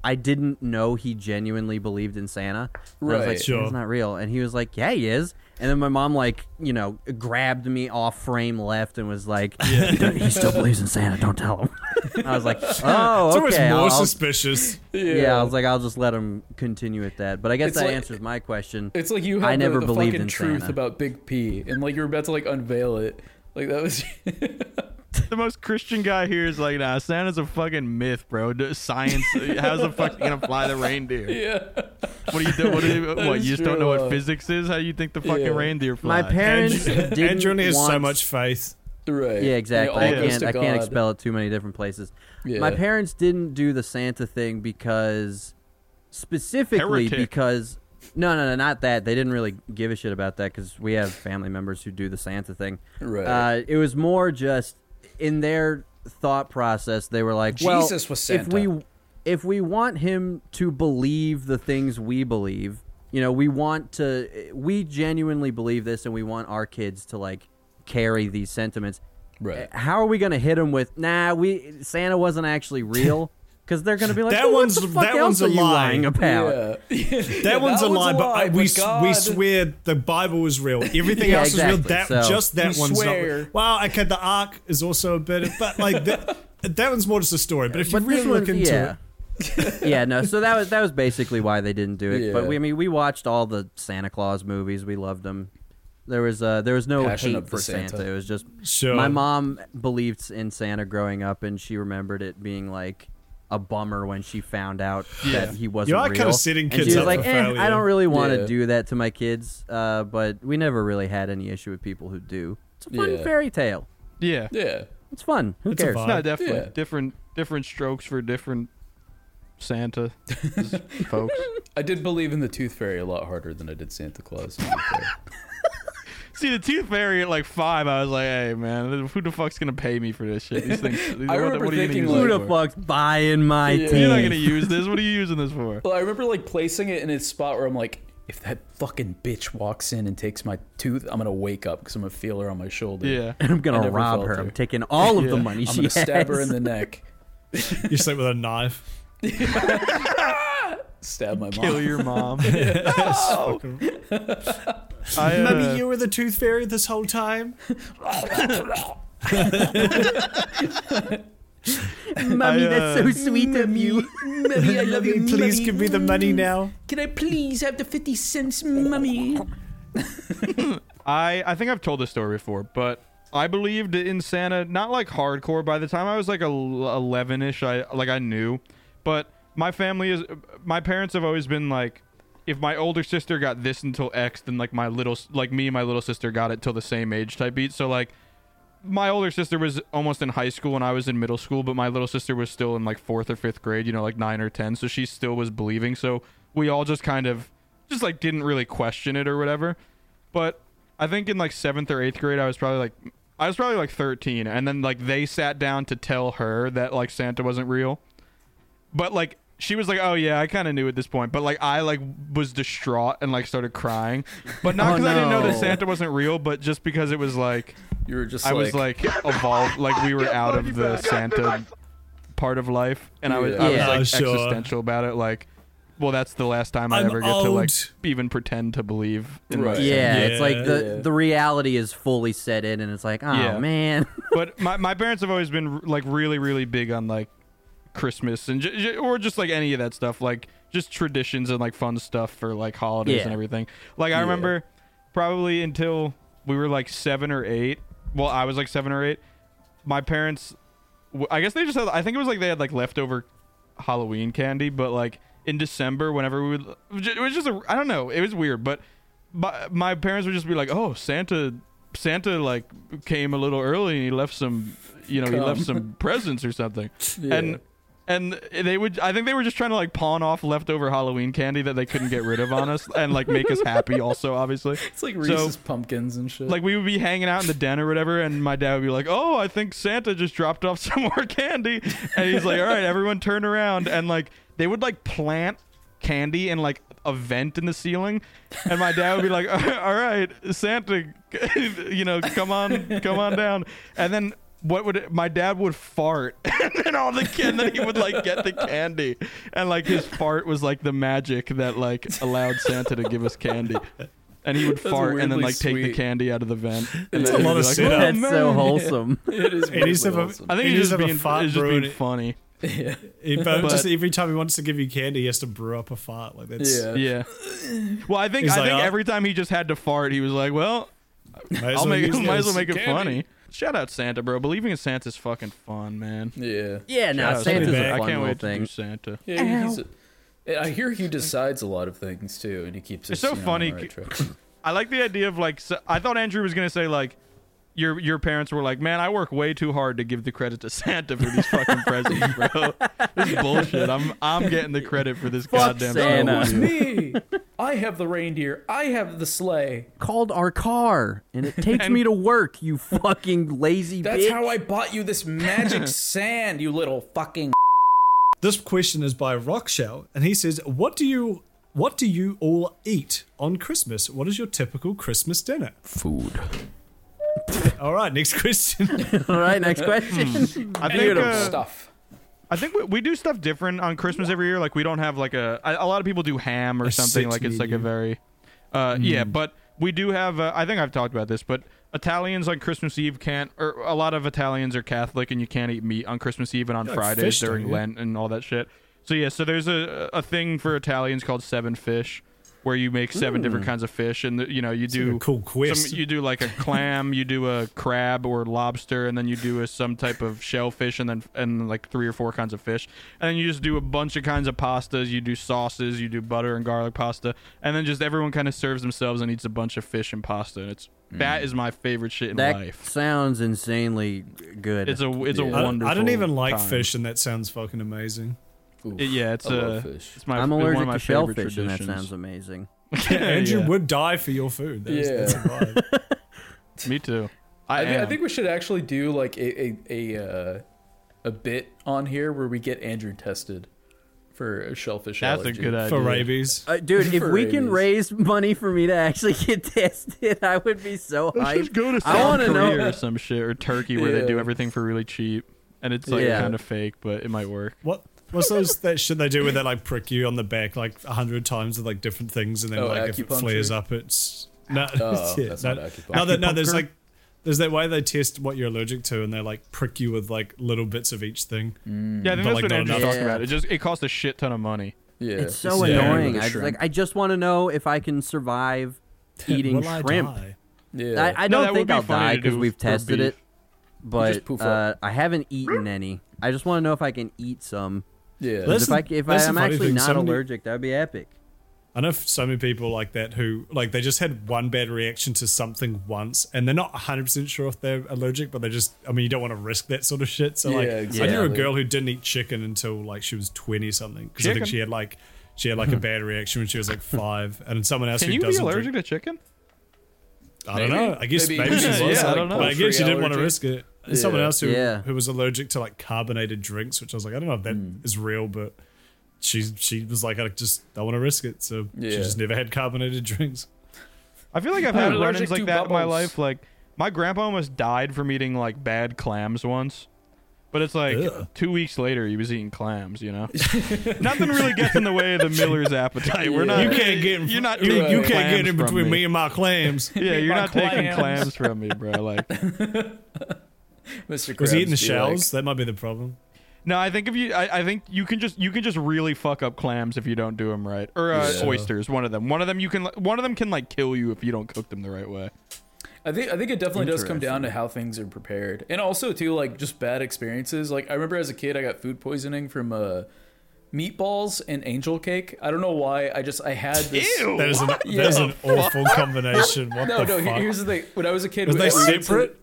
C: I didn't know he genuinely believed in Santa. And I was
D: Right.
C: like,
D: Sure.
C: it's not real. And he was like, yeah, he is. And then my mom, like, you know, grabbed me off frame left and was like, he still believes in Santa. Don't tell him. I was like, oh,
G: It's
C: okay.
G: always more
C: I'll-
G: suspicious.
C: Yeah. I was like, I'll just let him continue at that. But I guess
D: It's
C: that
D: like-
C: answers my question.
D: It's like you had
C: I never
D: the, the
C: believed
D: fucking
C: in
D: truth
C: Santa.
D: about Big P, and like you were about to like unveil it. Like that was
E: The most Christian guy here is like, nah, Santa's a fucking myth, bro. D- Science, uh, how's the fuck you gonna fly the reindeer?
D: Yeah.
E: What do you do? What, do you,
G: That
E: what
G: is
E: you just don't
G: true,
E: know what
G: uh,
E: physics is? How you think the fucking
G: yeah.
E: reindeer fly?
C: My parents
G: Andrew,
C: didn't
G: Andrew only has so
C: want-
G: much faith.
D: Right.
C: Yeah, exactly.
G: They all
C: I
G: goes
C: can't.
G: to
C: I can't
G: God.
C: expel it too many different places.
G: Yeah.
C: My parents didn't do the Santa thing because, specifically
E: Heretic.
C: because, no, no, no, not that. They didn't really give a shit about that because we have family members who do the Santa thing.
D: Right.
C: Uh, it was more just in their thought process. They were like, well,
D: Jesus was Santa.
C: If we if we want him to believe the things we believe, you know, we want to, we genuinely believe this and we want our kids to like carry these sentiments.
D: Right.
C: Uh, How are we going to hit them with, nah, we, Santa wasn't actually real? Because they're going to be like,
G: That
C: "Well,
G: one's-
C: what the fuck
G: that one's
C: else
G: a
C: are you
G: lie."
C: lying about?
G: Yeah. That
D: Yeah,
G: one's
D: that
G: a
D: one's
G: lie,
D: a
G: but,
D: lie,
G: I- we
D: but
G: s- we
D: God-
G: swear the Bible is real. Everything
D: Yeah,
G: else is real.
D: exactly,
G: That
D: so-
G: just that
D: We
G: one's
D: swear.
G: not. Well, okay, the Ark is also a bit, but like that, that one's more just a story. But if you
C: But this
G: really look
C: one's-
G: into
C: yeah.
G: it,
C: yeah, no. So that was that was basically why they didn't do it. But
D: Yeah.
C: we, I mean, we watched all the Santa Claus movies. We loved them. There was uh, there was no
D: Passion
C: hate
D: of the
C: for Santa.
D: Santa.
C: It was just
G: Sure.
C: my mom believed in Santa growing up, and she remembered it being like a bummer when she found out
G: Yeah.
C: that he wasn't
G: You are
C: real.
G: kinda setting
C: and
G: kids
C: she was
G: up
C: like,
G: for
C: eh, I
G: failure."
C: don't really want to
G: Yeah.
C: do that to my kids. Uh, but we never really had any issue with people who do. It's a fun
E: Yeah.
C: fairy tale.
E: Yeah.
D: Yeah.
C: It's fun. Who cares?
E: No, definitely
C: Yeah.
E: different different strokes for different Santa folks.
D: I did believe in the Tooth Fairy a lot harder than I did Santa Claus. to be fair.
E: See the tooth fairy at like five. I was like, hey man, who the fuck's gonna pay me for this shit? These things. these-
D: I
E: what,
D: remember
E: what are you gonna
D: thinking,
E: use
D: like-
E: it
D: Who the
E: for?
C: fuck's buying my
D: Yeah.
E: You're not
D: teeth?
E: gonna use this. What are you using this for?
D: Well, I remember like placing it in its spot where I'm like, if that fucking bitch walks in and takes my tooth, I'm gonna wake up because I'm gonna feel her on my shoulder.
C: Yeah. And I'm gonna
D: I never
C: rob
D: felt
C: her. I'm taking all of the money
D: I'm
C: she
D: gonna stab her in
C: has.
D: the neck.
G: you sleep with a knife.
D: Stab my mom.
E: Kill your mom.
D: No!
E: I, uh,
G: Maybe you were the tooth fairy this whole time.
C: Mummy,
G: I,
C: that's
G: uh,
C: so sweet of you.
G: Mummy, I love you. Please give me the money now.
P: Can I please have the 50 cents, mummy?
E: I I think I've told this story before, but I believed in Santa not like hardcore. By the time I was like eleven ish, I like I knew, but my family is my parents have always been like. If my older sister got this until X, then like my little, like me and my little sister got it till the same age type beat. So like, my older sister was almost in high school and I was in middle school, but my little sister was still in like fourth or fifth grade, you know, like nine or ten. So she still was believing. So we all just kind of just like didn't really question it or whatever. But I think in like seventh or eighth grade, I was probably like, I was probably like 13, and then like they sat down to tell her that like Santa wasn't real, but like she was like, "Oh yeah, I kind of knew at this point," but like I like was distraught and like started crying, but not
B: Oh,
E: because I didn't know that
B: no.
E: Santa wasn't real, but just because it was like
B: You were just
E: I was like evolved, like we were out of the Santa part of life, and I was I was
B: Yeah.
E: like
B: Yeah, sure.
E: existential about it, like. Well, that's the last time I
B: I'm
E: ever get to like
B: old.
E: even pretend to believe. In
C: Yeah,
E: like,
C: it's like the the reality is fully set in, and it's like, oh
E: Yeah.
C: man,
E: but my, my parents have always been like really really big on like christmas and j- j- or just like any of that stuff like just traditions and like fun stuff for like holidays and
B: Yeah.
E: everything like i
B: Yeah.
E: remember probably until we were like seven or eight well i was like seven or eight my parents w- i guess they just had i think it was like they had like leftover halloween candy but like in december whenever we would it was just a i don't know it was weird but my, my parents would just be like oh santa santa like came a little early and he left some you know he
B: Come.
E: left some presents or something
B: Yeah.
E: and and they would i think they were just trying to like pawn off leftover halloween candy that they couldn't get rid of on us and like make us happy also obviously
D: It's like
E: So-
D: Reese's pumpkins and shit.
E: like we would be hanging out in the den or whatever, and my dad would be like, "Oh, I think Santa just dropped off some more candy," and he's like, "All right, everyone, turn around," and like they would like plant candy in like a vent in the ceiling, and my dad would be like, "All right, Santa, you know, come on, come on down," and then. What would my dad would fart, and then all the kid, then he would like get the candy, and like his fart was like the magic that like allowed Santa to give us candy, and he would
B: That's
E: fart and then
B: weirdly
E: like take the
B: sweet.
E: candy out of the vent.
B: It's
E: then
B: a lot
E: he'd be
B: of
E: like,
B: setup.
E: "Oh,
B: That's so
E: man."
B: wholesome. It is
E: I
B: weirdly wholesome.
E: think
G: He
E: he's
G: does
E: just
G: have a
E: being,
G: fart
E: it's just
G: brew
E: being
G: in it.
E: funny.
D: Yeah.
G: He- but
E: But-
G: just every time he wants to give you candy, he has to brew up a fart. Like that's
E: Yeah. Well, I think
G: He's
E: I
G: like,
E: think
G: "Oh."
E: every time he just had to fart, he was like, "Well,
G: as
E: I'll
G: well
E: make
G: use
E: might as well
G: this
E: make it
G: candy."
E: funny." Shout out Santa, bro. Believing in Santa's fucking fun, man.
D: Yeah.
C: Yeah,
E: Shout
C: no,
E: out
C: Santa's a
E: I can't
C: fun little
E: wait to
C: thing.
E: do Santa.
D: Yeah, he's a, I hear he decides a lot of things too, and he keeps.
E: It's
D: us,
E: so
D: you know, on
E: funny.
D: the right
E: c-
D: track.
E: I like the idea of like. So, I thought Andrew was gonna say like, your your parents were like, man, I work way too hard to give the credit to Santa for these fucking presents, bro. This is bullshit. I'm I'm getting the credit for this goddamn
D: Oh,
E: Halloween."
D: it's me. I have the reindeer. I have the sleigh.
C: called our car, and it takes me to work. You fucking lazy
D: That's
C: bitch.
D: how I bought you this magic sand, you little fucking.
G: This question is by Rockshell, and he says, "What do you, what do you all eat on Christmas? What is your typical Christmas dinner?"
B: Food.
G: all right, next question.
C: all right, next question.
E: I think
D: Beautiful
E: uh,
D: stuff.
E: I think we, we do stuff different on Christmas every year. Like we don't have like a I- a lot of people do ham or
B: A six
E: something. Like it's like a
B: medium.
E: very, uh, yeah.
B: Mm.
E: But we do have. Uh, I think I've talked about this, but Italians on Christmas Eve can't, or a lot of Italians are Catholic and you can't eat meat on Christmas Eve and on
B: Yeah, like
E: Fridays
B: fish, don't
E: during
B: you?
E: Lent and all that shit. So yeah, so there's a a thing for Italians called seven fish, where you make seven different
B: Mm.
E: kinds of fish, and the, you know you
G: like a
E: do
G: cool
E: some-
G: quest.
E: you do like a clam, you do a crab or lobster, and then you do a, some type of shellfish, and then and like three or four kinds of fish, and then you just do a bunch of kinds of pastas. You do sauces, you do butter and garlic pasta, and then just everyone kind of serves themselves and eats a bunch of fish and pasta, and it's
C: Mm.
E: that is my favorite shit in
C: that
E: life.
C: sounds insanely good.
E: It's a- it's a
G: I, don't- I don't
E: wonderful
G: even like
E: time.
G: fish, and that sounds fucking amazing.
E: It- yeah, it's
B: I
E: a
B: love fish.
E: it's my
C: I'm
E: it's one of
C: allergic
E: my
C: to
E: favorite
C: shellfish, and that
E: traditions.
C: sounds amazing.
G: Yeah, Andrew
E: Yeah.
G: would die for your food. That's,
D: Yeah.
G: that's a vibe.
E: Me too.
D: I,
E: I,
D: thi- I
E: am.
D: think we should actually do like a a a, uh, a bit on here where we get Andrew tested for a shellfish
E: That's a
D: allergy.
E: good idea.
G: for rabies.
C: Uh, dude, if
D: For
C: we can
D: rabies.
C: raise money for me to actually get tested, I would be so hyped. I
E: South
C: want to
E: Korea
C: know.
E: or some shit or Turkey where they do everything for really cheap and it's like
C: Yeah.
E: kind of fake, but it might work.
G: What what's those that should they do where they like prick you on the back like a hundred times with like different things and then
D: Oh,
G: like if it
D: acupuncture?
G: flares up it's no
D: Oh,
G: yeah,
D: that's
G: no,
D: not acupuncture.
G: no, that- no there's
D: Acupuncture?
G: like there's that way they test what you're allergic to and they like prick you with like little bits of each thing.
E: Yeah, I think
G: But,
E: that's
G: like,
E: what
G: not
E: Andrew's
G: enough.
E: talking about. It just it costs a shit ton of money.
D: Yeah.
C: It's so
G: Yeah.
C: annoying.
G: Yeah.
C: I just, like I just want to know if I can survive eating
G: Will I
C: shrimp.
G: die?
D: Yeah.
C: I, I
E: No,
C: don't
E: that would
C: think
E: be
C: I'll
E: funny
C: die
E: to do
C: because we've
E: for
C: tested
E: beef.
C: it, but
D: poof
C: uh,
D: up.
C: I haven't eaten any. I just want to know if I can eat some.
D: Yeah.
C: 'Cause
G: Listen-
C: if I, if I
G: that's the
C: am
G: funny
C: actually
G: thing,
C: not
G: somebody-
C: allergic, that'd be epic.
G: I know so many people like that who like they just had one bad reaction to something once and they're not 100% sure if they're allergic, but they just, I mean, you don't want to risk that sort of shit. So, like,
D: Yeah,
G: I knew a
D: exactly.
G: girl who didn't eat chicken until like she was 20 something because I think
E: Chicken?
G: she had like, she had like a bad reaction when she was like five. And someone else
E: Can
G: who
E: you be
G: doesn't
E: allergic
G: drink-
E: to chicken?
G: I don't know. I guess maybe, she was. I don't know. But I guess she didn't want to risk it. And Someone else who who was allergic to like carbonated drinks, which I was like, I don't know if that is real, but she she was like, I just don't want to risk it, so she
E: Yeah.
G: just never had carbonated drinks.
E: I feel like I've
G: I'm
E: had
G: allergic
E: run-ins
G: to
E: like that in my
G: bubbles.
E: life. Like my grandpa almost died from eating like bad clams once. But it's like
G: Ugh.
E: two weeks later, he was eating clams. You know, nothing really gets in the way of the Miller's appetite. We're not.
G: You can't get. In,
E: You're not.
G: You,
E: taking
G: you can't
E: clams
G: get in
E: from
G: between me. and my clams.
E: Yeah, you're
G: My
E: not taking clams
G: clams.
E: from me, bro. Like,
D: Mr.
G: was he eating the
E: Krabs be like-
G: shells? that might be the problem.
E: no, I think if you, I, I think you can just, you can just really fuck up clams if you don't do them right, or uh,
D: Yeah.
E: oysters. One of them, one of them, you can, one of them can like kill you if you don't cook them the right way.
D: I think I think it definitely does come down to how things are prepared, and also too like just bad experiences. Like I remember as a kid, I got food poisoning from uh, meatballs and angel cake. I don't know why. I just I had this.
G: Ew, That is an- what? that is an awful combination. What
D: no,
G: the
D: no. he-
G: fuck?
D: Here's the thing. When I was a kid,
G: Were
D: we-
G: they
D: we went to-
G: separate?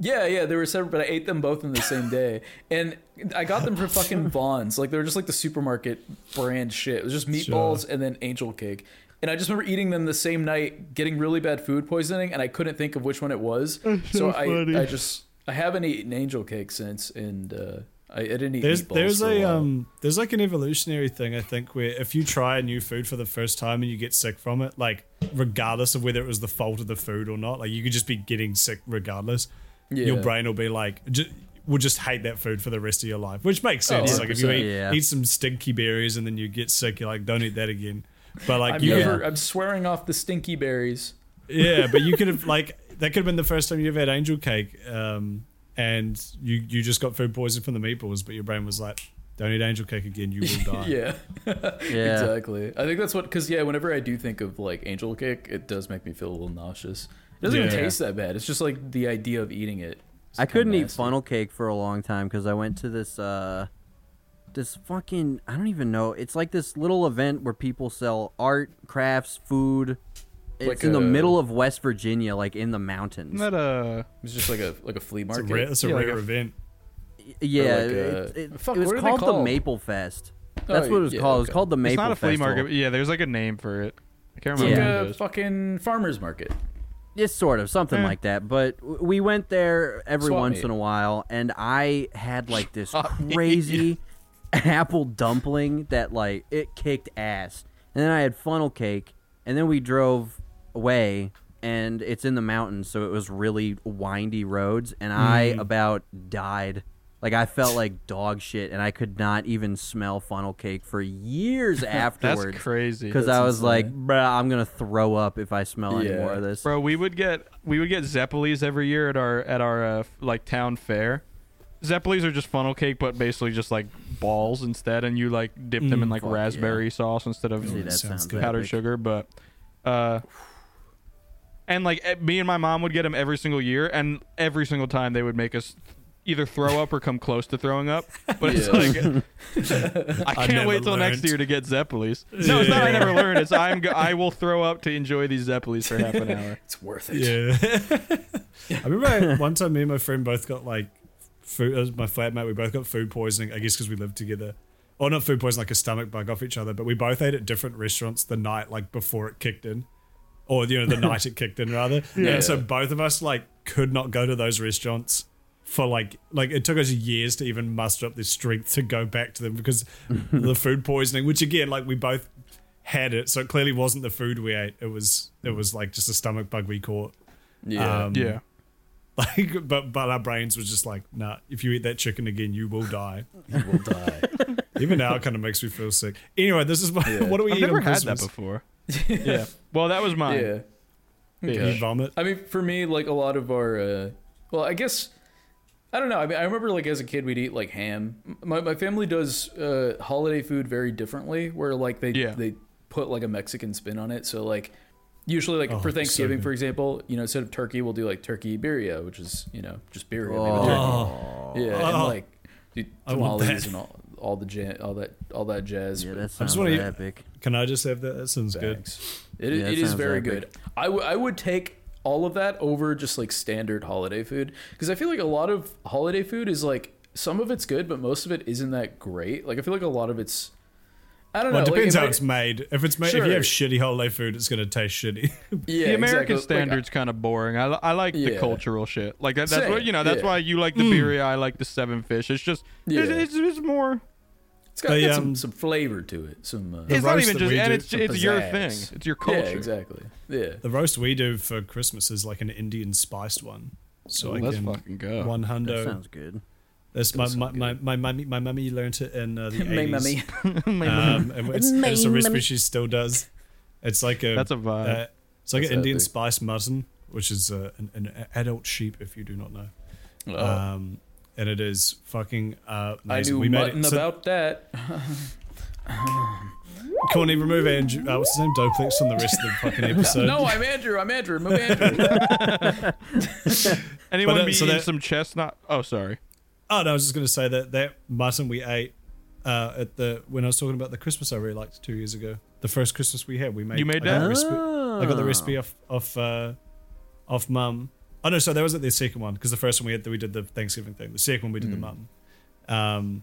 D: yeah, yeah, they were separate, but I ate them both in the same day, and I got them from fucking Vaughn's. Like they were just like the supermarket brand shit. It was just meatballs and then angel cake. And I just remember eating them the same night, getting really bad food poisoning, and I couldn't think of which one it was.
G: so
D: so
G: funny.
D: I, I just I haven't eaten angel cake since, and uh, I, I didn't eat
G: There's
D: meatballs. uh,
G: there's
D: for
G: a
D: while.
G: um there's like an evolutionary thing I think where if you try a new food for the first time and you get sick from it, like regardless of whether it was the fault of the food or not, like you could just be getting sick regardless. Your
M: Yeah.
G: brain will be like, j- will just hate that food for the rest of your life, which makes
M: Oh,
G: sense. like if you
M: 100%.
G: eat,
M: Yeah.
G: eat some stinky berries and then you get sick, you're like, don't eat that again. But like
D: I'm,
G: you,
D: never, I'm swearing off the stinky berries.
G: yeah, but you could have like that could have been the first time you ever had angel cake, um, and you you just got food poisoning from the meatballs, but your brain was like, "Don't eat angel cake again, you will die."
D: yeah. exactly. I think that's what because yeah, whenever I do think of like angel cake, it does make me feel a little nauseous. It doesn't even
C: Yeah.
D: taste that bad. It's just like the idea of eating it.
C: I couldn't eat funnel cake for a long time because I went to this uh this fucking I don't even know. It's like this little event where people sell art, crafts, food. It's
D: Like
C: in the
D: a-
C: middle of West Virginia, like in the mountains.
E: Isn't that a?
D: It's just like a like a flea market.
G: rare- it's a rare event.
C: Yeah,
D: Or like
C: it,
D: a-
C: it-
D: fuck,
C: it was
D: what are they
C: called, the
D: called?
C: Maple Fest.
D: Oh,
C: That's what it was
D: yeah,
C: called. It was
D: okay.
C: called the
D: It's
E: It's
C: Maple
E: not a flea
C: Festival.
E: market. but Yeah, there's like a name for it. I can't
D: It's
E: remember.
D: like
E: what it
D: a
E: is.
D: fucking farmer's market.
C: It's sort of something
D: Eh.
C: like that, but w- we went there every
D: Swap
C: once
D: meet.
C: in a while, and I had like this crazy apple dumpling that like it kicked ass, and then I had funnel cake, and then we drove away, and it's in the mountains, so it was really windy roads, and I
J: Mm.
C: about died. Like I felt like dog shit, and I could not even smell funnel cake for years
E: That's
C: afterwards.
E: crazy.
C: Because
E: That's
C: I was like,
E: insane.
C: bruh, I'm gonna throw up if I smell any more of this.
E: Bro, we would get we would get Zeppelis every year at our at our uh, f- like town fair. Zeppelis are just funnel cake, but basically just like balls instead, and you like dip them
M: Mm.
E: in like
M: Fuck
E: raspberry sauce instead of
M: See, that Sounds sounds good.
E: powdered
M: epic.
E: sugar. But uh, and like eh, me and my mom would get them every single year, and every single time they would make us either throw up or come close to throwing up. But it's
M: Yeah.
E: like
M: I
E: I can't
M: never
E: wait till next
M: learned.
E: year to get Zeppelis. No, it's not. I
M: Yeah.
E: never learned. It's I'm. Go- I will throw up to enjoy these Zeppelis for half an hour.
D: It's worth
G: Yeah. I remember I, one time me and my friend both got like food. It was my flatmate. We both got food poisoning. I guess because we lived together. Or not food poisoning, like a stomach bug off each other. But we both ate at different restaurants the night like before it kicked in, or you know the night it kicked in rather.
M: Yeah.
G: And so both of us like could not go to those restaurants. For like, like it took us years to even muster up the strength to go back to them because the food poisoning, which again, like we both had it, so it clearly wasn't the food we ate. It was, it was like just a stomach bug we caught.
M: Yeah.
E: Um,
M: Yeah.
G: Um, Like, but but our brains was just like, nah. If you eat that chicken again, you will die. You will die. Even now, it kind of makes me feel sick. Anyway, this is my, what do we
E: I've
G: eat
E: never
G: on
E: had that
G: Christmas?
E: before. yeah. Well, that was mine.
D: Yeah.
G: Did you vomit?
D: I mean, for me, like a lot of our, uh, well, I guess, I don't know. I mean, I remember like as a kid, we'd eat like ham. M- My, my family does uh, holiday food very differently, where like they
E: Yeah.
D: they put like a Mexican spin on it. So like, usually like
E: Oh,
D: for
E: so
D: Thanksgiving,
E: good.
D: for example, you know, instead of turkey, we'll do like turkey birria, which is you know just birria.
G: Oh.
D: Maybe turkey. Yeah, and
G: Oh.
D: like dude,
G: I want
D: tamales
G: that.
D: and all, all the jam, all that all that jazz. Yeah,
C: that
G: I just want to eat. Can I just have that? That sounds
D: it,
G: good.
D: it is very good. I, w- I would take all of that over just like standard holiday food because I feel like a lot of holiday food is like some of it's good, but most of it isn't that great. Like I feel like a lot of it's I I don't
G: well,
D: know.
G: it depends
D: like, if
G: how
D: I-
G: it's made. If it's made, if
D: Sure.
G: you have shitty holiday food, it's gonna taste shitty.
E: the American standard's kind of boring. I, li- I like the
G: Yeah.
E: cultural shit. Like that, that's
G: Same,
E: what you know. That's
G: yeah.
E: why you like the
G: Mm.
E: birria. I like the seven fish. It's just it's, it's, it's more.
D: It's got,
E: They,
D: got some,
E: um,
D: some flavor to it. Some. Uh,
E: It's not even just and it's
D: some
E: it's your
D: pizzazz.
E: thing. It's your culture.
D: Yeah, exactly. Yeah.
G: The roast we do for Christmas is like an Indian spiced one. So
E: Ooh,
G: I
E: let's
G: can
E: fucking go.
G: One hundo.
E: That sounds
C: good.
G: That's
E: That
G: my,
E: does
G: my, my, my mummy my mummy learnt it in uh, the
E: My mummy.
G: eighties.
E: My
G: um,
E: mummy.
G: and it's, and it's
E: My
G: a
E: mummy.
G: recipe she still does. It's like a
E: That's a vibe.
G: Uh, it's like
E: That's
G: an Indian
E: epic.
G: spiced mutton, which is uh, an, an adult sheep, if you do not know.
E: uh,
D: Oh.
G: Um, and it is fucking uh,
D: I
G: amazing.
D: knew
G: We made it-
D: mutton
G: so-
D: about that.
G: Corny, remove Andrew. Uh, what's his name? Doplex from the rest of the fucking episode.
D: no, I'm Andrew. I'm Andrew. I'm Andrew.
E: Anyone
G: But, uh,
E: be
G: so
E: eating
G: that-
E: some chestnut? Oh, sorry.
G: Oh no, I was just gonna say that that mutton we ate uh, at the when I was talking about the Christmas I really liked two years ago, the first Christmas we had, we made.
E: You made
G: I got the
E: that?
G: recipe- I got the
E: Oh.
G: recipe off off uh, off mum. Oh no, so that was at the second one because the first one we had we did the Thanksgiving thing. The second one we did the
E: Mm.
G: mutton. Um,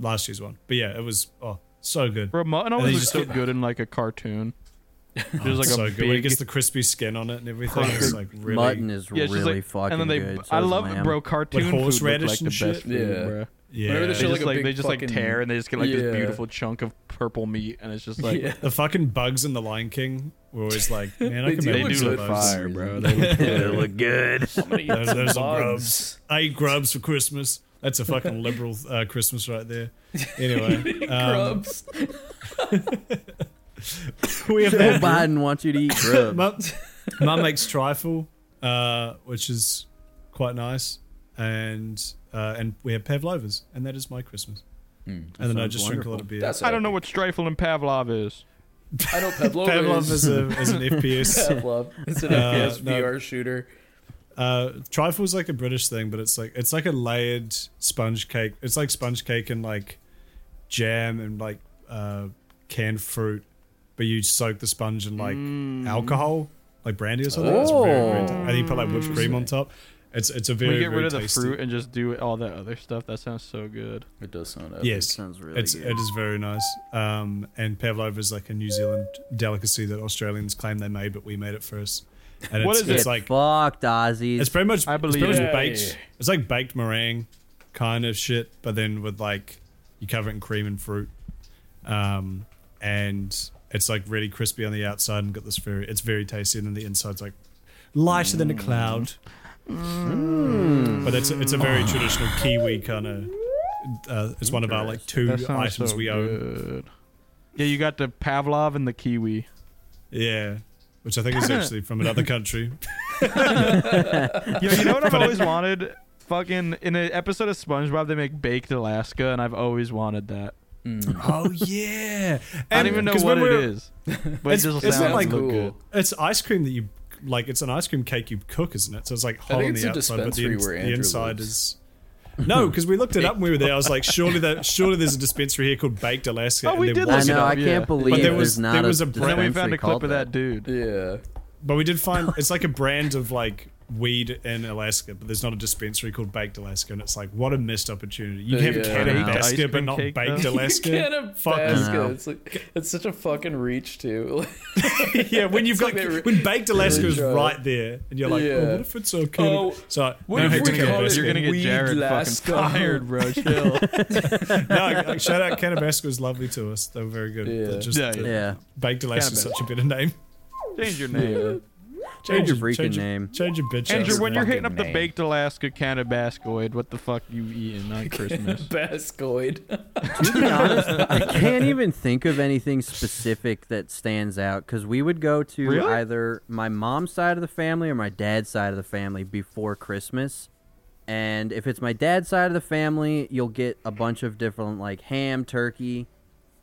G: last year's one, but yeah, it was oh so good.
E: Bro,
G: And
E: mutton
G: then
E: always
G: you
E: looks
G: just
E: so
G: get-
E: good in like a cartoon.
G: Oh,
E: There's like
G: it's so
E: a
G: good when it
E: big
G: gets the crispy skin on it and everything. It's
E: perfect-
G: like really
E: Yeah, it's just like- And then they, I love bro cartoon
G: With
E: food look
G: horseradish
E: like the
G: and shit.
E: best food, bro.
G: Yeah.
E: they,
G: Whenever they
E: just
G: show,
E: like,
G: like, a big
E: they just like
G: fucking-
E: tear and they just get like
G: Yeah.
E: this beautiful chunk of purple meat and it's just like
G: the fucking bugs in the Lion King were always like, man, I
E: They
G: can
E: do
G: make
E: look
G: these
E: good.
G: bugs.
E: Fire, bro. They look good. They look good. I'm gonna eat
G: Those,
E: some
G: those are
E: bugs.
G: grubs. I eat grubs for Christmas. That's a fucking liberal uh, Christmas right there. Anyway, um,
D: Grubs.
G: we have
C: Joe
G: that.
C: Biden wants you to eat grubs.
G: um, Mum, Mum makes trifle, uh, which is quite nice, and uh, and we have pavlovas, and that is my Christmas. and then I
E: sounds
G: just drink a lot of beer.
E: I don't know what Strifle and Pavlov is.
D: I know Pavlov,
G: Pavlov is, a, is an FPS.
D: Pavlov. It's an
G: Uh,
D: FPS
G: no.
D: VR shooter.
G: Uh, trifle's like a British thing, but it's like it's like a layered sponge cake. It's like sponge cake and like jam and like uh, canned fruit, but you soak the sponge in like
E: Mm.
G: alcohol, like brandy or something. It's very, very, and then you put like whipped cream on top. It's it's a
E: Can
G: very
E: we get
G: very
E: rid of the
G: tasty-
E: fruit and just do all that other stuff. That sounds so good.
D: It does sound
G: Yes, it's it is very nice. Um, and pavlova is like a New Zealand delicacy that Australians claim they made, but we made it first. And
C: What
G: it's,
C: is
G: it's
C: it?
G: like
C: fucked Aussies.
G: It's pretty much. I believe it's, pretty much
C: it.
G: baked, it's like baked meringue, kind of shit, but then with like you cover it in cream and fruit, um, and it's like really crispy on the outside and got this very. It's very tasty, and then the inside's like lighter than a
E: Mm.
G: cloud. But it's a, it's a
E: Ah.
G: very traditional Kiwi kind of. Uh, it's one of our like two
E: That sounds
G: items
E: so
G: we own.
E: good. Yeah, you got the Pavlov and the Kiwi.
G: Yeah, which I think is actually from another country.
E: Yo, you know what I've always wanted? Fucking in an episode of SpongeBob, they make baked Alaska, and I've always wanted that.
G: Oh yeah,
E: I don't
G: And-
E: even know
G: 'cause
E: what
G: when
E: it
G: we're-
E: is, but it just sounds
G: like
E: so good.
G: It's ice cream that you like. It's an ice cream cake you cook, isn't it? So it's like hot
D: think
G: on
D: it's
G: the
D: a
G: outside, but the,
D: dispensary
G: ins-
D: where
G: the
D: Andrew
G: inside
D: lives.
G: is. No, because we looked it up when we were there. I was like, surely that surely there's a dispensary here called Baked Alaska.
E: Oh,
G: and
E: we
G: there
E: did look
G: wasn't.
E: it up, yeah.
G: but there was, there was a brand.
E: And then we found a clip of that, dude.
D: Yeah.
G: But we did find it's like a brand of like weed in Alaska, but there's not a dispensary called Baked Alaska, and it's like what a missed opportunity. You can have
D: Yeah.
G: Canada
D: Baked ice
G: Alaska, but
D: cream
G: not
D: cake,
G: Baked
D: though.
G: Alaska. Fuck you.
D: Alaska. It's like it's such a fucking reach too.
G: yeah, when you've
D: It's like
G: got
D: they re-
G: when baked Alaska
D: really
G: is
D: try.
G: right there, and you're like,
D: Yeah.
G: oh, what if it's okay?
D: Oh,
G: so
D: what
G: no,
D: if we
G: you're gonna
D: call
G: get
D: it
G: You're
E: You're
G: gonna
E: gonna get
D: Weed
E: Jared
D: Alaska.
E: fucking fired, bro. Chill.
G: get- no, like, shout out Canabasca was lovely to us. They were very good.
E: Yeah.
G: They're Just,
E: Yeah, yeah.
G: uh,
E: Yeah.
G: Baked Alaska is
E: Canabasca.
G: such a better name.
E: Change your name.
G: Change your
C: freaking
G: change your-
C: name.
G: Change your bitch.
E: Andrew,
G: ass
E: when you're hitting up
G: fucking
E: the
G: name.
E: baked Alaska Canabascoid, what the fuck you eating on Christmas?
D: Bascoid.
C: to be honest, I can't even think of anything specific that stands out because we would go to
E: Really?
C: either my mom's side of the family or my dad's side of the family before Christmas. And if it's my dad's side of the family, you'll get a bunch of different like ham, turkey,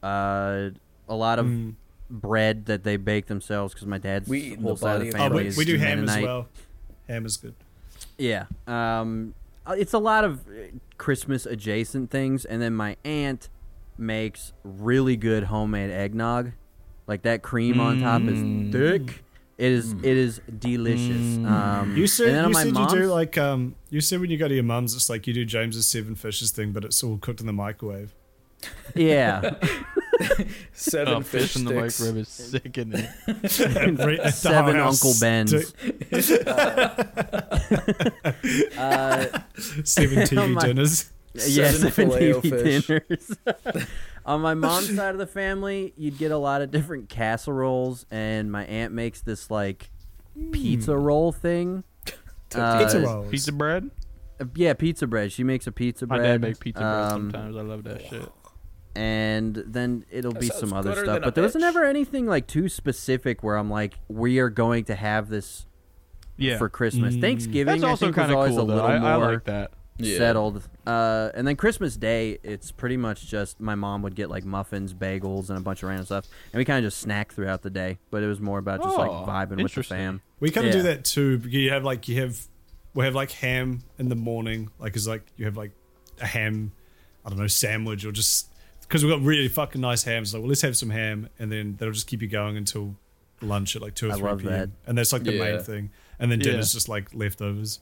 C: uh, a lot of
G: Mm.
C: bread that they bake themselves because my dad's
D: We eat in
C: whole
D: the
C: side of
D: body of
C: the
G: Oh,
C: family
G: we,
C: is
G: we do ham as
C: Mennonite.
G: well. Ham is good.
C: Yeah. Um, uh, it's a lot of Christmas adjacent things, and then my aunt makes really good homemade eggnog. Like that cream on top is thick. It is. It is delicious. Um,
G: You
C: and
G: said
C: then on
G: you
C: my
G: said you
C: mom's,
G: do like um you said when you go to your mum's, it's like you do James's seven fishes thing, but it's all cooked in the microwave.
C: yeah.
D: Seven
E: Oh,
D: fish,
E: fish in the
D: sticks.
E: microwave is sickening.
C: Seven Uncle Bens. Uh, on Oh my- Yeah, seven TV dinners. on my mom's side of the family, you'd get a lot of different casseroles, and my aunt makes this like pizza roll thing.
E: Hmm. Pizza rolls. Pizza bread?
C: uh, Yeah, pizza bread. She makes a pizza
E: My
C: bread.
E: dad make pizza bread
C: Um,
E: sometimes. I love that shit.
C: and then it'll
E: That
C: be
E: sounds
C: some other
E: gooder
C: stuff.
E: than a
C: But there was
E: bitch.
C: never anything like too specific where I'm like, we are going to have this
E: Yeah.
C: for Christmas.
E: Mm.
C: Thanksgiving
E: That's
C: I
E: also
C: think was
E: kinda
C: always
E: cool,
C: a
E: though.
C: little
E: I-
C: more
E: I like that. Yeah.
C: settled. Uh, and then Christmas Day, it's pretty much just my mom would get like muffins, bagels, and a bunch of random stuff, and we kind of just snack throughout the day. But it was more about just like
E: Oh,
C: vibing with the
E: interesting.
C: fam.
G: We kind
C: yeah.
G: of do that too. because You have like you have we have like ham in the morning, like is like you have like a ham, I don't know sandwich or just because we've got really fucking nice hams. Like, well, let's have some ham, and then that'll just keep you going until lunch at like two or
C: I
G: three
C: love
G: p.m.
C: that.
G: And that's like the
C: Yeah.
G: main thing, and then
C: Yeah.
G: dinner's just like leftovers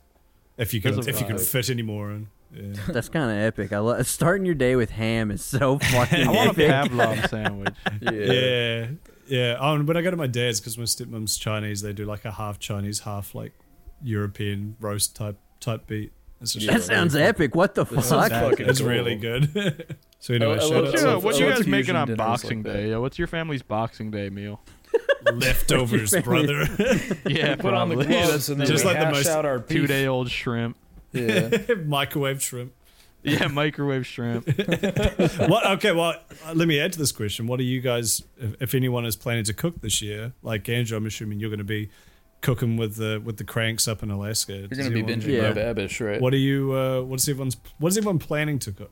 G: if you can
C: There's a
G: if you can
C: vibe.
G: fit any more in. Yeah.
C: That's kind of epic. I love starting your day with ham is so fucking.
G: I want a
C: epic.
G: Pavlov sandwich.
D: Yeah.
G: Yeah, yeah. Oh, and when I go to my dad's, because my stepmom's Chinese, they do like a half Chinese, half like European roast type type beat. It's just
C: That
G: really
C: sounds
G: fucking-
C: epic. What the
G: It's
C: fuck?
G: fucking It's really good. so
D: Oh,
G: anyway,
E: what's
G: shout out
E: your,
G: to
E: what you guys
G: fusion
E: making on
G: dinners
E: Boxing
G: like that.
E: Day? Yeah, what's your family's Boxing Day meal?
G: Leftovers, brother.
E: yeah,
G: Put on the
E: probably.
G: gloves
E: That's
G: and then
E: just
G: we
E: like the
G: hash
E: most
G: out our beef.
E: two-day-old shrimp.
G: microwave shrimp.
E: yeah, microwave shrimp.
G: what? Okay, well, uh, let me add to this question. What are you guys, if, if anyone is planning to cook this year? Like Andrew, I'm assuming you're going to be cooking with the with the cranks up in Alaska. You're
D: gonna be binging Bo Babish, right?
G: What are you? Uh, what's everyone's? What's everyone planning to cook?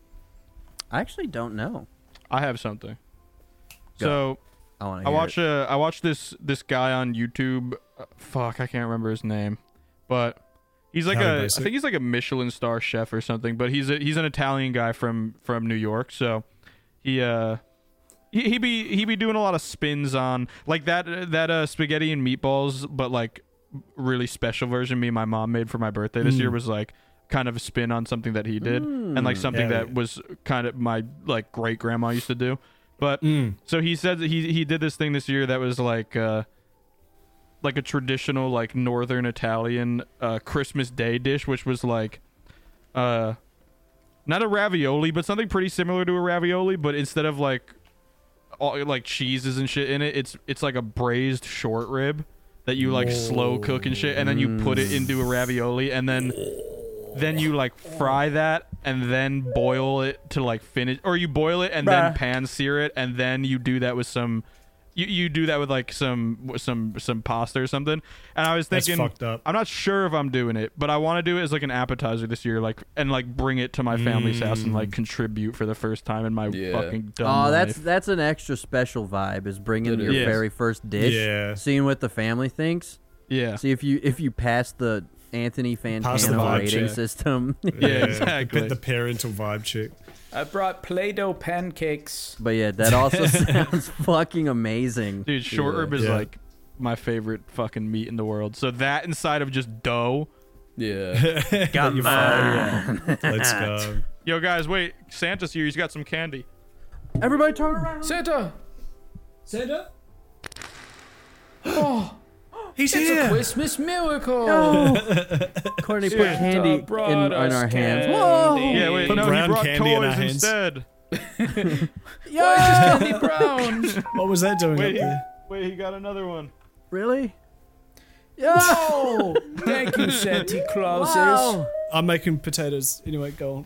C: I actually don't know.
E: I have something.
C: Go.
E: So
C: I wanna
E: I
C: hear
E: watch uh, I watch this this guy on YouTube. Uh, fuck, I can't remember his name, but he's like
M: Italian
E: a I
M: basic?
E: think he's like a Michelin star chef or something. But he's a, he's an Italian guy from from New York. So he uh he, he be he be doing a lot of spins on like that that uh spaghetti and meatballs, but like really special version. Me and my mom made for my birthday this
M: Mm.
E: year was like kind of a spin on something that he did and like
M: Mm.
E: something
M: Hell
E: that was kind of my like great grandma used to do. But so he said that he he did this thing this year that was like uh like a traditional like northern Italian uh Christmas day dish which was like uh not a ravioli but something pretty similar to a ravioli but instead of like all like cheeses and shit in it it's it's like a braised short rib that you like slow cook and shit and then you put it into a ravioli and then then you like fry that and then boil it to like finish or you boil it and then
M: Bruh.
E: pan sear it and then you do that with some you, you do that with like some with some some pasta or something and i was
G: That's
E: thinking
G: fucked up.
E: i'm not sure if i'm doing it but i want to do it as like an appetizer this year like and like bring it to my family's house and like contribute for the first time in my fucking dumb
C: oh, that's
E: life.
C: that's an extra special vibe is bringing
E: It
C: your
E: is.
C: very first dish,
E: Yeah.
C: seeing what the family thinks.
E: Yeah.
C: See if you if you pass the Anthony
G: Pass the
C: Fantano
G: vibe
C: rating
G: check.
C: system.
G: The, the parental vibe check.
D: I brought Play-Doh pancakes.
C: But yeah, that also sounds fucking amazing.
E: Dude, short rib is like my favorite fucking meat in the world. So that inside of just dough.
D: Yeah.
E: Got
D: You mine. fire. Let's go.
E: Yo, guys, wait. Santa's here. He's got some candy.
C: Everybody turn around.
D: Santa.
G: Santa.
D: Oh,
G: he's
D: it's
G: here.
D: a Christmas miracle.
C: Courtney put
D: Santa
C: candy in,
D: brought
C: in
D: us
C: our hands.
D: candy.
C: Whoa!
E: Yeah, wait.
D: Put
E: no,
G: brown
E: he brought
G: candy in our
E: toys
G: hands.
E: instead.
D: Why is this candy brown?
G: What was that doing
E: Wait,
G: up
E: he,
G: there?
E: wait, he got another one.
C: Really?
D: Yo! Thank you, Santa Clauses. Wow.
G: I'm making potatoes. Anyway, go on.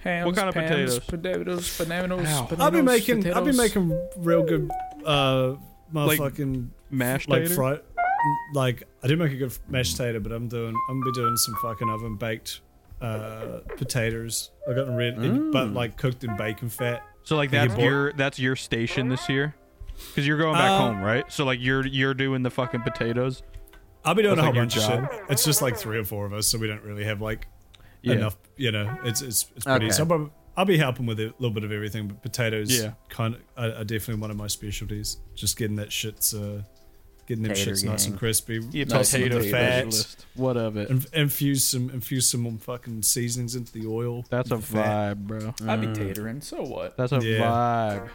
D: Hams,
G: What kind of
D: pams,
G: potatoes?
D: Potatoes, bananas, bananas.
G: I'll be making. I'll be
D: potatoes.
G: making real good, uh,
E: Like
G: motherfucking
E: mashed
G: like
E: tater?
G: fried. Like I do make a good mashed tater, but I'm doing. I'm gonna be doing some fucking oven baked uh potatoes. I got them red,
E: Mm.
G: but like cooked in bacon fat.
E: So like
G: They get
E: that's
G: boiled.
E: your that's your station this year, because you're going back
G: Uh,
E: home, right? So like you're you're doing the fucking potatoes.
G: I'll be doing
E: That's,
G: a whole
E: like, your
G: bunch of
E: job.
G: shit. It's just like three or four of us, so we don't really have like
E: Yeah.
G: enough. You know, it's it's, it's pretty.
E: Okay.
G: So I'll, I'll be helping with a little bit of everything, but potatoes,
E: Yeah.
G: kind of, are, are definitely one of my specialties. Just getting that shit's, uh, getting them
E: Tater
G: shits nice and
E: gang.
G: crispy.
E: Yeah,
G: tossing with
E: potato specialist. What of it?
G: Inf- infuse some, infuse some more fucking seasonings into the oil.
E: That's a
G: with the fat.
E: vibe, bro.
D: I be tatering. So what?
E: That's a
G: Yeah.
E: vibe.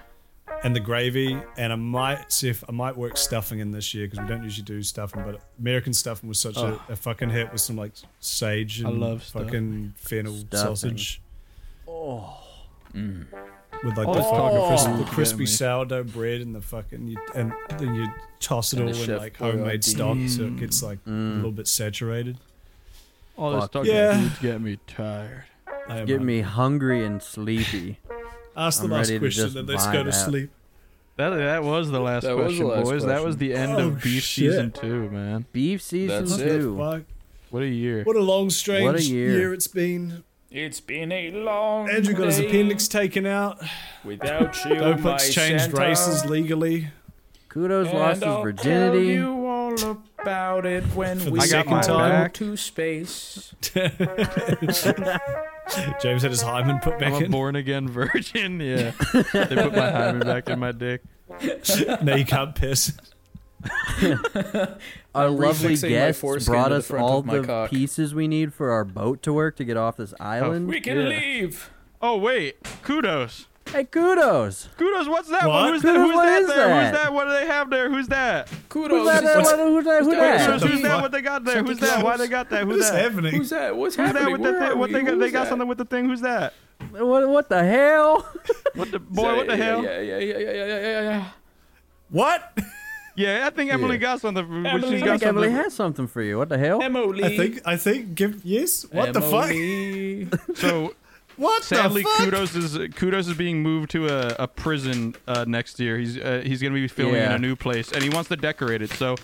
G: and the gravy. And I might see if I might work stuffing in this year because we don't usually do stuffing, but American stuffing was such
E: Oh.
G: a, a fucking hit with some like sage and
E: I love
G: fucking fennel
E: Stuffing.
G: sausage.
E: Oh.
G: With like the
E: Oh.
G: fucking crisp, the
E: Kidding
G: crispy
E: me.
G: sourdough bread and the fucking you, and then you toss it
E: And
G: all
E: the
G: in
E: Chef
G: like
E: Boyardee.
G: homemade stock, so it gets like a
E: Mm.
G: little bit saturated.
E: All this
G: Fuck.
E: talking
G: Yeah.
E: dudes get me tired.
G: I am
C: Get
G: hungry.
C: me hungry and sleepy.
G: Ask the
C: I'm
G: last
C: ready to
G: question,
C: just
G: then let's
C: vibe
G: go to
C: out.
G: sleep.
E: That that was the last
C: That was
E: question,
C: the last
E: boys. That was
C: question.
E: the end
G: Oh,
E: of beef
G: shit.
E: season two, man.
C: Beef season
E: That's it.
C: two.
G: Fuck.
E: What a year.
G: What a long, strange
C: What a year.
G: it's been.
D: It's been a long
G: Andrew got his
D: day
G: appendix taken out.
D: without you. my
G: Dopex changed
D: Santa.
G: races legally.
C: Kudos
D: And I'll Tell you all about it when
G: For the
D: we
G: second
D: go
G: time.
D: to space.
G: James had his hymen put back
E: I'm a
G: in.
E: born again virgin. Yeah, they put my hymen back in my dick.
G: now you can't piss.
C: Our
D: I'm
C: lovely
D: refixing my
C: guest
D: foreskin
C: brought
D: to the
C: us
D: front
C: all
D: of my
C: the
D: cock.
C: pieces we need for our boat to work to get off this island.
D: we can leave.
E: Oh wait, kudos.
C: Hey, kudos.
E: Kudos, what's that?
C: What?
E: What? Who's that?
C: Kudos,
E: Who's
C: what
E: that
C: is
E: there?
C: that?
E: Who's that? What do they have there? Who's that?
D: Kudos.
G: uh,
C: Who's that? What's- What- who that- who that?
E: Kudos,
C: What
E: Who's
C: the
E: that?
C: fuck?
E: What they got there? Who's
C: Santa
E: that? Why
C: Claus?
E: they got that?
G: What
E: Who's
G: is
E: that?
G: happening?
D: Who's that? What's
E: Who's that
D: happening?
E: with the
D: Where are
E: thing? What
D: we?
E: they got?
D: Who's
E: They got
D: that?
E: something with the thing. Who's that?
C: What, what the hell?
E: What the boy? What the
D: Yeah,
E: hell?
D: Yeah, yeah, yeah, yeah, yeah, yeah, yeah, yeah.
G: What?
E: Yeah, I think Emily
C: Yeah.
E: got something.
C: I
E: which she's
C: think
E: got something.
C: Emily has something for you. What the hell?
D: Emily.
G: I think. I think. Give yes. What the fuck?
D: fuck?
E: So
G: What
E: sadly,
G: the fuck?
E: kudos is kudos is being moved to a, a prison uh, next year. He's uh, he's gonna be filming in
C: Yeah.
E: a new place, and he wants to decorate it. So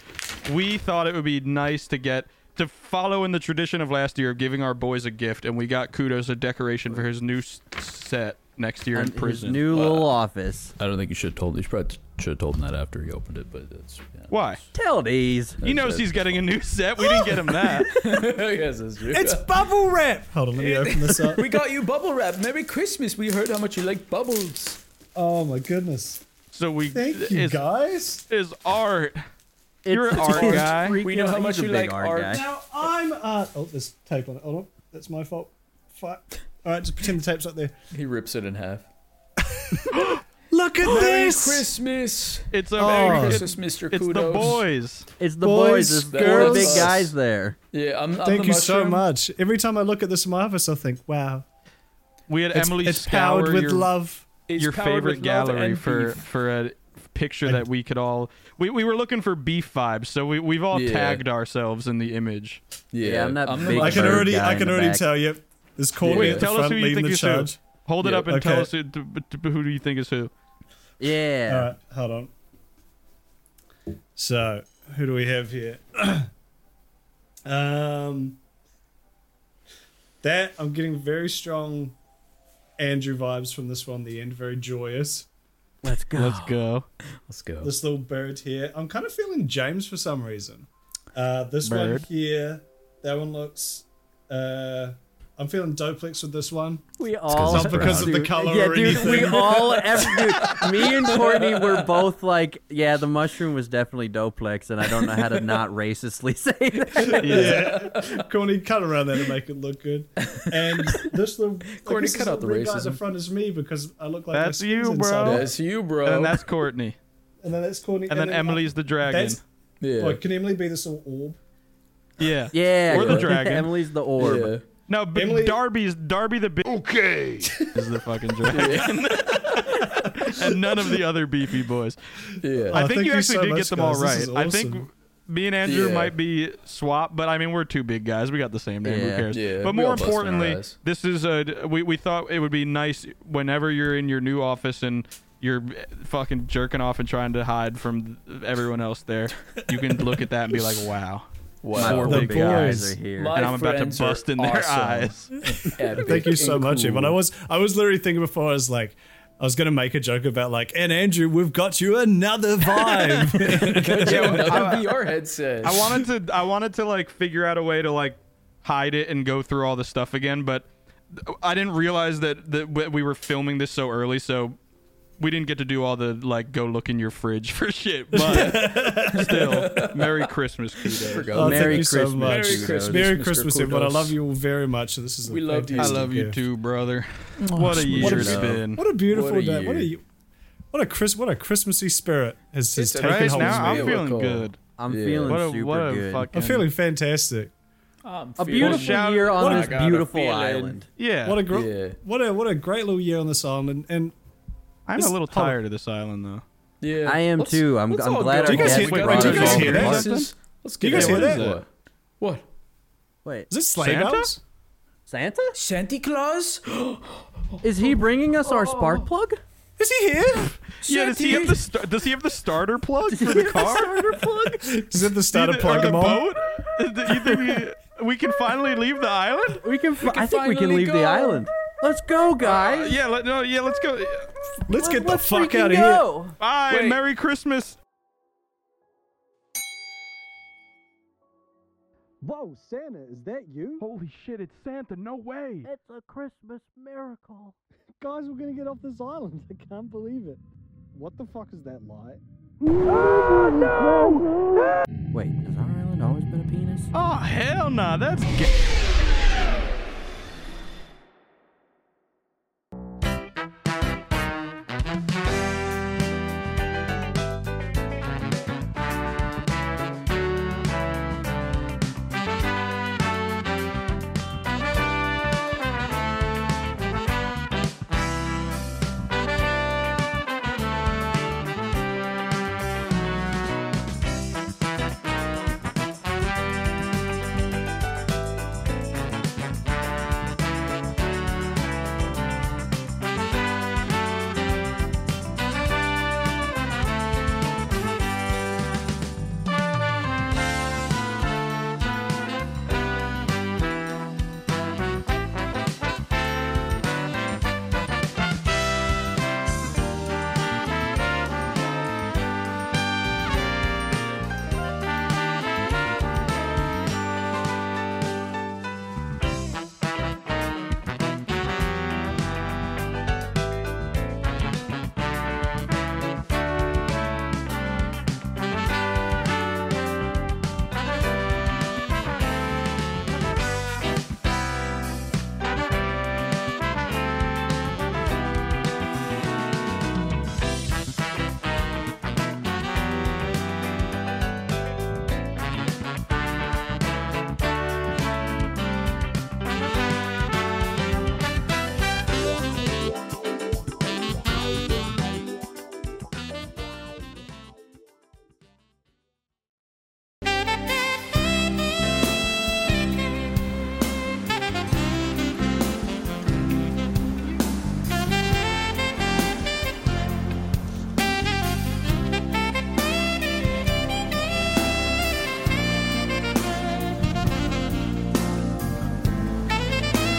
E: we thought it would be nice to get to follow in the tradition of last year of giving our boys a gift, and we got kudos a decoration for his new s- set next year in
C: And his
E: prison.
C: new little office.
B: I don't think you should have told. You probably should have told him that after he opened it, but that's. Yeah.
E: Why?
C: Tell these.
E: He knows he's getting a new set. We didn't get him that.
D: yes, that's true.
G: It's bubble wrap. Hold on. Let me open this up.
D: we got you bubble wrap. Merry Christmas. We heard how much you like bubbles.
G: Oh my goodness.
E: So we
G: Thank you
E: is,
G: guys.
E: is art. You're an
C: It's
E: art
C: art.
E: guy.
C: Freaking-
D: We know how
C: he's
D: much
C: a
D: you
C: big
D: like
C: art
D: art.
C: guy.
G: Now I'm. Uh, oh, there's tape on it. Hold on. That's my fault. Fuck. All right. Just pretend the tape's up there.
D: He rips it in half.
G: Look at
D: Merry
G: this.
D: Christmas.
E: It's a
D: Merry
E: it-
D: Christmas, Mr.
E: It's the
D: Kudos.
E: boys.
C: It's the
G: Boys,
C: boys. It's the
D: girls.
C: big guys there.
D: Yeah, I'm, I'm
G: Thank
D: the
G: you so
D: mushroom.
G: much. Every time I look at this in my office, I think, wow.
E: We had
G: It's,
E: Emily
G: it's
E: scour
G: powered with
E: your,
G: love.
D: It's
E: your
D: powered
E: favorite
D: with love
E: gallery
D: and
E: for
D: beef.
E: for a picture that we could all we, we were looking for beef vibes so we, we've all
D: Yeah.
E: tagged ourselves in the image
D: Yeah,
C: I'm not
D: I'm
C: big
D: The
G: I can
C: bird
G: already,
C: guy
G: I
C: in
G: can
C: the
G: already
C: back.
G: tell you. This Courtney
E: wait
G: at the
E: tell us
G: front
E: who you
G: leading
E: think
G: the
E: is who
G: charge.
E: hold it
D: Yeah,
E: up and tell
G: okay.
E: us who, t- t- who do you think is who
G: All
C: Yeah.
G: right, hold on. So, who do we have here? um, that I'm getting very strong Andrew vibes from this one. The end, very joyous.
C: Let's go.
E: let's go
B: Let's go.
G: This little bird here. I'm kind of feeling James for some reason. Uh, this one
E: Bird.
G: here. That one looks. Uh, I'm feeling Doplex with this one.
C: We
B: 'cause
C: all
B: it's
G: Not because of the
C: Dude,
G: color
C: Oh, yeah,
G: or
C: dude,
G: anything.
C: we all, ev- dude, me and Courtney were both like, yeah, the mushroom was definitely doplex, and I don't know how to not racistly say that.
G: yeah. Corny, cut around that and make it look good. And this little
D: Corny,
G: this
D: cut
G: is
D: out the
G: red guy at
D: racism.
G: the front is me because I look like
E: That's
G: my skin's
E: you,
G: inside
E: bro.
G: out.
D: That's you, bro.
E: and then that's courtney
G: And then that's Corny.
E: and then emily's the dragon
G: That's,
D: yeah.
G: Like, can Emily be this little orb?
E: yeah
C: Yeah,
E: Or the dragon.
C: Emily's the orb.
D: yeah.
E: no but
G: Emily-
E: darby's darby the big
H: Okay.
E: is the fucking dragon and none of the other beefy boys
D: Yeah.
E: I
G: Oh,
E: think
G: thank
E: you
G: you
E: actually
G: so
E: did
G: much,
E: get them
G: guys.
E: all
G: This
E: right.
G: is
E: I think
G: awesome.
E: me and Andrew
D: Yeah.
E: might be swapped, but I mean we're two big guys. We got the same name. Who
C: Yeah.
E: cares?
D: Yeah,
E: but
D: we
E: more
D: all busting our
E: importantly,
D: ass.
E: this is a we we thought it would be nice whenever you're in your new office and you're fucking jerking off and trying to hide from everyone else there. You can look at that and be like, wow.
C: My
E: Four
C: four
G: the
C: big guys
G: boys.
C: are here.
D: My
E: and I'm about to
D: friends are
E: bust in their
D: awesome.
E: eyes.
D: Epic
G: Thank you so
D: and
G: much,
D: cool.
G: everyone. I was I was literally thinking before I was like I was gonna make a joke about like, and Andrew, we've got you another vibe.
D: Another VR headset.
E: I wanted to I wanted to like figure out a way to like hide it and go through all the stuff again, but I didn't realize that that we- we were filming this so early, so we didn't get to do all the like go look in your fridge for shit. But still, Merry Christmas, kudos.
D: Forgot.
G: Oh,
C: Merry
G: thank you so
C: Christmas,
G: much.
D: Merry Christmas,
G: Merry
D: Mr.
G: Christmas, everyone. I
D: Kudos.
G: love you all very much. This is a
D: We love you.
E: I
G: fantastic
E: love you
G: gift. Oh,
E: too, brother. What a year
G: What a
E: it's
G: beautiful-
E: been.
G: What a beautiful
D: What a
G: day. What a
D: year.
G: y-
C: What a Chris, what a Christmassy spirit has, has
E: It's
C: taken
E: right
C: hold
E: now,
C: of me.
E: I'm feeling good.
F: I'm feeling
E: what a,
F: super
E: what a
F: good.
E: Fucking,
C: I'm feeling fantastic.
F: A beautiful year on this beautiful island.
E: Yeah.
C: What a gr-
E: Yeah.
C: what a what a great little year on this island. And
E: I'm a little tired of this island though.
D: Yeah,
F: I am too. I'm, I'm glad
C: Do
F: our
C: you guys
F: guest
C: hear, wait,
F: brought
C: do
F: us
C: you guys
F: all
C: hear
F: the
C: that?
F: presents.
C: Do you guys hear that?
D: What?
F: Wait,
C: is it sleigh Santa? bells?
F: Santa?
R: Santa Claus? Oh.
F: Is he bringing us our spark plug?
C: Is he here?
E: Yeah, does he have the sta- does he have the starter plug for the car?
C: Is it the starter
E: Either-
C: plug
E: or the
C: them on?
E: boat? You think we, we can finally leave the island?
F: We can.
E: fi-
F: I think we can leave the island. Let's go, guys.
E: Uh, yeah, let, no, yeah, let's go.
C: Let's
F: get the let's fuck freaking outta here. go.
E: Bye.
F: Wait.
E: Merry Christmas.
G: Whoa, Santa, is that you? Holy shit, it's Santa, no way!
S: It's a Christmas miracle.
G: Guys, we're gonna get off this island. I can't believe it. What the fuck is that light?
F: Wait, has our island always been a penis?
E: Oh hell nah, that's. Ga-